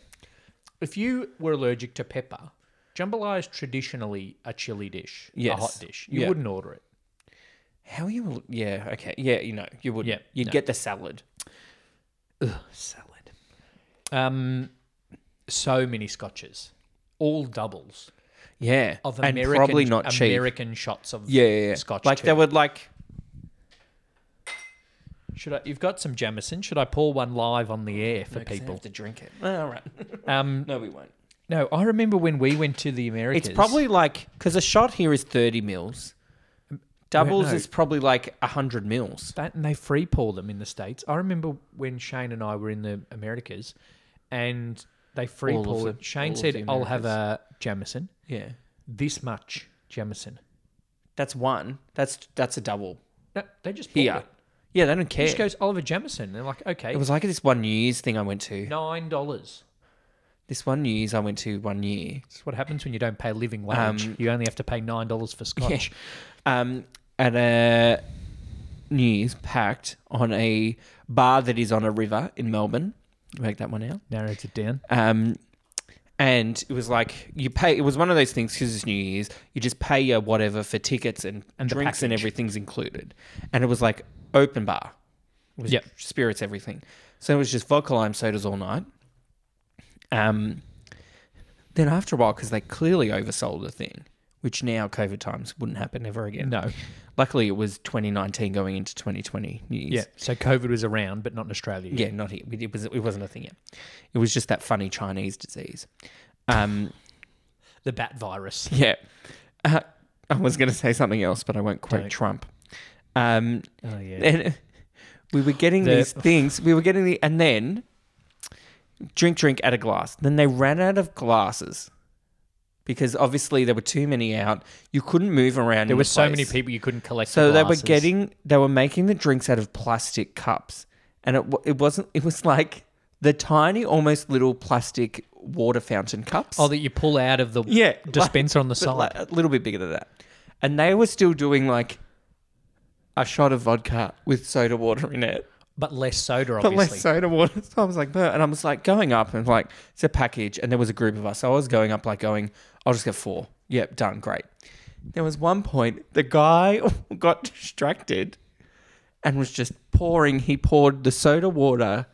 [SPEAKER 1] If you were allergic to pepper, jambalaya is traditionally a chili dish, a hot
[SPEAKER 2] Yes.
[SPEAKER 1] dish. You
[SPEAKER 2] Yeah.
[SPEAKER 1] wouldn't order it.
[SPEAKER 2] how you will- yeah okay yeah you know you would
[SPEAKER 1] Yeah,
[SPEAKER 2] you'd
[SPEAKER 1] no.
[SPEAKER 2] get the salad
[SPEAKER 1] Salad. Um, so many scotches, all doubles
[SPEAKER 2] yeah
[SPEAKER 1] of
[SPEAKER 2] and
[SPEAKER 1] American,
[SPEAKER 2] probably not cheap
[SPEAKER 1] American shots of
[SPEAKER 2] yeah yeah, yeah.
[SPEAKER 1] Scotch.
[SPEAKER 2] like they
[SPEAKER 1] too.
[SPEAKER 2] would like
[SPEAKER 1] Should I? You've got some Jamison. Should I pour one live on the air for people?
[SPEAKER 2] to drink it all right
[SPEAKER 1] Um,
[SPEAKER 2] no we won't
[SPEAKER 1] no, I remember when we went to the Americas.
[SPEAKER 2] it's probably like because a shot here is thirty mils Mm, doubles
[SPEAKER 1] no.
[SPEAKER 2] is probably like hundred mils
[SPEAKER 1] that and they free pour them in the states. I remember when Shane and I were in the Americas, and they free
[SPEAKER 2] All of
[SPEAKER 1] poured.
[SPEAKER 2] the- all
[SPEAKER 1] Shane
[SPEAKER 2] of
[SPEAKER 1] said,
[SPEAKER 2] the
[SPEAKER 1] "I'll have a Jamison,
[SPEAKER 2] yeah
[SPEAKER 1] this much Jamison."
[SPEAKER 2] that's one that's that's a double
[SPEAKER 1] No, they just poured
[SPEAKER 2] here
[SPEAKER 1] it.
[SPEAKER 2] yeah they don't
[SPEAKER 1] He
[SPEAKER 2] care
[SPEAKER 1] just goes Oliver Jamison. They're like, okay,
[SPEAKER 2] it was like this one New Year's thing I went to
[SPEAKER 1] nine dollars.
[SPEAKER 2] this one New Year's I went to one year
[SPEAKER 1] That's what happens when you don't pay living wage. you only have to pay nine dollars for scotch.
[SPEAKER 2] um, at a New Year's packed on a bar that is on a river in Melbourne. Work that one out.
[SPEAKER 1] Narrows it down.
[SPEAKER 2] Um, and it was like you pay. It was one of those things because it's New Year's. You just pay your whatever for tickets and,
[SPEAKER 1] And the
[SPEAKER 2] drinks and
[SPEAKER 1] package.
[SPEAKER 2] everything's included. And it was like open bar. It was
[SPEAKER 1] Yep.
[SPEAKER 2] spirits, everything. So it was just vodka lime sodas all night. Um, then after a while, because they clearly oversold the thing, which now COVID times wouldn't happen ever again.
[SPEAKER 1] No,
[SPEAKER 2] Luckily, it was 2019 going into 2020 New Year's.
[SPEAKER 1] yeah. So COVID was around, but not in Australia.
[SPEAKER 2] Yeah, not here. It, was, it wasn't a thing yet. It was just that funny Chinese disease. Um,
[SPEAKER 1] the bat virus.
[SPEAKER 2] yeah. Uh, I was going to say something else, but I won't quote
[SPEAKER 1] Don't.
[SPEAKER 2] Trump. Um,
[SPEAKER 1] Oh yeah.
[SPEAKER 2] and we were getting
[SPEAKER 1] The-
[SPEAKER 2] these things. We were getting the. And then drink, drink, add a glass. Then they ran out of glasses because obviously there were too many out. You couldn't move around.
[SPEAKER 1] There
[SPEAKER 2] in
[SPEAKER 1] were
[SPEAKER 2] the
[SPEAKER 1] so many
[SPEAKER 2] place.
[SPEAKER 1] people you couldn't collect.
[SPEAKER 2] So
[SPEAKER 1] the
[SPEAKER 2] they were
[SPEAKER 1] glasses.
[SPEAKER 2] getting, they were making the drinks out of plastic cups, and it wa- it wasn't. It was like the tiny, almost little plastic water fountain cups.
[SPEAKER 1] oh that you pull out of the
[SPEAKER 2] yeah,
[SPEAKER 1] dispenser on the
[SPEAKER 2] but
[SPEAKER 1] side.
[SPEAKER 2] like a little bit bigger than that. And they were still doing like a shot of vodka with soda water in it,
[SPEAKER 1] but less soda,
[SPEAKER 2] but
[SPEAKER 1] obviously.
[SPEAKER 2] less soda water. So I was like, "Bleh." and I was like going up and like it's a package, and there was a group of us. So I was going up like going, I'll just get four. Yep, done, great. There was one point the guy got distracted and was just pouring. He poured the soda water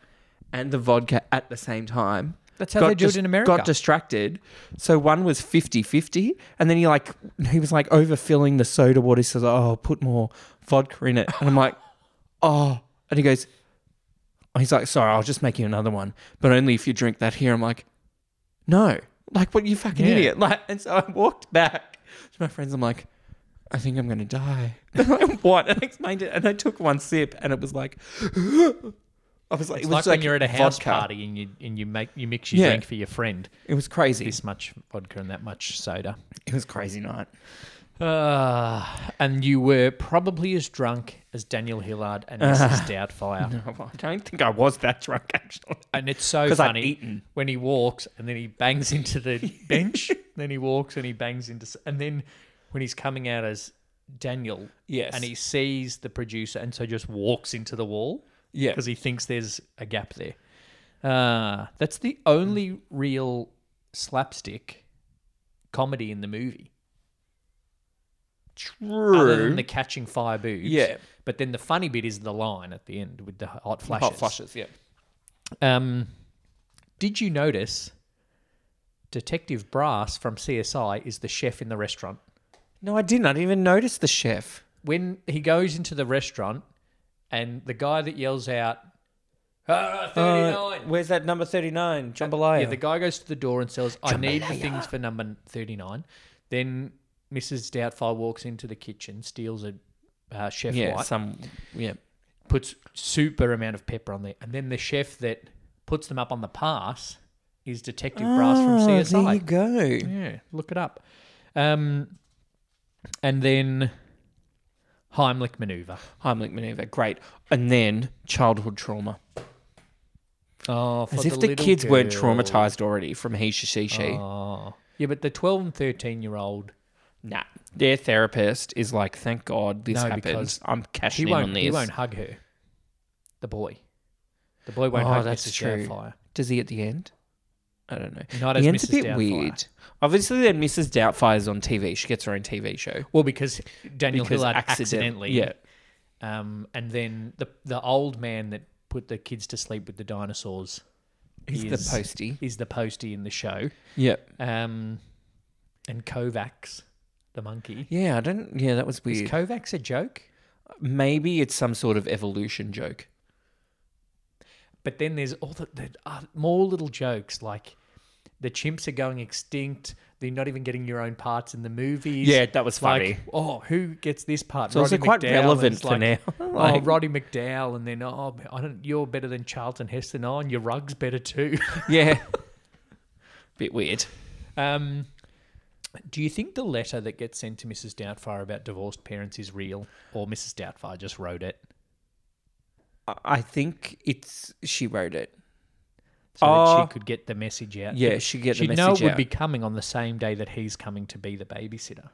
[SPEAKER 2] and the vodka at the same time.
[SPEAKER 1] That's how they do it in America.
[SPEAKER 2] Got distracted. So one was 50-50 and then he like he was like overfilling the soda water. He says, "Oh, put more vodka in it." And I'm like, "Oh." And he goes he's like, "Sorry, I'll just make you another one, but only if you drink that here." I'm like, "No." Like, what you fucking
[SPEAKER 1] Yeah.
[SPEAKER 2] idiot. Like, and so I walked back to my friends. I'm like, I think I'm going to die. They're like, what? And I explained it. And I took one sip and it was like, I was like,
[SPEAKER 1] It's
[SPEAKER 2] it
[SPEAKER 1] like,
[SPEAKER 2] was
[SPEAKER 1] when you're at a house
[SPEAKER 2] vodka.
[SPEAKER 1] party and you and you make you mix your
[SPEAKER 2] Yeah.
[SPEAKER 1] drink for your friend.
[SPEAKER 2] It was crazy.
[SPEAKER 1] This much vodka and that much soda.
[SPEAKER 2] It was crazy night.
[SPEAKER 1] Ah, and you were probably as drunk as Daniel Hillard and Mrs. Doubtfire.
[SPEAKER 2] No, I don't think I was that drunk, actually.
[SPEAKER 1] And it's so
[SPEAKER 2] 'Cause I'd
[SPEAKER 1] funny
[SPEAKER 2] eaten.
[SPEAKER 1] when he walks and then he bangs into the bench. Then he walks and he bangs into, s- and then when he's coming out as Daniel,
[SPEAKER 2] Yes.
[SPEAKER 1] and he sees the producer, and so just walks into the wall,
[SPEAKER 2] Yeah.
[SPEAKER 1] because he thinks there's a gap there. Ah, Uh, that's the only real slapstick comedy in the movie.
[SPEAKER 2] True.
[SPEAKER 1] Other than the catching fire boobs.
[SPEAKER 2] Yeah.
[SPEAKER 1] But then the funny bit is the line at the end with the hot flashes.
[SPEAKER 2] Hot flushes, yeah.
[SPEAKER 1] Um, did you notice Detective Brass from CSI is the chef in the restaurant?
[SPEAKER 2] No, I didn't. I didn't even notice the chef.
[SPEAKER 1] When he goes into the restaurant and the guy that yells out, "Ah, 39.
[SPEAKER 2] Uh, where's that number 39? Jambalaya.
[SPEAKER 1] Yeah, the guy goes to the door and says, I need the things for number 39. Then Mrs. Doubtfire walks into the kitchen, steals a uh, chef
[SPEAKER 2] yeah,
[SPEAKER 1] white,
[SPEAKER 2] some, yeah.
[SPEAKER 1] puts super amount of pepper on there. And then the chef that puts them up on the pass is Detective Brass from
[SPEAKER 2] Oh,
[SPEAKER 1] CSI.
[SPEAKER 2] There you go.
[SPEAKER 1] Yeah, look it up. Um, and then Heimlich maneuver.
[SPEAKER 2] Heimlich maneuver, great. And then childhood trauma.
[SPEAKER 1] Oh,
[SPEAKER 2] As if the, Uh, kids weren't traumatized already from he, she, she, she. Ah.
[SPEAKER 1] Oh. Yeah, but the 12 and 13 year old,
[SPEAKER 2] Nah. Their therapist is like, thank God this
[SPEAKER 1] No,
[SPEAKER 2] happened.
[SPEAKER 1] because
[SPEAKER 2] I'm
[SPEAKER 1] he
[SPEAKER 2] cashing in on
[SPEAKER 1] won't,
[SPEAKER 2] this.
[SPEAKER 1] he won't hug her. The boy. The boy won't
[SPEAKER 2] Oh,
[SPEAKER 1] hug
[SPEAKER 2] that's
[SPEAKER 1] Mrs.
[SPEAKER 2] true.
[SPEAKER 1] Doubtfire.
[SPEAKER 2] Does he at the end? I don't know.
[SPEAKER 1] Not
[SPEAKER 2] the
[SPEAKER 1] as
[SPEAKER 2] end's a
[SPEAKER 1] Mrs.
[SPEAKER 2] bit
[SPEAKER 1] Doubtfire.
[SPEAKER 2] weird. Obviously, then Mrs. Doubtfire's on TV. She gets her own TV show.
[SPEAKER 1] Well, because Daniel
[SPEAKER 2] Because
[SPEAKER 1] Hillard
[SPEAKER 2] accident-
[SPEAKER 1] accidentally.
[SPEAKER 2] yeah.
[SPEAKER 1] Um, and then the the old man that put the kids to sleep with the dinosaurs
[SPEAKER 2] He's the
[SPEAKER 1] is-
[SPEAKER 2] postie.
[SPEAKER 1] Is the postie in the show.
[SPEAKER 2] Yep.
[SPEAKER 1] Um, and Kovacs, the monkey.
[SPEAKER 2] Yeah, I don't. Yeah, that was weird.
[SPEAKER 1] Is Kovacs a joke?
[SPEAKER 2] Maybe it's some sort of evolution joke.
[SPEAKER 1] But then there's all the, the uh, more little jokes like the chimps are going extinct. They're not even getting your own parts in the movies.
[SPEAKER 2] Yeah, that was funny.
[SPEAKER 1] Like, oh, who gets this part?
[SPEAKER 2] It's also quite
[SPEAKER 1] and
[SPEAKER 2] relevant
[SPEAKER 1] it's
[SPEAKER 2] for now.
[SPEAKER 1] oh,
[SPEAKER 2] Like-
[SPEAKER 1] Roddy McDowell, and then oh, I don't. You're better than Charlton Heston. Oh, and your rug's better too.
[SPEAKER 2] Yeah. bit weird.
[SPEAKER 1] um, do you think the letter that gets sent to Mrs. Doubtfire about divorced parents is real, or Mrs. Doubtfire just wrote it?
[SPEAKER 2] I- I think it's she wrote it.
[SPEAKER 1] so
[SPEAKER 2] Oh.
[SPEAKER 1] that she could get the message out.
[SPEAKER 2] Yeah, she get the
[SPEAKER 1] She'd
[SPEAKER 2] message
[SPEAKER 1] Uh, know it would
[SPEAKER 2] out.
[SPEAKER 1] be coming on the same day that he's coming to be the babysitter.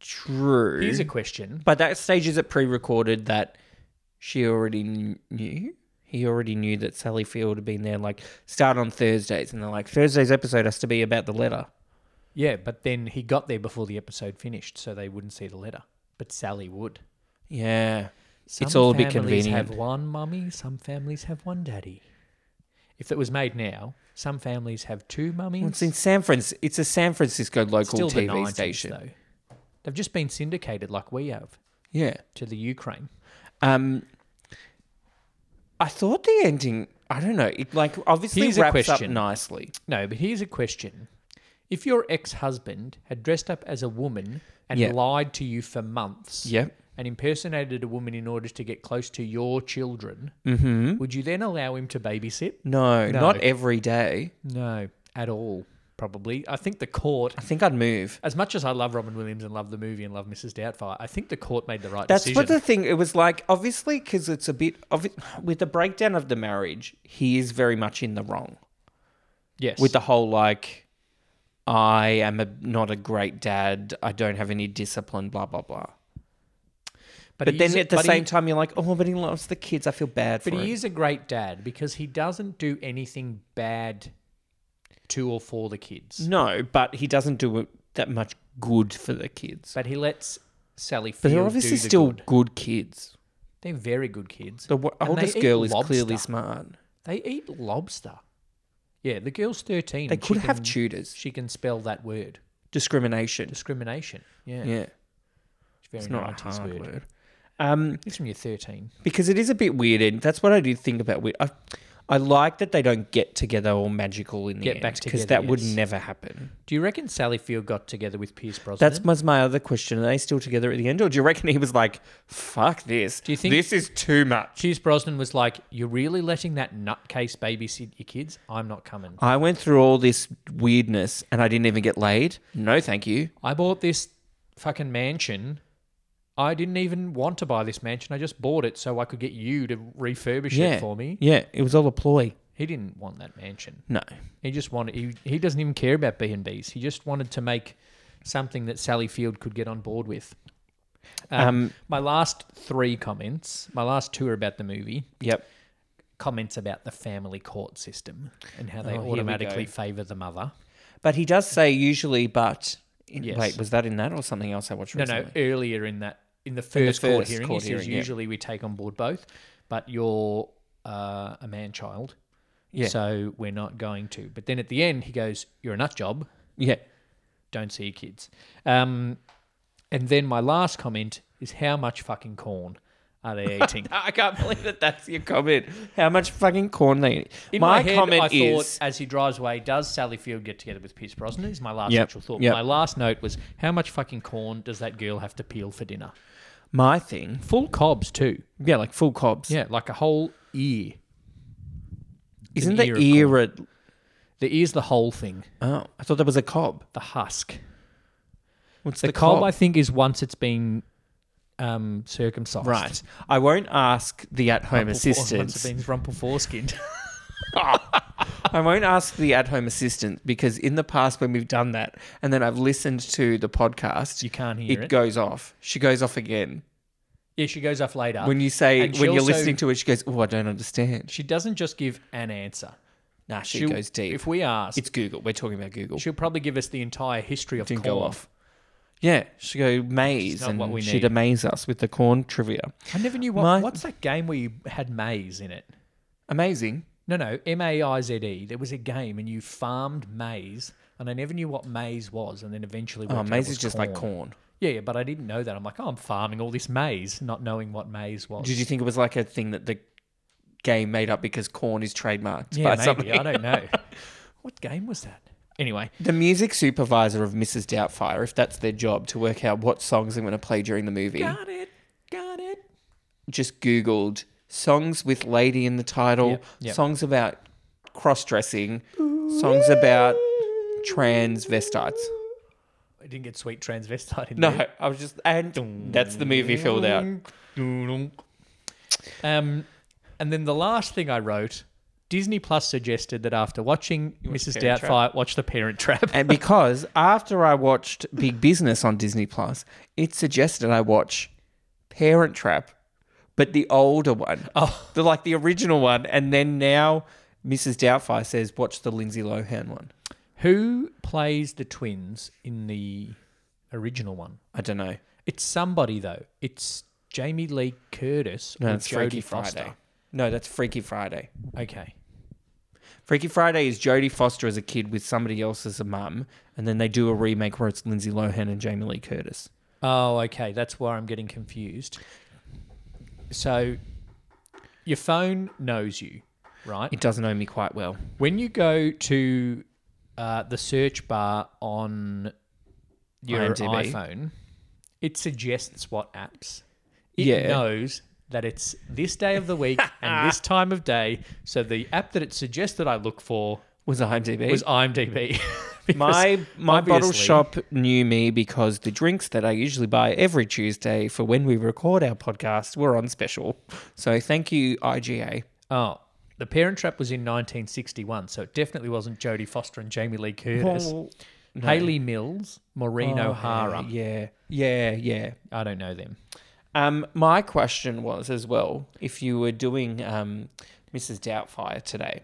[SPEAKER 2] True.
[SPEAKER 1] Here's a question.
[SPEAKER 2] By that stage, is it pre-recorded that she already kn- knew? He already knew that Sally Field had been there. Like, start on Thursdays, and they're like, Thursday's episode has to be about the letter.
[SPEAKER 1] Yeah, but then he got there before the episode finished, so they wouldn't see the letter. But Sally would.
[SPEAKER 2] Yeah, it's
[SPEAKER 1] Some
[SPEAKER 2] all a bit
[SPEAKER 1] families
[SPEAKER 2] convenient.
[SPEAKER 1] Have one mummy, some families have one daddy. If it was made now, some families have two mummies.
[SPEAKER 2] Well, it's in San Frans. It's a San Francisco local
[SPEAKER 1] Still
[SPEAKER 2] TV
[SPEAKER 1] the 90s,
[SPEAKER 2] station.
[SPEAKER 1] though. They've just been syndicated like we have
[SPEAKER 2] Yeah.
[SPEAKER 1] to the Ukraine.
[SPEAKER 2] Um, I thought the ending. I don't know. It like obviously
[SPEAKER 1] Here's a
[SPEAKER 2] wraps up
[SPEAKER 1] question.
[SPEAKER 2] nicely.
[SPEAKER 1] No, but here's a question. If your ex husband had dressed up as a woman and
[SPEAKER 2] Yeah.
[SPEAKER 1] lied to you for months
[SPEAKER 2] Yep.
[SPEAKER 1] and impersonated a woman in order to get close to your children, would you then allow him to babysit?
[SPEAKER 2] Mm-hmm. No,
[SPEAKER 1] No.
[SPEAKER 2] not every day.
[SPEAKER 1] No, at all, probably. I think the court
[SPEAKER 2] I think I'd move.
[SPEAKER 1] as much as I love Robin Williams and love the movie and love Mrs. Doubtfire, I think the court made the right
[SPEAKER 2] That's
[SPEAKER 1] decision.
[SPEAKER 2] what the thing. It was like obviously because it's a bit of with the breakdown of the marriage. He is very much in the wrong
[SPEAKER 1] yes,
[SPEAKER 2] with the whole like, I am a, not a great dad. I don't have any discipline. Blah blah blah. But
[SPEAKER 1] he's
[SPEAKER 2] then
[SPEAKER 1] a-
[SPEAKER 2] at the
[SPEAKER 1] but he-
[SPEAKER 2] same time, you're like, oh, but he loves the kids. I feel bad for
[SPEAKER 1] but he
[SPEAKER 2] him.
[SPEAKER 1] is a great dad because he doesn't do anything bad to or for the kids.
[SPEAKER 2] No, but he doesn't do it that much good for the kids.
[SPEAKER 1] But he lets Sally. Field
[SPEAKER 2] But they're
[SPEAKER 1] do
[SPEAKER 2] obviously
[SPEAKER 1] the
[SPEAKER 2] still
[SPEAKER 1] good.
[SPEAKER 2] good. kids.
[SPEAKER 1] They're very good kids.
[SPEAKER 2] The w-
[SPEAKER 1] And they
[SPEAKER 2] oldest
[SPEAKER 1] eat
[SPEAKER 2] girl is
[SPEAKER 1] lobster.
[SPEAKER 2] clearly smart.
[SPEAKER 1] They eat lobster. Yeah, the girl's thirteen.
[SPEAKER 2] They
[SPEAKER 1] and
[SPEAKER 2] could
[SPEAKER 1] she
[SPEAKER 2] have
[SPEAKER 1] can-
[SPEAKER 2] tutors.
[SPEAKER 1] She can spell that word.
[SPEAKER 2] Discrimination.
[SPEAKER 1] Discrimination. Yeah,
[SPEAKER 2] Yeah,
[SPEAKER 1] it's very
[SPEAKER 2] it's not a
[SPEAKER 1] 90s
[SPEAKER 2] hard
[SPEAKER 1] word.
[SPEAKER 2] word. Um,
[SPEAKER 1] It's when you're thirteen.
[SPEAKER 2] because it is a bit weird, and that's what I do think about weird. I, I like that they don't get together or magical in the
[SPEAKER 1] Get
[SPEAKER 2] end
[SPEAKER 1] back
[SPEAKER 2] because
[SPEAKER 1] together,
[SPEAKER 2] that would
[SPEAKER 1] yes.
[SPEAKER 2] never happen.
[SPEAKER 1] Do you reckon Sally Field got together with Pierce Brosnan?
[SPEAKER 2] That's was my other question. Are they still together at the end, or do you reckon he was like, "Fuck this"? Do
[SPEAKER 1] you think-
[SPEAKER 2] this is too much?
[SPEAKER 1] Pierce Brosnan was like, "You're really letting that nutcase babysit your kids? I'm not coming.
[SPEAKER 2] I went through all this weirdness and I didn't even get laid. No, thank you.
[SPEAKER 1] I bought this fucking mansion. I didn't even want to buy this mansion. I just bought it so I could get you to refurbish
[SPEAKER 2] yeah,
[SPEAKER 1] it for me.
[SPEAKER 2] Yeah, it was all a ploy.
[SPEAKER 1] He didn't want that mansion.
[SPEAKER 2] No,
[SPEAKER 1] He just wanted. He, he doesn't even care about B and B's. He just wanted to make something that Sally Field could get on board with. Um,
[SPEAKER 2] Um,
[SPEAKER 1] my last three comments. My last two are about the movie.
[SPEAKER 2] Yep.
[SPEAKER 1] Comments about the family court system and how they
[SPEAKER 2] Oh, here we
[SPEAKER 1] automatically
[SPEAKER 2] go.
[SPEAKER 1] favour the mother.
[SPEAKER 2] But he does say usually, but in,
[SPEAKER 1] Yes.
[SPEAKER 2] wait, was that in that or something else I watched
[SPEAKER 1] No, no,
[SPEAKER 2] recently?
[SPEAKER 1] earlier in that, in the first, court
[SPEAKER 2] first
[SPEAKER 1] hearing,
[SPEAKER 2] court
[SPEAKER 1] he says
[SPEAKER 2] hearing, yeah.
[SPEAKER 1] usually we take on board both, but you're uh, a man child.
[SPEAKER 2] Yeah.
[SPEAKER 1] So we're not going to. But then at the end, he goes, You're a nut job.
[SPEAKER 2] Yeah,
[SPEAKER 1] Don't see your kids. Um, and then my last comment is how much fucking corn are they eating?
[SPEAKER 2] I can't believe that that's your comment. How much fucking corn they eat?
[SPEAKER 1] In
[SPEAKER 2] my,
[SPEAKER 1] my, head,
[SPEAKER 2] comment
[SPEAKER 1] I
[SPEAKER 2] is
[SPEAKER 1] thought as he drives away, does Sally Field get together with Pierce Brosnan? Is my last
[SPEAKER 2] Yep,
[SPEAKER 1] actual thought.
[SPEAKER 2] yep.
[SPEAKER 1] My last note was, how much fucking corn does that girl have to peel for dinner?
[SPEAKER 2] my thing.
[SPEAKER 1] Full cobs too.
[SPEAKER 2] Yeah, like full cobs.
[SPEAKER 1] Yeah, like a whole ear. It's
[SPEAKER 2] Isn't
[SPEAKER 1] an
[SPEAKER 2] the
[SPEAKER 1] ear of
[SPEAKER 2] ear a,
[SPEAKER 1] The ear's the whole thing,
[SPEAKER 2] Oh, I thought that was a cob.
[SPEAKER 1] the husk.
[SPEAKER 2] What's
[SPEAKER 1] The,
[SPEAKER 2] the,
[SPEAKER 1] cob,
[SPEAKER 2] cob?
[SPEAKER 1] I think, is once it's been um, circumcised.
[SPEAKER 2] Right. I won't ask the at-home
[SPEAKER 1] Rumple fore- Once it's
[SPEAKER 2] assistant.
[SPEAKER 1] been rumple foreskinned.
[SPEAKER 2] I won't ask the at-home assistant because in the past when we've done that and then I've listened to the podcast,
[SPEAKER 1] you can't hear
[SPEAKER 2] it,
[SPEAKER 1] it.
[SPEAKER 2] goes off. She goes off again.
[SPEAKER 1] yeah, she goes off later.
[SPEAKER 2] When you say
[SPEAKER 1] Uh, And she
[SPEAKER 2] when you're
[SPEAKER 1] also-
[SPEAKER 2] listening to it, she goes, "Oh, I don't understand."
[SPEAKER 1] she doesn't just give an answer.
[SPEAKER 2] Nah, she
[SPEAKER 1] She'll-
[SPEAKER 2] goes deep.
[SPEAKER 1] If we ask,
[SPEAKER 2] it's Google. We're talking about Google. She
[SPEAKER 1] she'll probably give us the entire history of
[SPEAKER 2] didn't
[SPEAKER 1] corn.
[SPEAKER 2] go off. Yeah, she go maze
[SPEAKER 1] not
[SPEAKER 2] and
[SPEAKER 1] what we
[SPEAKER 2] she'd
[SPEAKER 1] need.
[SPEAKER 2] amaze us with the corn trivia.
[SPEAKER 1] I never knew what.
[SPEAKER 2] My-
[SPEAKER 1] What's that game where you had maize in it?
[SPEAKER 2] Amazing.
[SPEAKER 1] No, no, M A I Z E. There was a game and you farmed maize, and I never knew what maize was, and then eventually.
[SPEAKER 2] Oh,
[SPEAKER 1] worked out it
[SPEAKER 2] maze
[SPEAKER 1] was
[SPEAKER 2] is just like corn.
[SPEAKER 1] Yeah, yeah, but I didn't know that. I'm like, oh, I'm farming all this maize, not knowing what maize was.
[SPEAKER 2] Did you think it was like a thing that the game made up because corn is trademarked by
[SPEAKER 1] yeah, maybe.
[SPEAKER 2] something?
[SPEAKER 1] I don't know. what game was that? Anyway,
[SPEAKER 2] The music supervisor of Mrs. Doubtfire, if that's their job to work out what songs they're going to play during the movie,
[SPEAKER 1] got it, got it.
[SPEAKER 2] just Googled songs with lady in the title,
[SPEAKER 1] Yep, yep.
[SPEAKER 2] songs about cross dressing, songs about transvestites.
[SPEAKER 1] I didn't get sweet transvestite in
[SPEAKER 2] No,
[SPEAKER 1] there.
[SPEAKER 2] I was just, and that's the movie filled out.
[SPEAKER 1] Um, and then the last thing I wrote, Disney Plus suggested that after watching Mrs.
[SPEAKER 2] Parent
[SPEAKER 1] Doubtfire, watch The Parent Trap.
[SPEAKER 2] And because after I watched Big Business on Disney Plus, it suggested I watch Parent Trap, but the older one,
[SPEAKER 1] Oh.
[SPEAKER 2] the like the original one, and then now Mrs. Doubtfire says watch the Lindsay Lohan one.
[SPEAKER 1] Who plays the twins in the original one?
[SPEAKER 2] I don't know.
[SPEAKER 1] It's somebody though. It's Jamie Lee Curtis
[SPEAKER 2] No,
[SPEAKER 1] or
[SPEAKER 2] that's Freaky
[SPEAKER 1] Jodie
[SPEAKER 2] Friday.
[SPEAKER 1] Foster.
[SPEAKER 2] No, that's Freaky Friday.
[SPEAKER 1] Okay.
[SPEAKER 2] Freaky Friday is Jodie Foster as a kid with somebody else as a mum, and then they do a remake where it's Lindsay Lohan and Jamie Lee Curtis.
[SPEAKER 1] Oh, okay. That's why I'm getting confused. So, your phone knows you, right?
[SPEAKER 2] It doesn't know me quite well.
[SPEAKER 1] When you go to uh, the search bar on your
[SPEAKER 2] IMDb.
[SPEAKER 1] iPhone, it suggests what apps. It
[SPEAKER 2] Yeah.
[SPEAKER 1] knows that it's this day of the week and this time of day. So the app that it suggests that I look for
[SPEAKER 2] Was IMDb?
[SPEAKER 1] was IMDb. Because
[SPEAKER 2] My my bottle
[SPEAKER 1] obviously-
[SPEAKER 2] shop knew me because the drinks that I usually buy every Tuesday for when we record our podcast were on special. So thank you, IGA.
[SPEAKER 1] Oh, The Parent Trap was in 1961, so it definitely wasn't Jodie Foster and Jamie Lee Curtis. Haley Mills, Maureen
[SPEAKER 2] Oh,
[SPEAKER 1] O'Hara.
[SPEAKER 2] Yeah, yeah, yeah.
[SPEAKER 1] I don't know them.
[SPEAKER 2] Um, my question was as well if you were doing um, Mrs. Doubtfire today,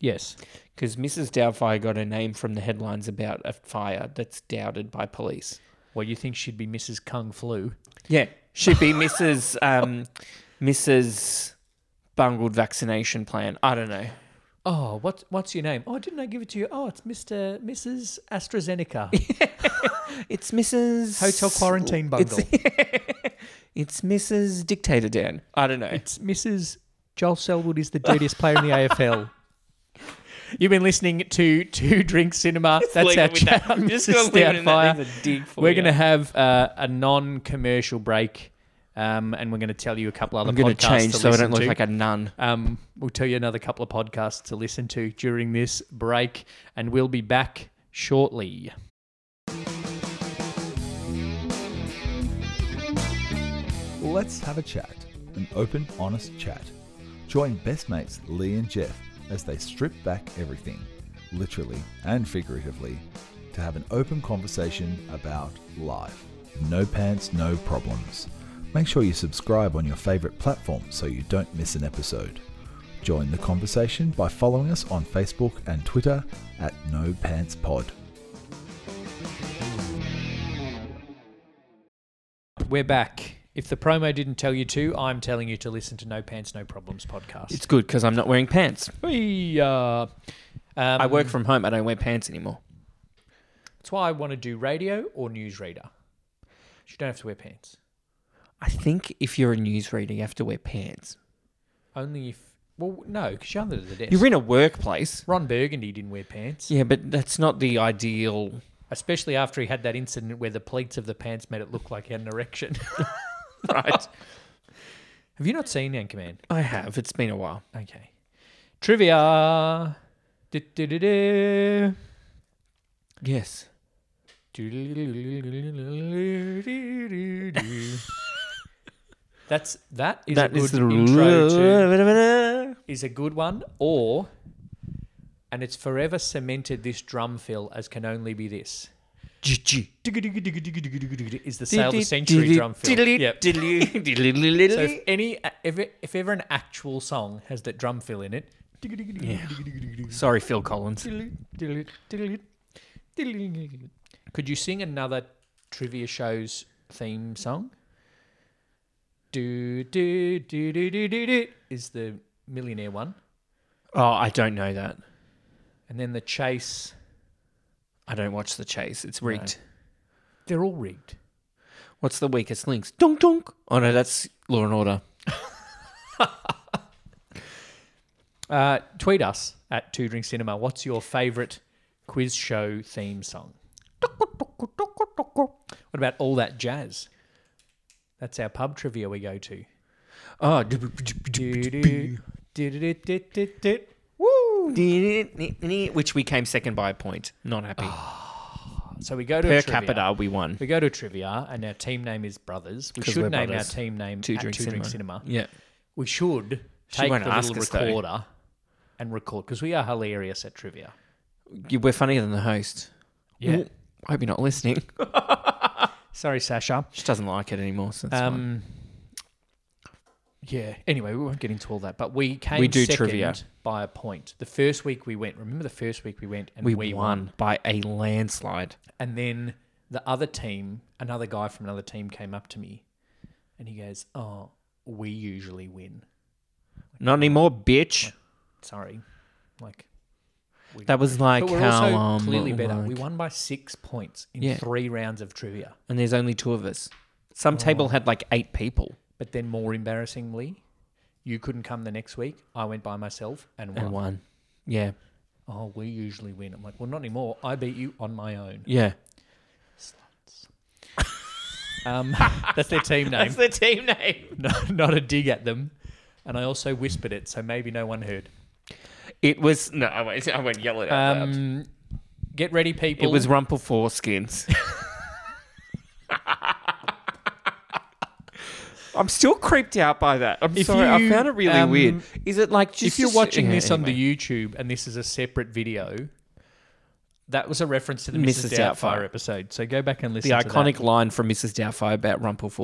[SPEAKER 1] Yes.
[SPEAKER 2] because Mrs. Doubtfire got her name from the headlines about a fire that's doubted by police.
[SPEAKER 1] Well, you think she'd be Mrs. Kung Flu?
[SPEAKER 2] Yeah, should be Mrs. Um, Mrs. Bungled vaccination plan. I don't know.
[SPEAKER 1] Oh, what's what's your name? Oh, didn't I give it to you? Oh, it's Mr. Mrs. AstraZeneca
[SPEAKER 2] It's Mrs.
[SPEAKER 1] Hotel Quarantine Bundle. It's,
[SPEAKER 2] It's Mrs. Dictator Dan. I don't know.
[SPEAKER 1] Mrs. Joel Selwood is the dirtiest player in the AFL. You've been listening to Two Drink Cinema. That's our chat. on Mrs. Doubtfire. We're going to have uh, a non-commercial break, um, and we're going to tell you a couple other
[SPEAKER 2] I'm
[SPEAKER 1] podcasts
[SPEAKER 2] going to change
[SPEAKER 1] to
[SPEAKER 2] so I
[SPEAKER 1] listen
[SPEAKER 2] don't look
[SPEAKER 1] to.
[SPEAKER 2] like a nun.
[SPEAKER 1] Um, we'll tell you another couple of podcasts to listen to during this break, and we'll be back shortly.
[SPEAKER 4] Let's have a chat, an open, honest chat. Join best mates Lee and Jeff as they strip back everything, literally and figuratively, to have an open conversation about life. No pants, no problems. Make sure you subscribe on your favourite platform so you don't miss an episode. Join the conversation by following us on Facebook and Twitter at No Pants Pod.
[SPEAKER 1] We're back. If the promo didn't tell you to, I'm telling you to listen to No Pants, No Problems podcast.
[SPEAKER 2] It's good because I'm not wearing pants.
[SPEAKER 1] we, uh, um,
[SPEAKER 2] I work from home. I don't wear pants anymore.
[SPEAKER 1] That's why I want to do radio or newsreader. You don't have to wear pants.
[SPEAKER 2] I think if you're a newsreader, you have to wear pants.
[SPEAKER 1] Only if, well, no, because you're under the desk.
[SPEAKER 2] You're in a workplace.
[SPEAKER 1] Ron Burgundy didn't wear pants,
[SPEAKER 2] Yeah, but that's not the ideal.
[SPEAKER 1] especially after he had that incident where the pleats of the pants made it look like he had an erection.
[SPEAKER 2] Right.
[SPEAKER 1] have you not seen Anchorman?
[SPEAKER 2] I have. It's been a while.
[SPEAKER 1] Okay. Trivia. Du-du-du-du.
[SPEAKER 2] Yes.
[SPEAKER 1] That's that is
[SPEAKER 2] That
[SPEAKER 1] a good
[SPEAKER 2] is the
[SPEAKER 1] intro to
[SPEAKER 2] intro
[SPEAKER 1] is a good one or and it's forever cemented this drum fill as can only be this.
[SPEAKER 2] to.
[SPEAKER 1] Is the sale of the century drum fill. Yep. So if any if, if ever an actual song has that drum fill in it.
[SPEAKER 2] Sorry, Phil Collins.
[SPEAKER 1] Could you sing another trivia show's theme song? Do do do do do do do is the millionaire one,
[SPEAKER 2] Oh, I don't know that.
[SPEAKER 1] and then the chase.
[SPEAKER 2] I don't watch The Chase. It's rigged.
[SPEAKER 1] They're all rigged.
[SPEAKER 2] What's the weakest links? Dunk dunk. Oh no, that's Law and Order.
[SPEAKER 1] Uh, tweet us at Two Drink Cinema. What's your favourite quiz show theme song? What about all that jazz? That's our pub trivia we go to.
[SPEAKER 2] Oh,
[SPEAKER 1] Do-do, do-do-do-do-do-do. Woo!
[SPEAKER 2] which we came second by a point. Not happy.
[SPEAKER 1] So we go to a
[SPEAKER 2] per
[SPEAKER 1] trivia.
[SPEAKER 2] capita, we won.
[SPEAKER 1] We go to trivia, and our team name is Brothers. We
[SPEAKER 2] 'Cause
[SPEAKER 1] should
[SPEAKER 2] we're
[SPEAKER 1] name
[SPEAKER 2] brothers.
[SPEAKER 1] our team name
[SPEAKER 2] Two
[SPEAKER 1] at
[SPEAKER 2] Drink
[SPEAKER 1] Two Drink
[SPEAKER 2] Cinema.
[SPEAKER 1] Cinema.
[SPEAKER 2] Yeah.
[SPEAKER 1] We should take
[SPEAKER 2] won't
[SPEAKER 1] the
[SPEAKER 2] ask
[SPEAKER 1] little
[SPEAKER 2] us, though.
[SPEAKER 1] recorder and record because we are hilarious at trivia.
[SPEAKER 2] You- We're funnier than the host.
[SPEAKER 1] Yeah.
[SPEAKER 2] Ooh, I hope you're not listening.
[SPEAKER 1] Sorry, Sasha.
[SPEAKER 2] She doesn't like it anymore. So that's fine.
[SPEAKER 1] Um, yeah. Anyway, we won't get into all that, but we came
[SPEAKER 2] We do
[SPEAKER 1] second
[SPEAKER 2] trivia.
[SPEAKER 1] by a point. The first week we went. Remember the first week we went and
[SPEAKER 2] we,
[SPEAKER 1] we,
[SPEAKER 2] won, by a landslide.
[SPEAKER 1] And then the other team, another guy from another team, came up to me, and he goes, "Oh, we usually win."
[SPEAKER 2] Not anymore, bitch.
[SPEAKER 1] Sorry, like
[SPEAKER 2] That was like
[SPEAKER 1] But we're
[SPEAKER 2] how
[SPEAKER 1] also
[SPEAKER 2] um,
[SPEAKER 1] clearly better.
[SPEAKER 2] like-
[SPEAKER 1] We won by six points in
[SPEAKER 2] Yeah.
[SPEAKER 1] three rounds of trivia.
[SPEAKER 2] and there's only two of us. Some table had like eight people
[SPEAKER 1] But then, more embarrassingly, you couldn't come the next week. I went by myself and won.
[SPEAKER 2] and one. Yeah,
[SPEAKER 1] Oh, we usually win. I'm like, well, not anymore. I beat you on my own.
[SPEAKER 2] yeah.
[SPEAKER 1] Um, that's their team name.
[SPEAKER 2] the team name.
[SPEAKER 1] No, not a dig at them. And I also whispered it, so maybe no one heard.
[SPEAKER 2] It was no, I won't, I won't yell it out loud.
[SPEAKER 1] Um, get ready, people.
[SPEAKER 2] It was Rumple Foreskins. I'm still creeped out by that. I'm
[SPEAKER 1] If
[SPEAKER 2] sorry, I
[SPEAKER 1] you,
[SPEAKER 2] found it really
[SPEAKER 1] um,
[SPEAKER 2] weird. Is it like just
[SPEAKER 1] if you're watching this on
[SPEAKER 2] the
[SPEAKER 1] the YouTube and this is a separate video, that was a reference to the Mrs.
[SPEAKER 2] Mrs.
[SPEAKER 1] Doubtfire,
[SPEAKER 2] Doubtfire.
[SPEAKER 1] episode. So go back and listen.
[SPEAKER 2] the
[SPEAKER 1] to
[SPEAKER 2] iconic
[SPEAKER 1] That.
[SPEAKER 2] line from Mrs. Doubtfire about Rumple
[SPEAKER 1] Yeah,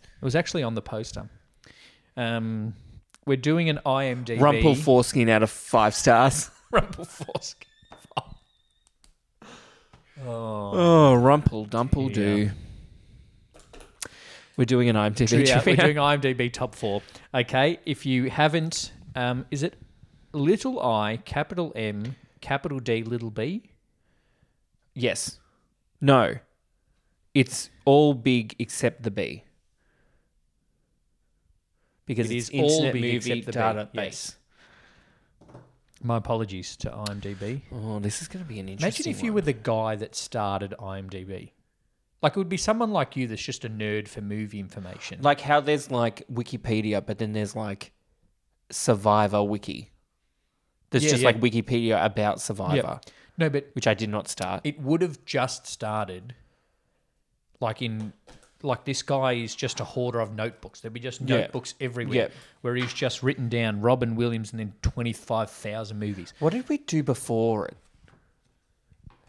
[SPEAKER 1] it was actually on the poster. Um, we're doing an IMDb.
[SPEAKER 2] Rumple Foreskin out of five stars.
[SPEAKER 1] Rumple Forsk. Oh,
[SPEAKER 2] Oh, Rumple Dumple
[SPEAKER 1] Dear.
[SPEAKER 2] Do. We're doing an IMDb
[SPEAKER 1] trivia. We're
[SPEAKER 2] trivia.
[SPEAKER 1] doing IMDb top four. Okay, if you haven't, um, is it little I, capital M, capital D, little B?
[SPEAKER 2] Yes. No. It's all big except the B. Because
[SPEAKER 1] It
[SPEAKER 2] it's
[SPEAKER 1] is all
[SPEAKER 2] internet
[SPEAKER 1] big
[SPEAKER 2] movie
[SPEAKER 1] except the B,
[SPEAKER 2] database.
[SPEAKER 1] yes. My apologies to IMDb.
[SPEAKER 2] Oh, this is going to be an interesting.
[SPEAKER 1] Imagine if you were the guy that started IMDb. Like it would be someone like you that's just a nerd for movie information.
[SPEAKER 2] like how there's like Wikipedia, but then there's like Survivor Wiki. There's
[SPEAKER 1] Yeah,
[SPEAKER 2] just
[SPEAKER 1] yeah.
[SPEAKER 2] like Wikipedia about Survivor,
[SPEAKER 1] no, but
[SPEAKER 2] which I did not start.
[SPEAKER 1] it would have just started. Like in, like this guy is just a hoarder of notebooks. There'd be just
[SPEAKER 2] Yeah.
[SPEAKER 1] notebooks everywhere
[SPEAKER 2] Yeah.
[SPEAKER 1] where he's just written down Robin Williams and then twenty five thousand movies.
[SPEAKER 2] What did we do before it?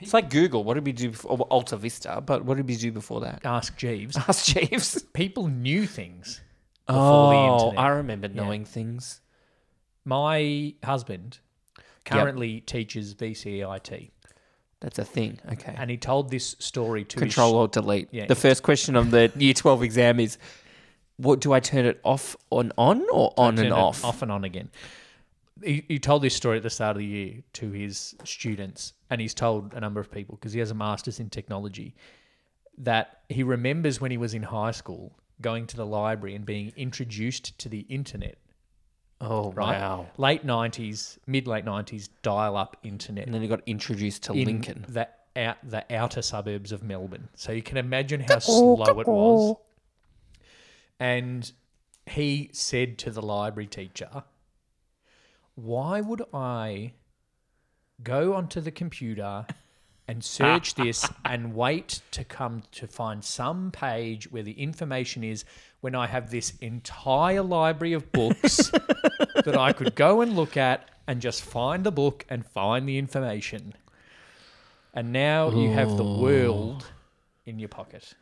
[SPEAKER 2] It's like Google. What did we do before or Alta Vista? But what did we do before that?
[SPEAKER 1] Ask Jeeves.
[SPEAKER 2] Ask Jeeves.
[SPEAKER 1] People knew things before the
[SPEAKER 2] Oh,
[SPEAKER 1] internet.
[SPEAKER 2] I remember knowing things.
[SPEAKER 1] My husband currently teaches VCEIT.
[SPEAKER 2] That's a thing. Okay.
[SPEAKER 1] E and he told this story to his-
[SPEAKER 2] Control or delete.
[SPEAKER 1] Yeah.
[SPEAKER 2] The first question on the year 12 exam is what do I turn it off on on or on
[SPEAKER 1] turn
[SPEAKER 2] and
[SPEAKER 1] it
[SPEAKER 2] off?
[SPEAKER 1] off and on again. He, he told this story at the start of the year to his students, and he's told a number of people because he has a master's in technology. That he remembers when he was in high school going to the library and being introduced to the internet.
[SPEAKER 2] Oh,
[SPEAKER 1] Right, late nineties, mid late nineties, dial up internet
[SPEAKER 2] And then he got introduced to
[SPEAKER 1] in
[SPEAKER 2] Lincoln.
[SPEAKER 1] the out the outer suburbs of Melbourne. So you can imagine how slow it was. And he said to the library teacher, "Why would I go onto the computer and search this and wait to come to find some page where the information is when I have this entire library of books that I could go and look at and just find the book and find the information?" And now you have the
[SPEAKER 2] Oh.
[SPEAKER 1] world in your pocket.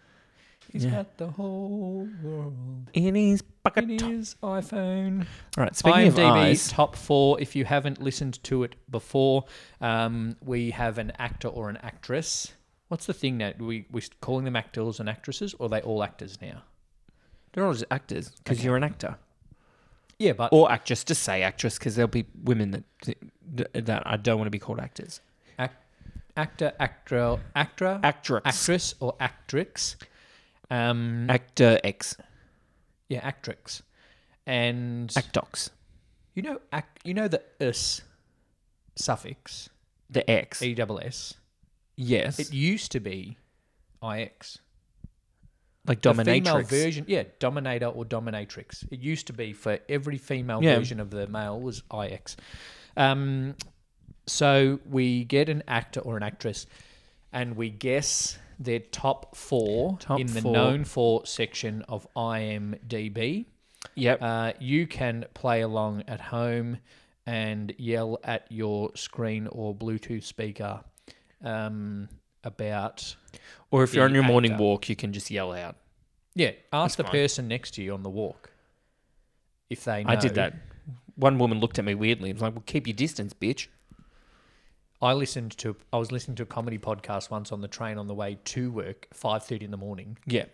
[SPEAKER 1] He's got the whole world
[SPEAKER 2] In his bucket.
[SPEAKER 1] in his iPhone.
[SPEAKER 2] All right. Speaking of
[SPEAKER 1] IMDb
[SPEAKER 2] eyes,
[SPEAKER 1] top four. If you haven't listened to it before, um, we have an actor or an actress. What's the thing now? We we calling them actors and actresses, or are they all actors now?
[SPEAKER 2] they're all just actors because you're an actor.
[SPEAKER 1] Yeah, but
[SPEAKER 2] Or actress. Just say actress because there'll be women that, that I don't want to be called actors.
[SPEAKER 1] ac- actor, actor, actor,
[SPEAKER 2] Actress.
[SPEAKER 1] actress or actrix. Um,
[SPEAKER 2] Actor X.
[SPEAKER 1] yeah, actrix, and
[SPEAKER 2] Actox.
[SPEAKER 1] you know, ac- you know the s suffix
[SPEAKER 2] The X.
[SPEAKER 1] e double s.
[SPEAKER 2] yes.
[SPEAKER 1] It used to be ix.
[SPEAKER 2] like
[SPEAKER 1] the female
[SPEAKER 2] dominatrix.
[SPEAKER 1] version, yeah, dominator or dominatrix. It used to be for every female
[SPEAKER 2] Yeah.
[SPEAKER 1] version of the male was IX. Um, so we get an actor or an actress, and we guess their top four
[SPEAKER 2] Top
[SPEAKER 1] in the
[SPEAKER 2] four.
[SPEAKER 1] known for section of IMDb.
[SPEAKER 2] Yep.
[SPEAKER 1] Uh, you can play along at home and yell at your screen or Bluetooth speaker um, about
[SPEAKER 2] or if you're on
[SPEAKER 1] the
[SPEAKER 2] your morning
[SPEAKER 1] actor.
[SPEAKER 2] walk, you can just yell out.
[SPEAKER 1] Yeah, ask the person next to you on the walk if they know.
[SPEAKER 2] I did that. One woman looked at me weirdly and was like, "Well, keep your distance, bitch."
[SPEAKER 1] I listened to I was listening to a comedy podcast once on the train on the way to work, 5:30 in the morning,
[SPEAKER 2] Yeah,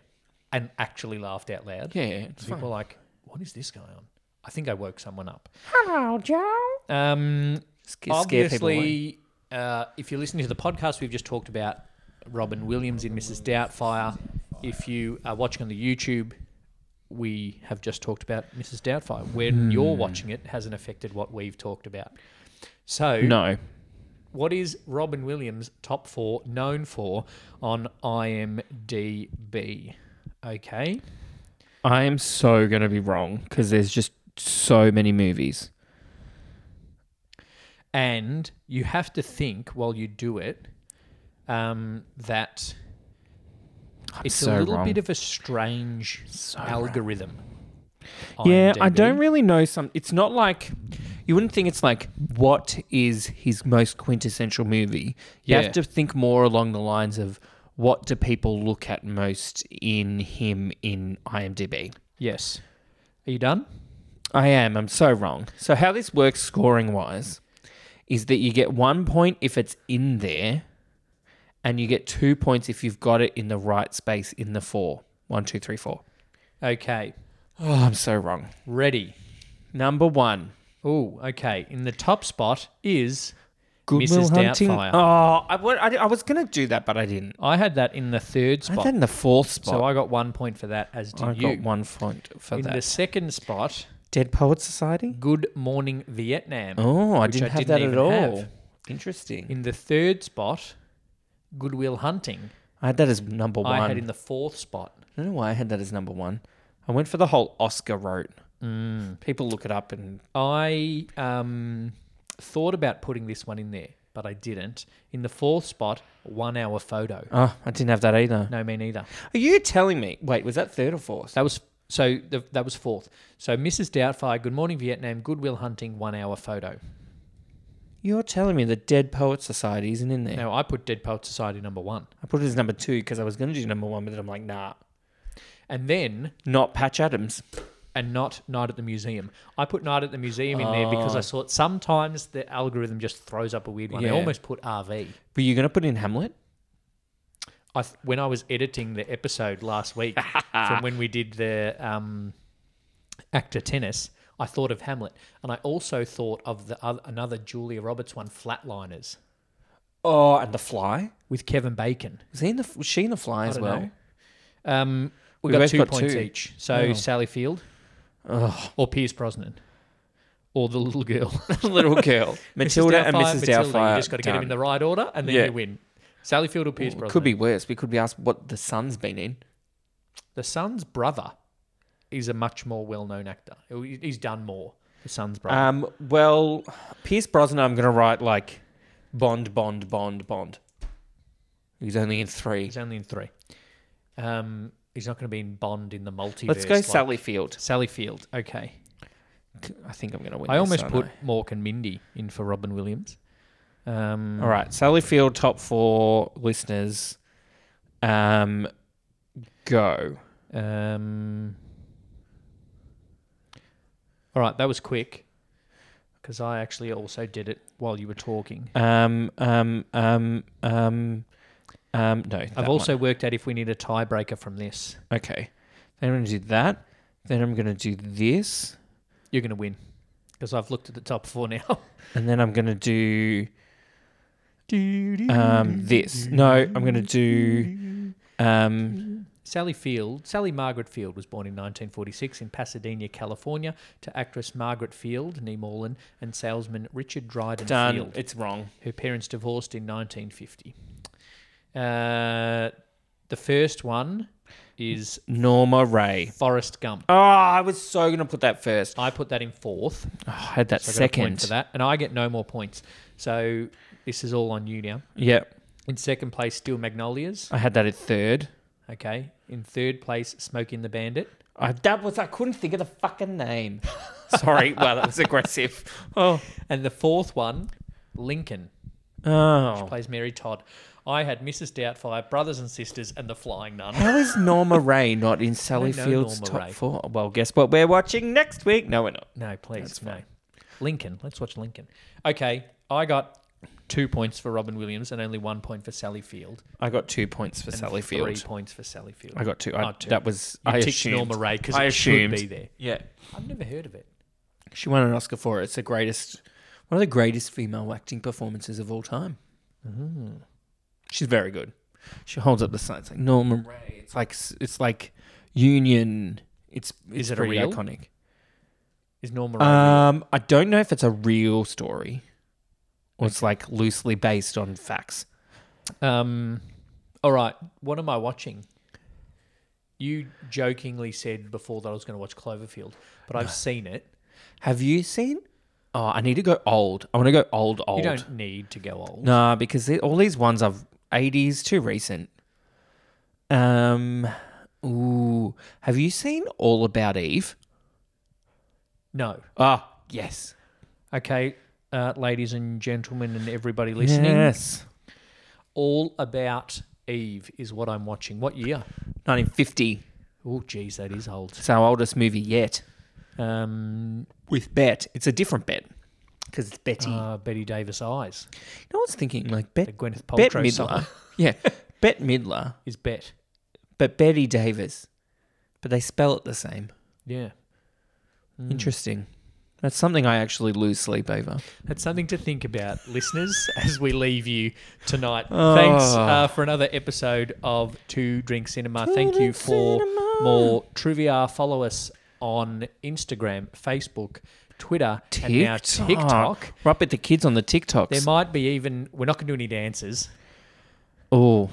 [SPEAKER 1] and actually laughed out loud.
[SPEAKER 2] yeah. It's
[SPEAKER 1] People
[SPEAKER 2] fine.
[SPEAKER 1] were like, "What is this guy on?" I think I woke someone up.
[SPEAKER 3] Hello, Joe.
[SPEAKER 1] Um
[SPEAKER 2] Just scare people away.
[SPEAKER 1] obviously uh, if you're listening to the podcast we've just talked about Robin Williams in Mrs. Doubtfire. If you are watching on the YouTube, we have just talked about Mrs. Doubtfire. When you're watching it, it hasn't affected what we've talked about. So,
[SPEAKER 2] no.
[SPEAKER 1] what is Robin Williams top four known for on IMDb? Okay.
[SPEAKER 2] I am so gonna be wrong because there's just so many movies.
[SPEAKER 1] and you have to think while you do it um, that it's
[SPEAKER 2] so
[SPEAKER 1] a little
[SPEAKER 2] wrong.
[SPEAKER 1] bit of a strange algorithm.
[SPEAKER 2] Yeah, I
[SPEAKER 1] IMDb.
[SPEAKER 2] don't really know. Some. It's not like you wouldn't think it's like what is his most quintessential movie. You
[SPEAKER 1] Yeah.
[SPEAKER 2] have to think more along the lines of what do people look at most in him in IMDb.
[SPEAKER 1] Yes. Are you done?
[SPEAKER 2] I am. I'm so wrong. So how this works scoring wise is that you get one point if it's in there, and you get two points if you've got it in the right space in the four. One, two, three, four.
[SPEAKER 1] Okay.
[SPEAKER 2] Oh, I'm so wrong.
[SPEAKER 1] Ready.
[SPEAKER 2] Number one,
[SPEAKER 1] Oh, okay. In the top spot is
[SPEAKER 2] Goodwill
[SPEAKER 1] Mrs.
[SPEAKER 2] Hunting.
[SPEAKER 1] Doubtfire.
[SPEAKER 2] Oh, I, wa- I, di- I was gonna do that, but I didn't.
[SPEAKER 1] I had that in the third
[SPEAKER 2] I had
[SPEAKER 1] spot.
[SPEAKER 2] that in the fourth
[SPEAKER 1] so
[SPEAKER 2] spot.
[SPEAKER 1] I got one point for that, as did
[SPEAKER 2] I,
[SPEAKER 1] you.
[SPEAKER 2] got one point for
[SPEAKER 1] in
[SPEAKER 2] that.
[SPEAKER 1] the second spot,
[SPEAKER 2] Dead Poets Society.
[SPEAKER 1] Good Morning Vietnam.
[SPEAKER 2] Oh, I
[SPEAKER 1] which
[SPEAKER 2] didn't
[SPEAKER 1] I
[SPEAKER 2] have
[SPEAKER 1] didn't
[SPEAKER 2] that at
[SPEAKER 1] even
[SPEAKER 2] all.
[SPEAKER 1] have.
[SPEAKER 2] Interesting.
[SPEAKER 1] In the third spot, Goodwill Hunting.
[SPEAKER 2] I had that as number one.
[SPEAKER 1] I had in the fourth spot.
[SPEAKER 2] I don't know why I had that as number one. I went for the whole Oscar route. People look it up and
[SPEAKER 1] I um, thought about putting this one in there, but I didn't. In the fourth spot, one hour photo.
[SPEAKER 2] oh, I didn't have that either.
[SPEAKER 1] No, me neither.
[SPEAKER 2] Are you telling me? Wait, was that third or fourth?
[SPEAKER 1] That was so. The, that was fourth. So Mrs. Doubtfire, Good Morning Vietnam, Goodwill Hunting, one hour photo.
[SPEAKER 2] You're telling me the Dead Poet Society isn't in there?
[SPEAKER 1] Now I put Dead Poet Society number one,
[SPEAKER 2] I put it as number two because I was going to do number one, but then I'm like, nah,
[SPEAKER 1] and then
[SPEAKER 2] not Patch Adams.
[SPEAKER 1] and not Night at the Museum. I put Night at the Museum in there because I saw it. Sometimes the algorithm just throws up a weird one.
[SPEAKER 2] Yeah.
[SPEAKER 1] I almost put RV.
[SPEAKER 2] Were you going to put in Hamlet?
[SPEAKER 1] I th- when I was editing the episode last week from when we did the um, actor tennis, I thought of Hamlet, and I also thought of the other, another Julia Roberts one, Flatliners,
[SPEAKER 2] Oh, and The Fly?
[SPEAKER 1] with Kevin Bacon.
[SPEAKER 2] Was, he in the, was she in The Fly as
[SPEAKER 1] don't
[SPEAKER 2] well?
[SPEAKER 1] know. Um, we,
[SPEAKER 2] We
[SPEAKER 1] got
[SPEAKER 2] both
[SPEAKER 1] two
[SPEAKER 2] got
[SPEAKER 1] points
[SPEAKER 2] two.
[SPEAKER 1] each. So Sally Field,
[SPEAKER 2] Oh,
[SPEAKER 1] or Pierce Brosnan, or the little girl,
[SPEAKER 2] Little girl. Matilda and Mrs.
[SPEAKER 1] Matilda,
[SPEAKER 2] Doubtfire.
[SPEAKER 1] You just got to get them in the right order, and then
[SPEAKER 2] Yeah.
[SPEAKER 1] you win. Sally Field or Pierce
[SPEAKER 2] done.
[SPEAKER 1] Brosnan.
[SPEAKER 2] Could be worse. We could be asked what the son's been in.
[SPEAKER 1] The son's brother is a much more well-known actor. He- He's done more. The son's brother.
[SPEAKER 2] Um, well, Pierce Brosnan, I'm going to write like Bond, Bond, Bond, Bond. He's only in three.
[SPEAKER 1] he's only in three. Um, he's not going to be in Bond in the multiverse.
[SPEAKER 2] Let's go
[SPEAKER 1] like-
[SPEAKER 2] Sally Field.
[SPEAKER 1] Sally Field. Okay.
[SPEAKER 2] I think I'm going to win.
[SPEAKER 1] I
[SPEAKER 2] this,
[SPEAKER 1] almost
[SPEAKER 2] aren't
[SPEAKER 1] put
[SPEAKER 2] I?
[SPEAKER 1] Mork and Mindy in for Robin Williams. Um,
[SPEAKER 2] All right, Sally Field, top four listeners. Um, go.
[SPEAKER 1] Um, all right, that was quick because I actually also did it while you were talking.
[SPEAKER 2] Um, um, um, um, um, no.
[SPEAKER 1] I've
[SPEAKER 2] that
[SPEAKER 1] also worked out if we need a tiebreaker from this,
[SPEAKER 2] one. okay. Then I'm going to do that. Then I'm going to do this,
[SPEAKER 1] you're going to win because I've looked at the top four now.
[SPEAKER 2] and then I'm going to do um this. No, I'm going to do um.
[SPEAKER 1] Mm-hmm. Sally Field, Sally Margaret Field was born in 1946 in Pasadena, California, to actress Margaret Field, nee Morland, and salesman Richard Dryden
[SPEAKER 2] Done.
[SPEAKER 1] Field.
[SPEAKER 2] It's wrong.
[SPEAKER 1] Her parents divorced in 1950. Uh, the first one is
[SPEAKER 2] Norma Ray.
[SPEAKER 1] Forrest Gump.
[SPEAKER 2] Oh, I was so going to put that first.
[SPEAKER 1] I put that in fourth.
[SPEAKER 2] Oh, I had that
[SPEAKER 1] So I got a
[SPEAKER 2] second.
[SPEAKER 1] point for that, and I get no more points. So this is all on you now.
[SPEAKER 2] Yeah,
[SPEAKER 1] In second place, Steel Magnolias.
[SPEAKER 2] I had that at third.
[SPEAKER 1] Okay. In third place, Smoking the Bandit.
[SPEAKER 2] I, that was I couldn't think of the fucking name. Sorry. Wow, that was aggressive. Oh,
[SPEAKER 1] And the fourth one, Lincoln,
[SPEAKER 2] oh.
[SPEAKER 1] plays Mary Todd. I had Mrs. Doubtfire, Brothers and Sisters, and The Flying Nun.
[SPEAKER 2] How is Norma Ray not in Sally
[SPEAKER 1] know
[SPEAKER 2] Field's
[SPEAKER 1] Norma
[SPEAKER 2] top
[SPEAKER 1] Rae.
[SPEAKER 2] four? Well, guess what? We're watching next week. No, we're not.
[SPEAKER 1] No, please, no. Lincoln. Let's watch Lincoln. Okay. I got two points for Robin Williams and only one point for Sally Field.
[SPEAKER 2] I got two points for
[SPEAKER 1] and
[SPEAKER 2] Sally
[SPEAKER 1] Three
[SPEAKER 2] Field.
[SPEAKER 1] points for Sally Field.
[SPEAKER 2] I got two. I,
[SPEAKER 1] Oh, two.
[SPEAKER 2] That was
[SPEAKER 1] You
[SPEAKER 2] I
[SPEAKER 1] ticked
[SPEAKER 2] assumed.
[SPEAKER 1] Norma Ray because
[SPEAKER 2] I
[SPEAKER 1] it should
[SPEAKER 2] assumed.
[SPEAKER 1] be there.
[SPEAKER 2] Yeah,
[SPEAKER 1] I've never heard of it.
[SPEAKER 2] she won an Oscar for it. It's the greatest, one of the greatest female acting performances of all time.
[SPEAKER 1] Mm.
[SPEAKER 2] She's very good. She holds up the sign. It's like Norma Ray. It's like it's like Union. It's, it's
[SPEAKER 1] Is it a
[SPEAKER 2] pretty
[SPEAKER 1] real?
[SPEAKER 2] iconic.
[SPEAKER 1] Is Norma Ray?
[SPEAKER 2] Um, I don't know if it's a real story or it's like loosely based on facts.
[SPEAKER 1] Um, all right. What am I watching? You jokingly said before that I was going to watch Cloverfield, but I've seen it.
[SPEAKER 2] Have you seen? Oh, I need to go old. I want to go old, old.
[SPEAKER 1] You don't need to go old.
[SPEAKER 2] Nah, because the- all these ones I've 80s too recent. Um, ooh, have you seen All About Eve?
[SPEAKER 1] No.
[SPEAKER 2] Ah, yes,
[SPEAKER 1] Okay, uh, ladies and gentlemen, and everybody listening,
[SPEAKER 2] yes,
[SPEAKER 1] All About Eve is what I'm watching. What year?
[SPEAKER 2] 1950.
[SPEAKER 1] Oh, geez, that is old.
[SPEAKER 2] It's our oldest movie yet.
[SPEAKER 1] Um,
[SPEAKER 2] With Bet, it's a different Bet because it's Betty.
[SPEAKER 1] uh, Betty Davis Eyes.
[SPEAKER 2] you know, I was thinking like Bet
[SPEAKER 1] The Gwyneth
[SPEAKER 2] Bet
[SPEAKER 1] Paltrow song
[SPEAKER 2] Midler. yeah, Bet Midler,
[SPEAKER 1] is Bet.
[SPEAKER 2] but Betty Davis. But they spell it the same.
[SPEAKER 1] Yeah. Hmm.
[SPEAKER 2] Hmm. Interesting. That's something I actually lose sleep over.
[SPEAKER 1] That's something to think about, listeners, as we leave you tonight.
[SPEAKER 2] Ah.
[SPEAKER 1] Thanks uh, for another episode of Two Drink Cinema. Thank you
[SPEAKER 2] Drink
[SPEAKER 1] for
[SPEAKER 2] Cinema.
[SPEAKER 1] more trivia. Follow us on Instagram, Facebook, Twitter, and now TikTok.
[SPEAKER 2] We're up at the kids on the TikToks.
[SPEAKER 1] There might be even, we're not going to do any dances.
[SPEAKER 2] oh,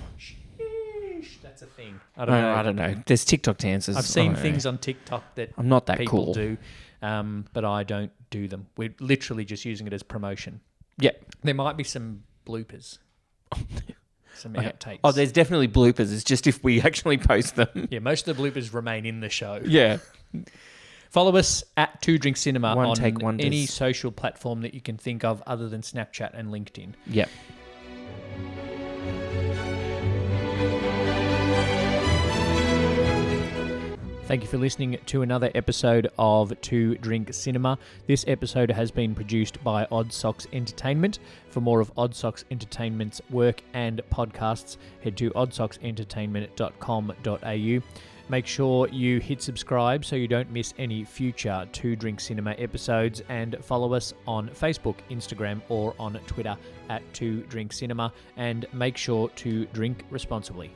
[SPEAKER 1] That's a thing. I don't
[SPEAKER 2] I,
[SPEAKER 1] know.
[SPEAKER 2] I don't know. There's TikTok dances.
[SPEAKER 1] I've seen
[SPEAKER 2] I don't
[SPEAKER 1] things
[SPEAKER 2] know.
[SPEAKER 1] on TikTok that
[SPEAKER 2] I'm not that
[SPEAKER 1] people
[SPEAKER 2] cool.
[SPEAKER 1] do, um, but I don't do them. We're literally just using it as promotion.
[SPEAKER 2] Yeah.
[SPEAKER 1] There might be some bloopers, some
[SPEAKER 2] Okay.
[SPEAKER 1] outtakes.
[SPEAKER 2] Oh, there's definitely bloopers. It's just if we actually post them.
[SPEAKER 1] Yeah, most of the bloopers remain in the show.
[SPEAKER 2] yeah.
[SPEAKER 1] Follow us at Two Drink Cinema
[SPEAKER 2] One
[SPEAKER 1] on
[SPEAKER 2] take wonders.
[SPEAKER 1] any social platform that you can think of other than Snapchat and LinkedIn.
[SPEAKER 2] Yeah.
[SPEAKER 1] Thank you for listening to another episode of To Drink Cinema. This episode has been produced by Odd Socks Entertainment. For more of Odd Socks Entertainment's work and podcasts, head to oddsocksentertainment.com.au. Make sure you hit subscribe so you don't miss any future To Drink Cinema episodes and follow us on Facebook, Instagram, or on Twitter at To Drink Cinema. And make sure to drink responsibly.